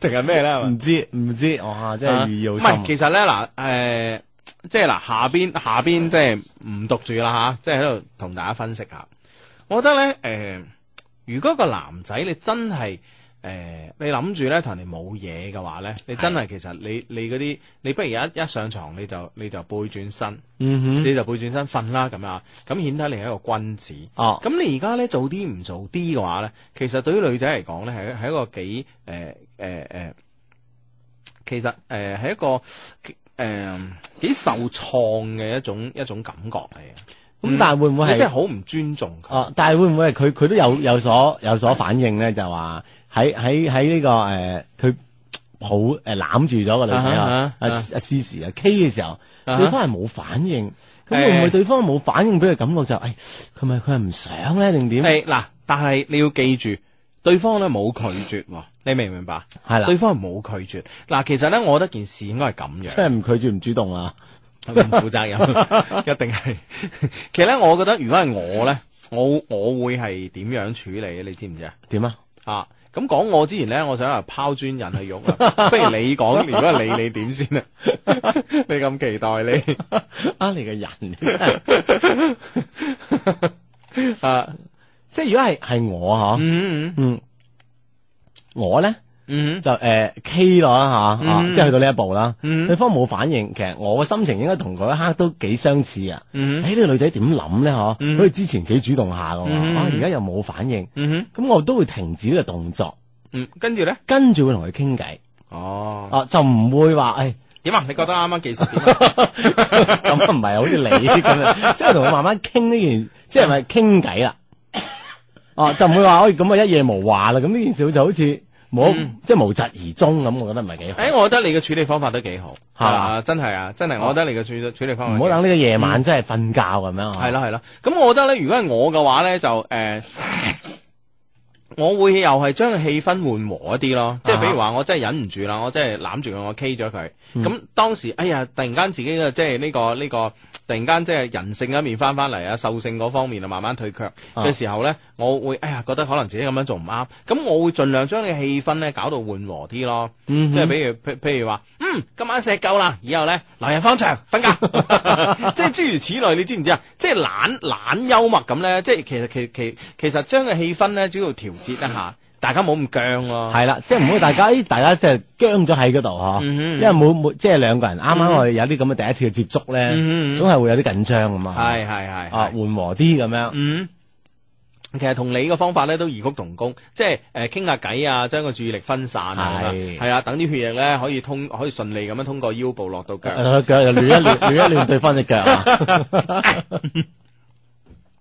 S1: 定係咩咧？係
S3: 哼，
S1: 咪
S3: 唔知唔知，哇！真係寓意好
S1: 唔
S3: 深啊
S1: 係，。其實咧嗱，誒、即係嗱，下邊下邊即係唔讀住啦吓，即係喺度同大家分析下。我覺得咧，誒、如果個男仔你真係誒、你諗住咧同人哋冇嘢嘅話咧，你真係其實你你嗰啲，你不如一一上床你就你就背轉身，
S3: 嗯哼。
S1: 你就背轉身瞓啦咁啊，咁顯得你係一個君子。
S3: 哦，
S1: 咁你而家咧做啲唔做啲嘅話咧，其實對於女仔嚟講咧，係係一個幾誒誒誒，其實誒係、一個誒幾、呃幾受創嘅一種一種感覺嚟嘅，
S3: 咁但係會唔會
S1: 你真係
S3: 嗯係？
S1: 好唔尊重佢。
S3: 哦，但係會唔會係佢佢都有有所有所反應咧？就話喺喺喺呢個誒，佢抱誒攬住咗個女仔啊
S1: 啊，
S3: 阿
S1: 哈
S3: 阿
S1: 啊
S3: 思時啊 K 嘅時候，
S1: 啊哈
S3: 對方係冇反應，咁
S1: 誒
S3: 會唔會對方冇反應俾佢感覺就誒，佢咪佢係唔想咧定點？啊
S1: 誒嗱、但係你要記住，對方咧冇拒絕喎，你明唔明白？啊
S3: 係啦
S1: 對，方係冇拒絕。嗱，其實咧，我覺得件事應該係咁樣
S3: 即。 係唔拒絕唔主動啊啦。
S1: 唔負責任， 一定係。 其實咧，我覺得如果係我咧，我我會係點樣處理？你知唔知啊？
S3: 點啊？
S1: 啊，咁講我之前咧，我想話拋磚引去玉啦。 不如你講，如果係你，你點先啊？ 你咁期待你
S3: 啊，你個人你真係，
S1: 啊？
S3: 即係如果係係我嗬，
S1: 嗯
S3: 嗯，我咧。
S1: 嗯
S3: 就誒、呃 K 咗啦嚇，啊
S1: 嗯
S3: 即係去到呢一步啦。
S1: 嗯
S3: 對方冇反應，其實我嘅心情應該同嗰一刻都幾相似啊。誒
S1: 嗯
S3: 呢個女仔點諗咧？嗬，好
S1: 嗯
S3: 似之前幾主動下嘅
S1: 嗯
S3: 喎，啊而家又冇反應，
S1: 嗯
S3: 咁我都會停止呢個動作，
S1: 嗯，跟住咧，
S3: 跟住會同佢傾偈，
S1: 哦，
S3: 啊就唔會話誒
S1: 點啊？你覺得啱啱技術點啊？
S3: 咁啊唔係好似你咁 樣，即係同佢慢慢傾呢件，即係咪傾偈啦？哦就唔會話喂咁啊一夜無話啦，咁呢件事就好似冇
S1: 嗯
S3: 即係無疾而終咁，我覺得唔係幾好。
S1: 誒，我覺得你嘅處理方法都幾好，
S3: 係嘛哦
S1: 啊真係啊，真係，我覺得你嘅處處理方法
S3: 唔
S1: 幾
S3: 好等呢個夜晚真係瞓覺咁樣啊
S1: 哦嗯係啦係啦，咁我覺得咧，如果係我嘅話咧，就誒、 呃我會又係將個氣氛緩和一啲
S3: 啊
S1: 咯。即係比如話，我真係忍唔住啦，我真係攬住佢，我 K 咗佢。咁、
S3: 嗯
S1: 當時，哎呀，突然間自己嘅即係呢、個呢、個，突然間即係人性嘅一面翻翻嚟啊，獸性嗰方面啊，慢慢退卻嘅時候咧，我會哎呀覺得可能自己咁樣做唔啱，咁我會盡量將你嘅氣氛咧搞到緩和啲咯。
S3: 嗯哼
S1: 即係比如譬譬如話，嗯，今晚食夠啦，以後咧留人方長瞓覺， 即係諸如此類，你知唔知啊？即係懶懶幽默咁咧，即係其實其其其實將個氣氛咧主要調節一下。大家冇咁僵咯。
S3: 系啦，即系唔好大家，咦大家即系僵咗喺嗰度嗬，
S1: 嗯
S3: 因為每每即係兩個人啱啱我哋有啲咁嘅第一次嘅接觸
S1: 嗯嗯
S3: 咧，總係會有啲緊張咁啊，
S1: 係係係
S3: 啊緩和啲咁樣，
S1: 嗯。其實同你嘅方法咧都異曲同工，即係誒傾下偈啊，將個注意力分散啊，
S3: 係
S1: 係啊，等啲血液咧可以通，可以順利咁樣通過腰部落到腳。
S3: 誒腳 又亂一亂，亂一亂對方隻腳啊，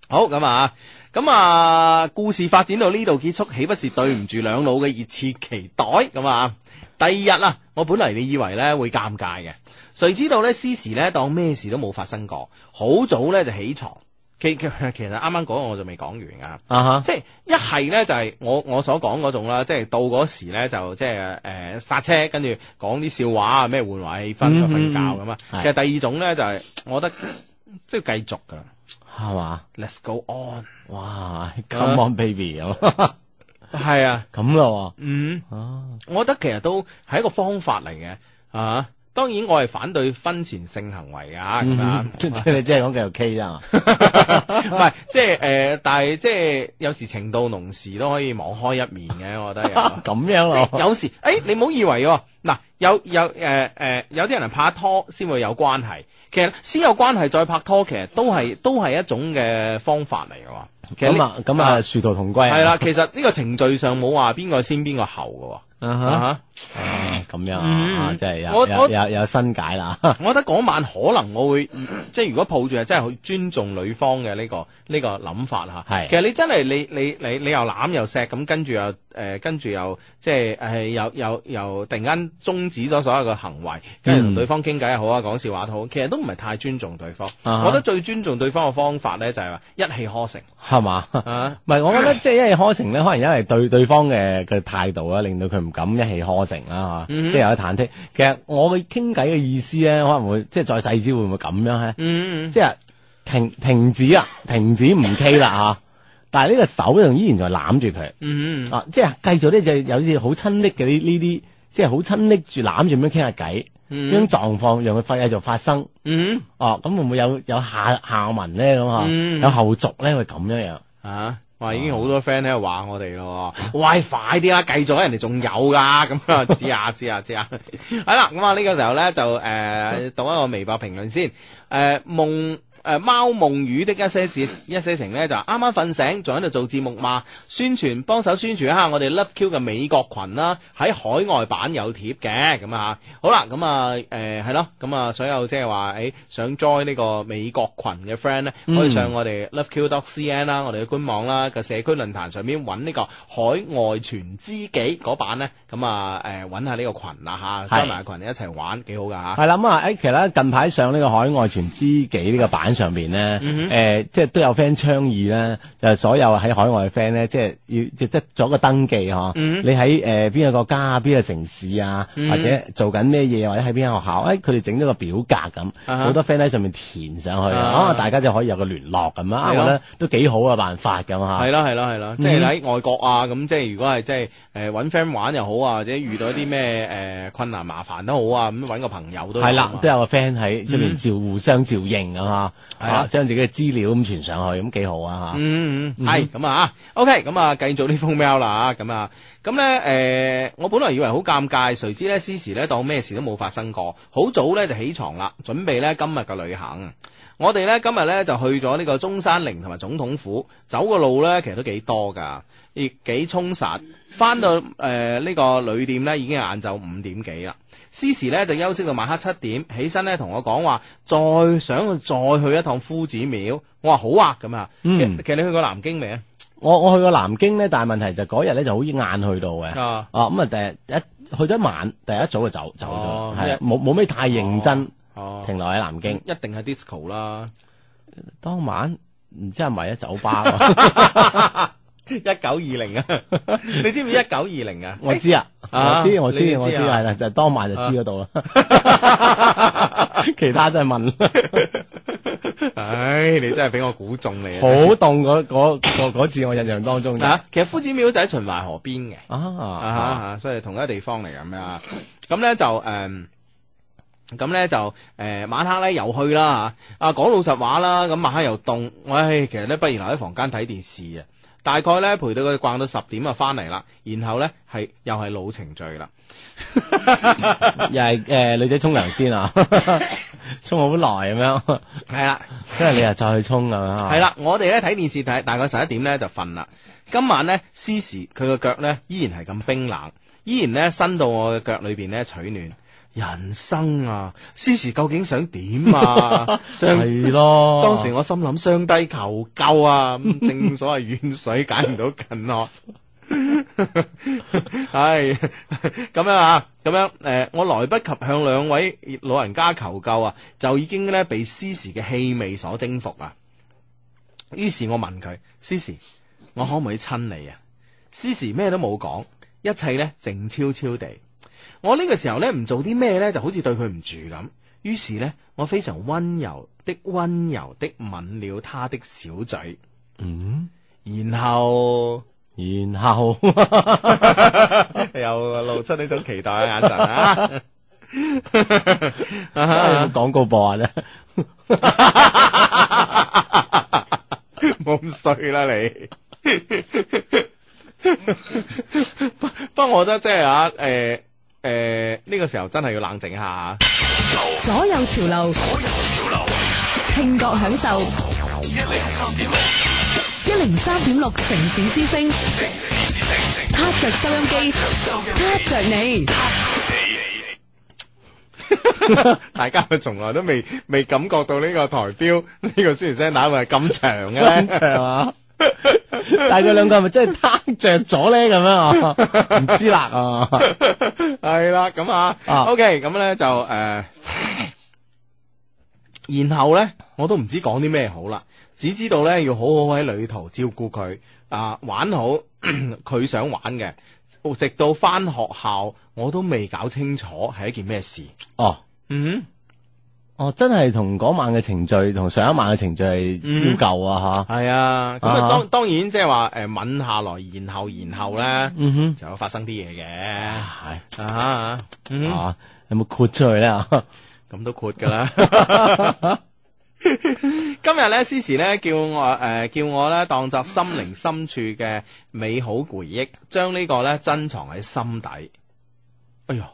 S1: 好咁啊，咁啊，故事發展到呢度結束，岂不是對唔住兩老嘅熱切期待咁啊？第二日啊，我本嚟你以為咧會尷尬嘅，誰知道咧詩時咧當咩事都冇發生過，好早咧就起床。其其其實啱啱嗰個我就未講完啊。
S3: 啊哈，
S1: 即係一係咧就係、我我所講嗰種啦，即係到嗰時咧就即係誒剎車，跟住講啲笑話啊，咩緩和氣氛
S3: 嗯
S1: 啊，瞓
S3: 哼
S1: 覺咁啊。其
S3: 係
S1: 實第二種咧就係、我覺得即係繼續噶啦
S3: 係嘛，
S1: ，Let's go on，
S3: 哇，Come on baby
S1: 啊
S3: 咁
S1: 係啊，
S3: 咁咯
S1: 嗯，
S3: 喎，啊
S1: 我覺得其實都係一個方法嚟嘅啊。當然我係反對婚前性行為啊，咁啊
S3: 嗯，即 係你即係講繼續 K 啫嘛，
S1: 唔係即係誒、呃但係即係有時情到濃時都可以網開一面嘅，我覺得有。
S3: 咁樣
S1: 即係
S3: 咯，
S1: 有時，誒、哎你唔好以為喎，嗱，有有誒誒、呃有啲人係拍拖先會有關係，其實先有關係再拍拖，其實都係都係一種嘅方法嚟嘅喎。其實呢
S3: 咁啊咁啊，，殊途同歸啊，
S1: 係啦，其實呢個程序上冇話邊個先邊個後
S3: 啊
S1: 嘅喎。啊
S3: 哈，
S1: 哈
S3: 啊咁樣
S1: 嗯
S3: 啊，真係有
S1: 我
S3: 有
S1: 我
S3: 有有新解啦，
S1: 我覺得嗰晚可能我會，即係如果抱住係真係去尊重女方嘅呢、個呢、個諗法嚇。
S3: 係
S1: 其實你真係你你你你又攬又錫咁，跟住又誒、呃跟住又即係誒、呃又又又突然間終止咗所有嘅行為，跟住
S3: 嗯
S1: 同對方傾偈又好啊，講笑話都好，其實都唔係太尊重對方。
S3: 啊哈
S1: 我覺得最尊重對方嘅方法咧，就係、話一氣呵成
S3: 係嘛。
S1: 啊。
S3: 唔係，我覺 得即係一氣呵成咧，可能因為對對方嘅嘅態度啊，令到佢唔敢一氣呵成啦，
S1: 嗯
S3: 嚇、即係有啲忐忑。其實我嘅傾偈嘅意思咧，可能會即係再細緻，會唔會咁樣咧？
S1: 嗯，
S3: 即係停停止啊，停止唔 K 啦嚇，但係呢個手仲依然就攬住佢，
S1: 嗯
S3: 啊，即係繼續咧就有啲好親昵嘅呢呢啲，即係好親昵住攬住咁樣傾下偈，將狀況讓佢發繼續發生。
S1: 嗯
S3: 哦，咁會唔會有有下下文咧咁啊？
S1: 嗯
S3: 有後續咧會咁樣樣？
S1: 啊！哇，已經好多 friend 喺度話我哋咯喎，喂，快啲啦，繼續啦，人哋仲有㗎，咁啊，知啊，知啊，知啊，係啦，咁啊，呢個時候咧就誒、呃、讀一個微博評論先，誒、呃夢。誒貓夢魚的一些事一些情咧，就啱啱瞓醒，仲喺度做節目嘛，宣傳幫手宣傳一下我哋 Love Q 嘅美國群啦，喺海外版有貼嘅咁啊，好啦，咁啊誒係咯，咁啊所有即係話誒想 join 呢個美國群嘅 friend 咧，可以上我哋 loveq.cn 啦，我哋嘅官網啦個社區論壇上面揾呢個海外傳知己嗰版咧，咁啊誒揾下呢個群啦嚇，
S3: 係
S1: join 埋個群一齊玩幾好噶嚇。
S3: 系啦，咁啊，誒，其實咧近排上呢個海外傳知己呢個版上邊咧，誒、
S1: 嗯
S3: 即係都有 friend 倡議咧，就係所有喺海外嘅 friend 咧，即係要即即做一個登記嗬，
S1: 嗯
S3: 你喺誒邊個國家啊，邊個城市啊，或者做緊咩嘢，或者喺邊間學校，誒佢哋整咗個表格咁，好、
S1: 啊哈
S3: 多 friend 喺上面填上去，
S1: 啊
S3: 啊，大家就可以有個聯絡咁啊，
S1: 係咯
S3: 我覺得都幾好嘅辦法咁啊嚇。
S1: 係啊啦係啦係
S3: 嗯
S1: 啦，即係喺外國啊，咁即係如果係即係誒揾 friend 玩又好啊，或者遇到一啲咩誒困難麻煩都好啊，咁揾個朋友都好啊
S3: 係啦，都有個 friend 喺出面照互相照應啊嘛，
S1: 嗯係啊
S3: 啊將自己嘅資料咁傳上去，咁幾好啊嚇。
S1: 嗯，嗯係咁啊，OK，咁啊，繼續呢封 mail 啦，咁啊，咁咧誒，我本來以為好尷尬，誰知咧詩時咧當咩事都冇發生過，好早咧就起床啦，準備咧今日嘅旅行。我哋咧今日咧就去咗呢個中山陵同埋總統府，走個路咧其實都幾多㗎，亦幾充實。翻到誒呢、個旅店咧已經係晏晝五點幾啦。詩時咧就休息到晚黑七點，起身咧同我講話，再想再去一趟夫子廟。我話好啊咁啊。
S3: 嗯
S1: 其其實你去過南京未啊？
S3: 我我去過南京咧，但係問題就嗰日咧就好晏去到嘅，啊
S1: 啊，
S3: 咁啊第日一去咗一晚，第一早就走走
S1: 哦
S3: 咗，係啊冇冇咩太認真
S1: 哦，
S3: 停留喺南京。
S1: 一定係 disco 啦，
S3: 當晚唔知係咪喺酒吧 喎，
S1: 一九二零啊， 你知唔知一九二零啊？
S3: 我知啊，
S1: 啊
S3: 我知我
S1: 你知
S3: 知
S1: 啊
S3: 我知係啦，就當晚就知嗰度啦，
S1: 啊
S3: 其他真係問
S1: 唉，你真係俾我估中你
S3: 好
S1: 啊！
S3: 凍嗰嗰嗰嗰次我印象當中就
S1: 啊，其實夫子廟就喺秦淮河邊嘅。啊
S3: 啊，
S1: 哈，所以同一個地方嚟咁樣。啊咁咧就誒。嗯咁咧就誒、晚黑咧又去啦嚇，啊講老實話啦，咁晚黑又凍，唉、其實咧不如留喺房間睇電視啊，大概咧陪到佢逛到十點啊，翻嚟啦，然後咧係又係老程序啦。
S3: 又係诶女仔沖涼先 啊，沖好耐咁樣，
S1: 係啦，
S3: 跟住你又再去沖咁樣啊，
S1: 係啦，我哋咧睇電視睇，大概十一點咧就瞓啦。今晚咧，斯時佢個腳咧依然係咁冰冷，依然咧伸到我嘅腳裏邊咧取暖。人生啊，斯時究竟想點 啊？上
S3: 係咯，
S1: 當時我心諗雙低求救啊，咁正所謂遠水解唔到近渴。 係咁樣啊，咁樣诶、誒我來不及向兩位老人家求救啊，就已經咧被斯時嘅氣味所征服啊。於是我問佢：斯時，我可唔可以親你啊？斯時咩都冇講，一切咧靜悄悄地。我呢個時候咧唔做啲咩咧，就好似對佢唔住咁。於是咧，我非常温柔的温柔的吻了他的小嘴，
S3: 嗯，
S1: 然後
S3: 然後
S1: 又露出呢種期待嘅眼神啊！
S3: 有冇廣告播啊咧，
S1: 冇咁衰啦你。不不過我覺得即係啊，誒誒呢個時候真係要冷靜下啊。
S4: 左右潮流，聽覺享受，一零三點六城市之聲，撻着收音機，撻着你。
S1: 大家咪從來都未未感覺到呢個台標呢、個宣傳聲帶咪咁長嘅咧。
S3: 長啊， 但係佢兩個係咪真係攤着咗咧咁樣 啊？唔知啦啊，
S1: 系啦，咁啊
S3: 啊
S1: ，OK，咁咧就诶、呃然後咧我都唔知講啲咩好啦，只知道咧要好好喺旅途照顧佢啊，玩好 佢想玩嘅，直到翻學校我都未搞清楚係一件咩事。
S3: 哦。
S1: 嗯，
S3: 哦，真係同嗰晚嘅程序，同上一晚嘅程序係照舊啊
S1: 係啊，咁
S3: 啊
S1: 啊當當然即係話诶吻下來，然後然後咧、
S3: 吓，嗯
S1: 就有發生啲嘢嘅
S3: 哼，
S1: 啊，
S3: 系
S1: 嗯
S3: 啊，有冇豁出去咧？
S1: 咁都豁噶啦。 今日咧，思時咧叫我誒、呃叫我咧當作心靈深處嘅美好回憶，將呢個咧珍藏喺心底。哎呀，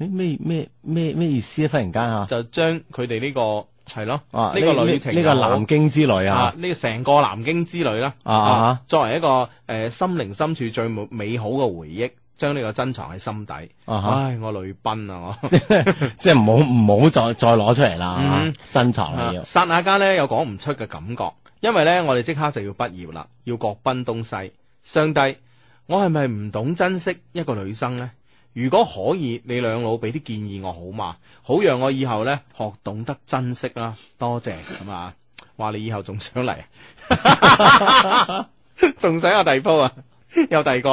S3: 誒 咩咩咩咩意思啊？忽然間啊，
S1: 就將佢哋呢個係咯，呢、
S3: 啊
S1: 個旅程
S3: 呢個南京之旅
S1: 啊
S3: 啊，，
S1: 呢個成個南京之旅啦，
S3: 啊啊
S1: 作為一個誒、呃心靈深處最美好嘅回憶，將呢個珍藏喺心底。
S3: 啊哈
S1: 唉，我淚奔啊我。
S3: 即係唔好唔好再再攞出嚟啦，啊
S1: 嗯
S3: 珍藏
S1: 啊
S3: 啦要，
S1: 刹那間咧有講唔出嘅感覺，因為咧我哋即刻就要畢業啦，要各奔東西。上帝，我係咪唔懂珍惜一個女生呢？如果可以，你兩老俾啲建議我好嘛？好讓我以後咧學懂得珍惜啦。多謝咁啊！話你以後仲想嚟， 仲想有第二鋪啊？有第二個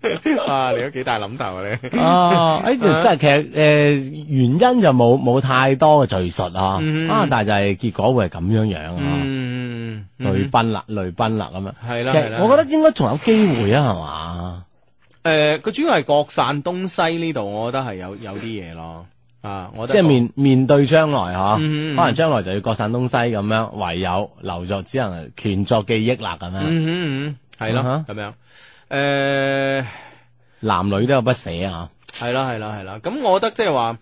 S1: 啊？你都幾大諗頭啊你？
S3: 啊，诶，真係其實诶原因就冇冇太多嘅敘述啊，
S1: 嗯
S3: 啊，但係就係結果會係咁樣樣啊，
S1: 嗯，
S3: 淚奔啦，淚奔啦咁樣，
S1: 係
S3: 其
S1: 啦，係啦
S3: 實我覺得應該仲有機會啊，係嘛？
S1: 诶，呃佢、主要係各散東西呢度，我覺得係有有啲嘢咯。啊，我覺
S3: 即
S1: 得
S3: 係面面對將來嚇，
S1: 嗯嗯
S3: 可能將來就要各散東西咁樣，唯有留作只能權作記憶啦咁樣。
S1: 嗯嗯嗯，係咯
S3: 嗯哼，
S1: 咁樣诶，
S3: 男女都有不捨啊，
S1: 係啦係啦係啦。咁我覺得即係話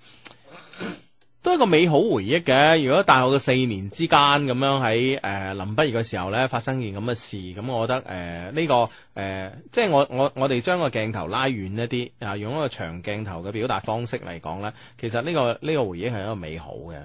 S1: 都係一個美好回憶嘅。如果大學嘅四年之間咁樣喺呃诶臨畢業嘅時候咧，發生件咁嘅事，咁我覺得诶呢、個呃即係我我我哋將個鏡頭拉遠一啲啊，用一個長鏡頭嘅表達方式嚟講咧，其實呢、個呢、個回憶係一個美好嘅。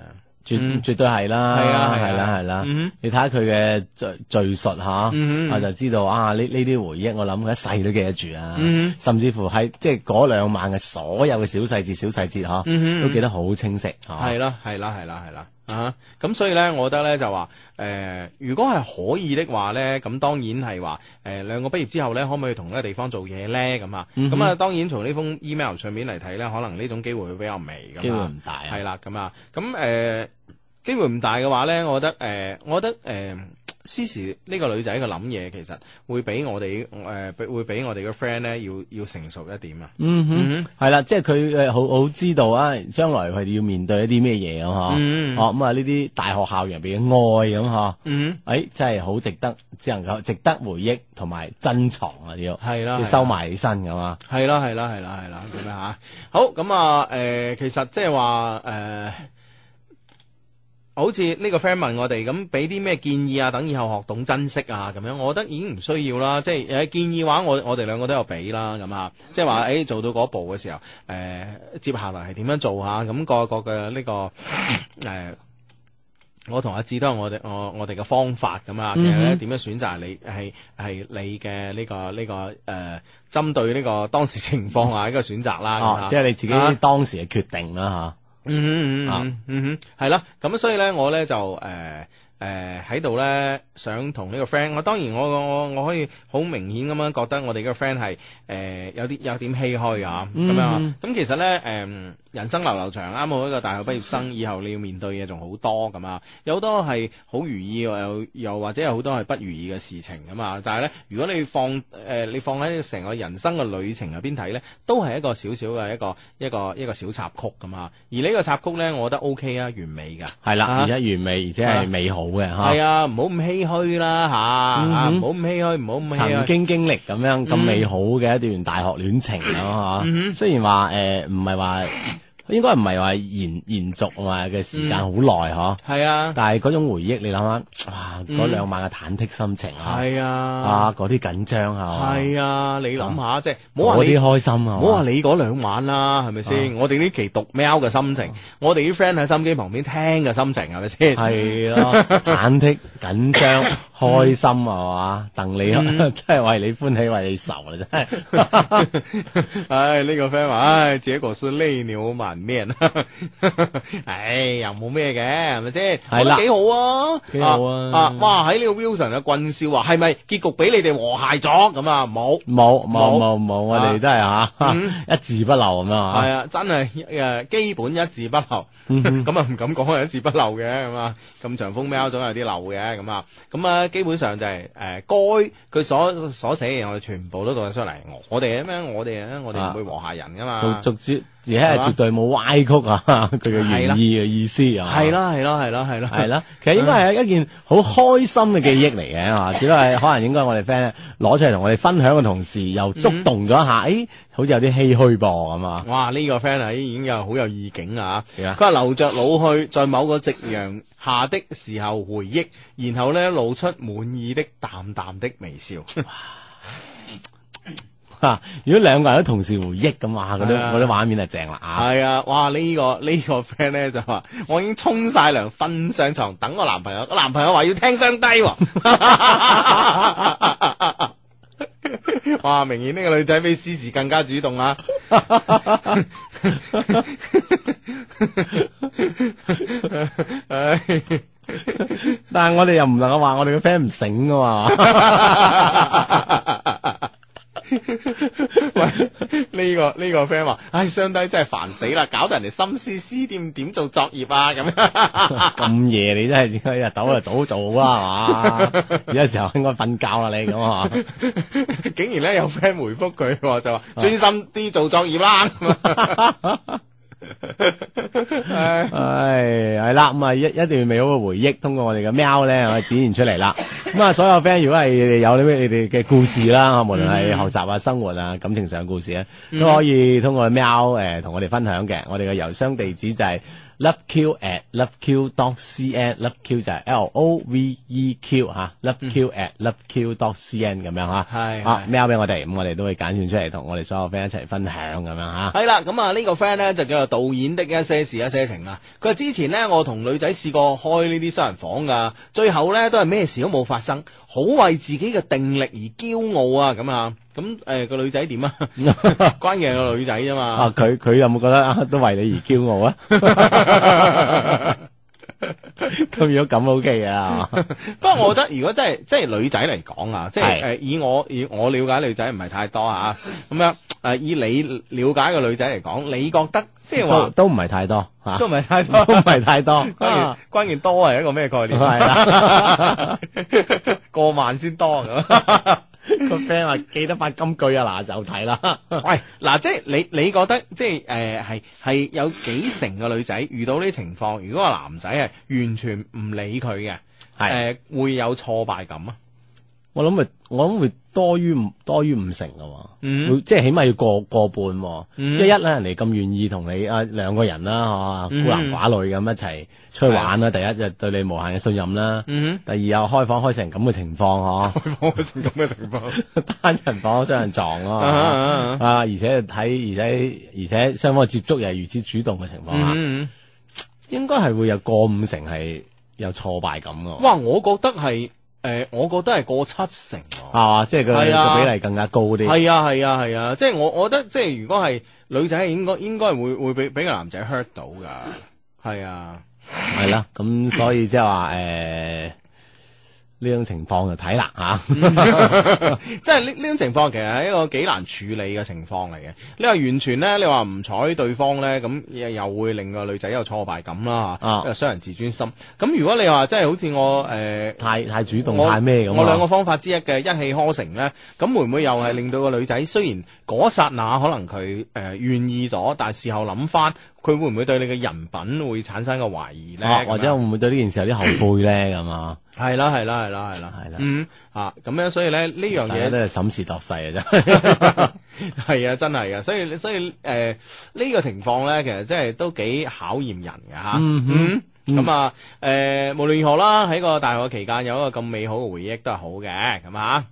S3: 絕、
S1: 嗯
S3: 絕對係啦，
S1: 係啊係啊
S3: 係啦係啦。
S1: 嗯
S3: 你睇下佢嘅敘敘述嚇，
S1: 嗯嗯
S3: 我就知道啊呢呢啲回憶，我諗佢一世都記得住啊。
S1: 嗯
S3: 甚至乎喺即係嗰兩晚嘅所有嘅小細節、小細節嚇，
S1: 嗯嗯嗯啊
S3: 都記得好清晰嚇。
S1: 系啦，系啦，系啦，系啦。啊，咁所以咧，我覺得咧就話，誒、如果係可以的話咧，咁當然係話，誒、兩個畢業之後咧，可唔可以同一個地方做嘢咧？咁啊，
S3: 嗯
S1: 咁啊、當然從呢封 email 上面嚟睇咧，可能呢種機會會比較微咁啊
S3: 機會唔大啊
S1: 係啦，咁啊，咁誒、機會唔大嘅話咧，我覺得誒、我覺得誒、思時呢個女仔嘅諗嘢，其實會比我哋誒、比會比我哋嘅 friend 咧要要成熟一點啊。
S3: 嗯哼，系啦，即係佢诶，好好知道啊，將來佢哋要面對一啲咩嘢咁嗬，
S1: 嗯
S3: 哦咁啊，呢啲大學校園入边嘅愛咁嗬，
S1: 嗯，
S3: 诶，真係好值得，只能夠值得回憶同埋珍藏啊，要
S1: 係啦
S3: 要收埋起身咁啊，
S1: 係啦，係啦，係啦，係啦，咁樣嚇。好咁啊，誒、其實即係話誒。好似呢個 friend 問我哋咁，俾啲咩建議啊？等以後學懂珍惜啊，咁樣，我覺得已經唔需要啦。即係誒建議話我，我哋兩個都有俾啦，咁啊，即係話誒做到嗰步嘅時候，誒、接下來係點樣做啊？咁各有各嘅呢、個 誒。我同阿志都有我哋我我哋嘅方法咁
S3: 嗯
S1: 啊，其實咧點樣選擇係你係係你嘅呢、個呢、個誒針對呢個當時情況下一個選擇啦。咁
S3: 哦
S1: 啊，
S3: 即係你自己
S1: 啊
S3: 當時嘅決定啦
S1: 嗯嗯
S3: 啊
S1: 嗯嗯哼，系啦，咁所以咧，我咧就誒誒呃喺度咧，想同呢個 friend，我當然我我我可以好明顯咁樣覺得我哋嘅 friend 係誒有啲有點唏噓啊，咁樣啊，咁其實咧誒、人生流流長，啱好一個大學畢業生，以後你要面對嘅仲好多咁啊，有好多係好如意，又又或者有好多係不如意嘅事情咁啊，但係咧，如果你放誒、你放喺成個人生嘅旅程入邊睇咧，都係一個少少嘅一個一個一個小插曲咁啊。而呢個插曲咧，我覺得 O、k 啊，完美㗎。
S3: 吓，係啦，
S1: 啊
S3: 而且完美，而且
S1: 啊
S3: 係美好嘅吓，
S1: 係啊，唔好咁唏噓啦吓，啊唔好咁唏噓，唔好嗯咁唏
S3: 曾
S1: 噓。
S3: 經經歷咁樣咁美好嘅一段大學戀情咯，
S1: 嗯
S3: 嚇。雖然話誒唔係話應該唔係話延延續啊嘅時間好耐嗬，
S1: 係啊，
S3: 但係嗰種回憶你諗下，哇嗰兩晚嘅忐忑心情啊，
S1: 嗯係啊，
S3: 啊嗰啲緊張啊，
S1: 係啊，你諗下即係唔好
S3: 嗰
S1: 話你
S3: 啲。開心啊，
S1: 唔好話你嗰兩晚啦，係咪先？我哋呢期讀喵嘅心情，我哋啲 friend 喺心機旁邊聽嘅心情，係咪先？
S3: 係咯，忐忑、緊張、開心啊嘛，戥你
S1: 嗯
S3: 真係為你歡喜為你愁啦，真係。
S1: 唉，呢、個 friend 話，唉，結果是淚流滿 面。唉，又冇咩嘅，係咪先？我
S3: 係啦
S1: 覺得幾好啊，
S3: 幾好啊
S1: 啊！哇，喺呢個 Wilson 嘅棍笑話，係咪結局俾你哋和諧咗咁啊？冇。
S3: 冇冇
S1: 冇啊嗯
S3: 冇冇，我哋都係吓 一字不漏咁啊嗯
S1: 係。啊，真係诶，基本一字不漏， 咁啊唔敢講係一字不漏嘅，咁啊咁長風喵總有啲漏嘅，咁啊咁啊，基本上就係诶該佢所所寫嘅嘢，我哋全部都讀得出嚟。我哋咁樣，我哋咧，啊我哋唔會和諧人噶嘛。
S3: 啊做做主，而且
S1: 係
S3: 係
S1: 嘛
S3: 絕對冇歪曲啊！ 佢嘅原意嘅意思啊，
S1: 係，啦，係啦，係啦，係啦，
S3: 係啦，其實應該係一件好開心嘅記憶嚟嘅啊，
S1: 嗯
S3: 只不過係可能應該我哋 friend 攞出嚟同我哋分享嘅同時，又觸動
S1: 嗯
S3: 咗一下，誒，好似有啲唏噓噃咁啊，
S1: 哇！呢、個 friend 啊，已經有好有意境啊！
S3: 點啊
S1: 佢話流着老去，在某個夕陽下的時候回憶，然後咧露出滿意的淡淡的微笑。
S3: 嚇！如果兩個人都同時回憶咁哇，嗰啲
S1: 係啊
S3: 嗰啲畫面就正啦啊！
S1: 係啊，哇！呢、個呢、個 friend 咧就話，我已經沖晒涼，瞓上床等我男朋友。個男朋友話要聽雙低喎、 哇！明顯呢個女仔比詩時更加主動啊！ 唉
S3: 但係我哋又唔能夠話我哋嘅 friend 唔醒噶嘛，
S1: 呢、個呢、個 friend 話：，唉，雙低真係煩死啦，搞到人哋心思思念點做作業啊咁樣。
S3: 咁夜你真係應該日頭就早做啦，係嘛？而家時候應該瞓覺啦，你咁啊。
S1: 竟然咧有 friend 回覆佢喎，就話專心啲做作業啦。咁啊
S3: 唉，系啦，咁啊一一段美好嘅回憶，通過我哋嘅喵咧，我哋展現出嚟 啦。咁啊，所有 friend 如果係有啲咩你哋嘅故事啦，無論係學習啊、生活啊、感情上嘅故事咧，
S1: 嗯
S3: 都可以通過喵诶同我哋分享嘅。我哋嘅郵箱地址就係 loveq at loveq dot cn，loveq 就係 L O V E Q 吓，loveq at loveq dot cn 咁樣吓。
S1: 嗯係
S3: 啊
S1: 係
S3: 喵俾我哋，咁我哋都會揀選出嚟，同我哋所有 friend 一齊分享咁樣吓。
S1: 係啦，咁啊呢個 friend 咧就叫做導演的一些事一些情啊。佢話之前呢，我同女仔試過開呢啲雙人房噶，最後呢都係咩事都冇發生，好為自己嘅定力而驕傲啊咁啊。咁誒個女仔點啊？ 關鍵係個女仔啫嘛
S3: 啊，。佢佢有冇覺得啊都為你而驕 傲啊？咁如果咁 OK 嘅啊，
S1: 不過我覺得如果真係即係女仔嚟講啊，即係
S3: 係
S1: 誒以我以我了解女仔唔係太多啊，咁樣诶以你了解嘅女仔嚟講，你覺得即係
S3: 都
S1: 話
S3: 都唔係太多 吓，
S1: 都唔係太
S3: 都
S1: 多
S3: 唔。係太多，
S1: 關
S3: 啊
S1: 鍵啊關鍵多係一個咩概 念？
S3: 係啦，
S1: 過萬先多啊咁。
S3: 個 friend 話記得發金句啊，嗱就 睇啦。
S1: 喂，嗱，即係你你覺得即係诶係係有幾成嘅女仔遇到呢啲情況，如果個男仔係完全唔理佢嘅，
S3: 係
S1: 诶、會有挫敗感啊？
S3: 我諗咪我諗會多於五多於五成噶喎，
S1: 嗯
S3: 會即係起碼要過過半喎。
S1: 嗯
S3: 因為一咧人哋咁願意同你啊兩個人啦，嚇
S1: 嗯
S3: 孤男寡女咁一齊出去玩啦，第一就對你無限嘅信任啦，
S1: 嗯
S3: 第二又開房開成咁嘅情況
S1: 哼，開放成咁嘅情況。
S3: 嗬，單人房雙人撞咯。
S1: 啊啊啊
S3: 啊！而且睇，而且而且雙方嘅接觸又係如此主動嘅情況下，
S1: 嗯，
S3: 應該係會有過五成係有挫敗感嘅喎，
S1: 哇！我覺得係诶、我覺得係過七成喎。
S3: 係嘛？即係佢
S1: 係啊
S3: 個比例更加高啲。
S1: 係啊係啊係啊，即係我我覺得即係如果係女仔，應該應該會會俾俾個男仔 hurt 到噶。係啊，
S3: 系啦，咁所以即系话诶呢種情況就睇啦吓，
S1: 嗯即係呢呢種情況其實係一個幾難處理嘅情況嚟嘅。你話完全咧，你話唔睬對方咧，咁又又會令個女仔有挫敗感啦
S3: 啊
S1: 嚇，傷人自尊心。咁如果你話即係好似我誒。
S3: 太太主動
S1: 我
S3: 太咩咁
S1: 我兩個
S3: 啊？
S1: 方法之一嘅一氣呵成咧，咁會唔會又係令到個女仔雖然嗰剎那可能佢誒、呃、願意咗，但係事後諗翻，佢會唔會對你嘅人品會產生個懷疑咧、
S3: 啊或者
S1: 咁樣
S3: 會唔會對呢件事有啲後悔咧？咁啊，
S1: 係啦係啦係啦係啦
S3: 係啦
S1: 嗯啊咁樣，所以咧呢樣
S3: 大家
S1: 嘢
S3: 都係審時度勢嘅啫。
S1: 係啊，真係啊，所以所以誒呢個情況咧，其實真係都幾考驗人嘅嚇。嗯咁啊，誒、無論如何啦，喺個大學期間有一個咁美好嘅回憶都係好嘅，咁啊。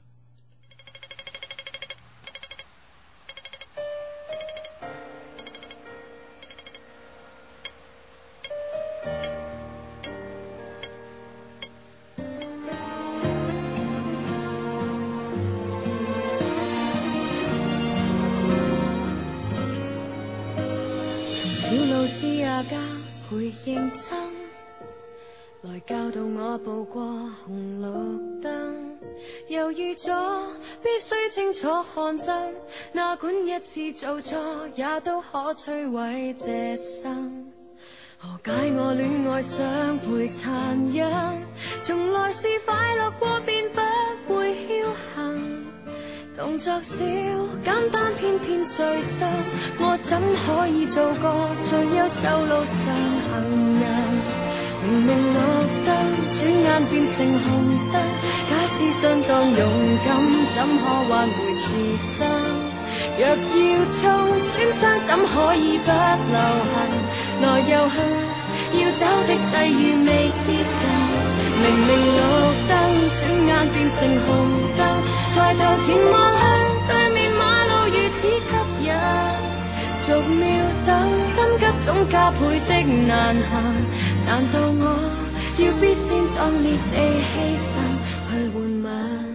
S5: 從小老師阿家培認真，來教導我步過紅綠燈。猶豫咗，必須清楚看真，哪管一次做錯，也都可摧毀這生。何解我戀愛相陪殘忍，從來是快樂過便不會僥倖。動作少，簡單偏偏最深，我怎可以做個最優秀路上行人？明明綠燈，轉眼變成紅燈，假使相當勇敢，怎可挽回自身？若要衝，損傷怎可以不留痕？來又恨，要走的際遇未接近。明明綠燈，轉眼變成紅燈，抬頭前望去，對面馬路如此吸引。逐秒等，心急總加倍的難行。難道我要必先壯烈地犧牲去換吻？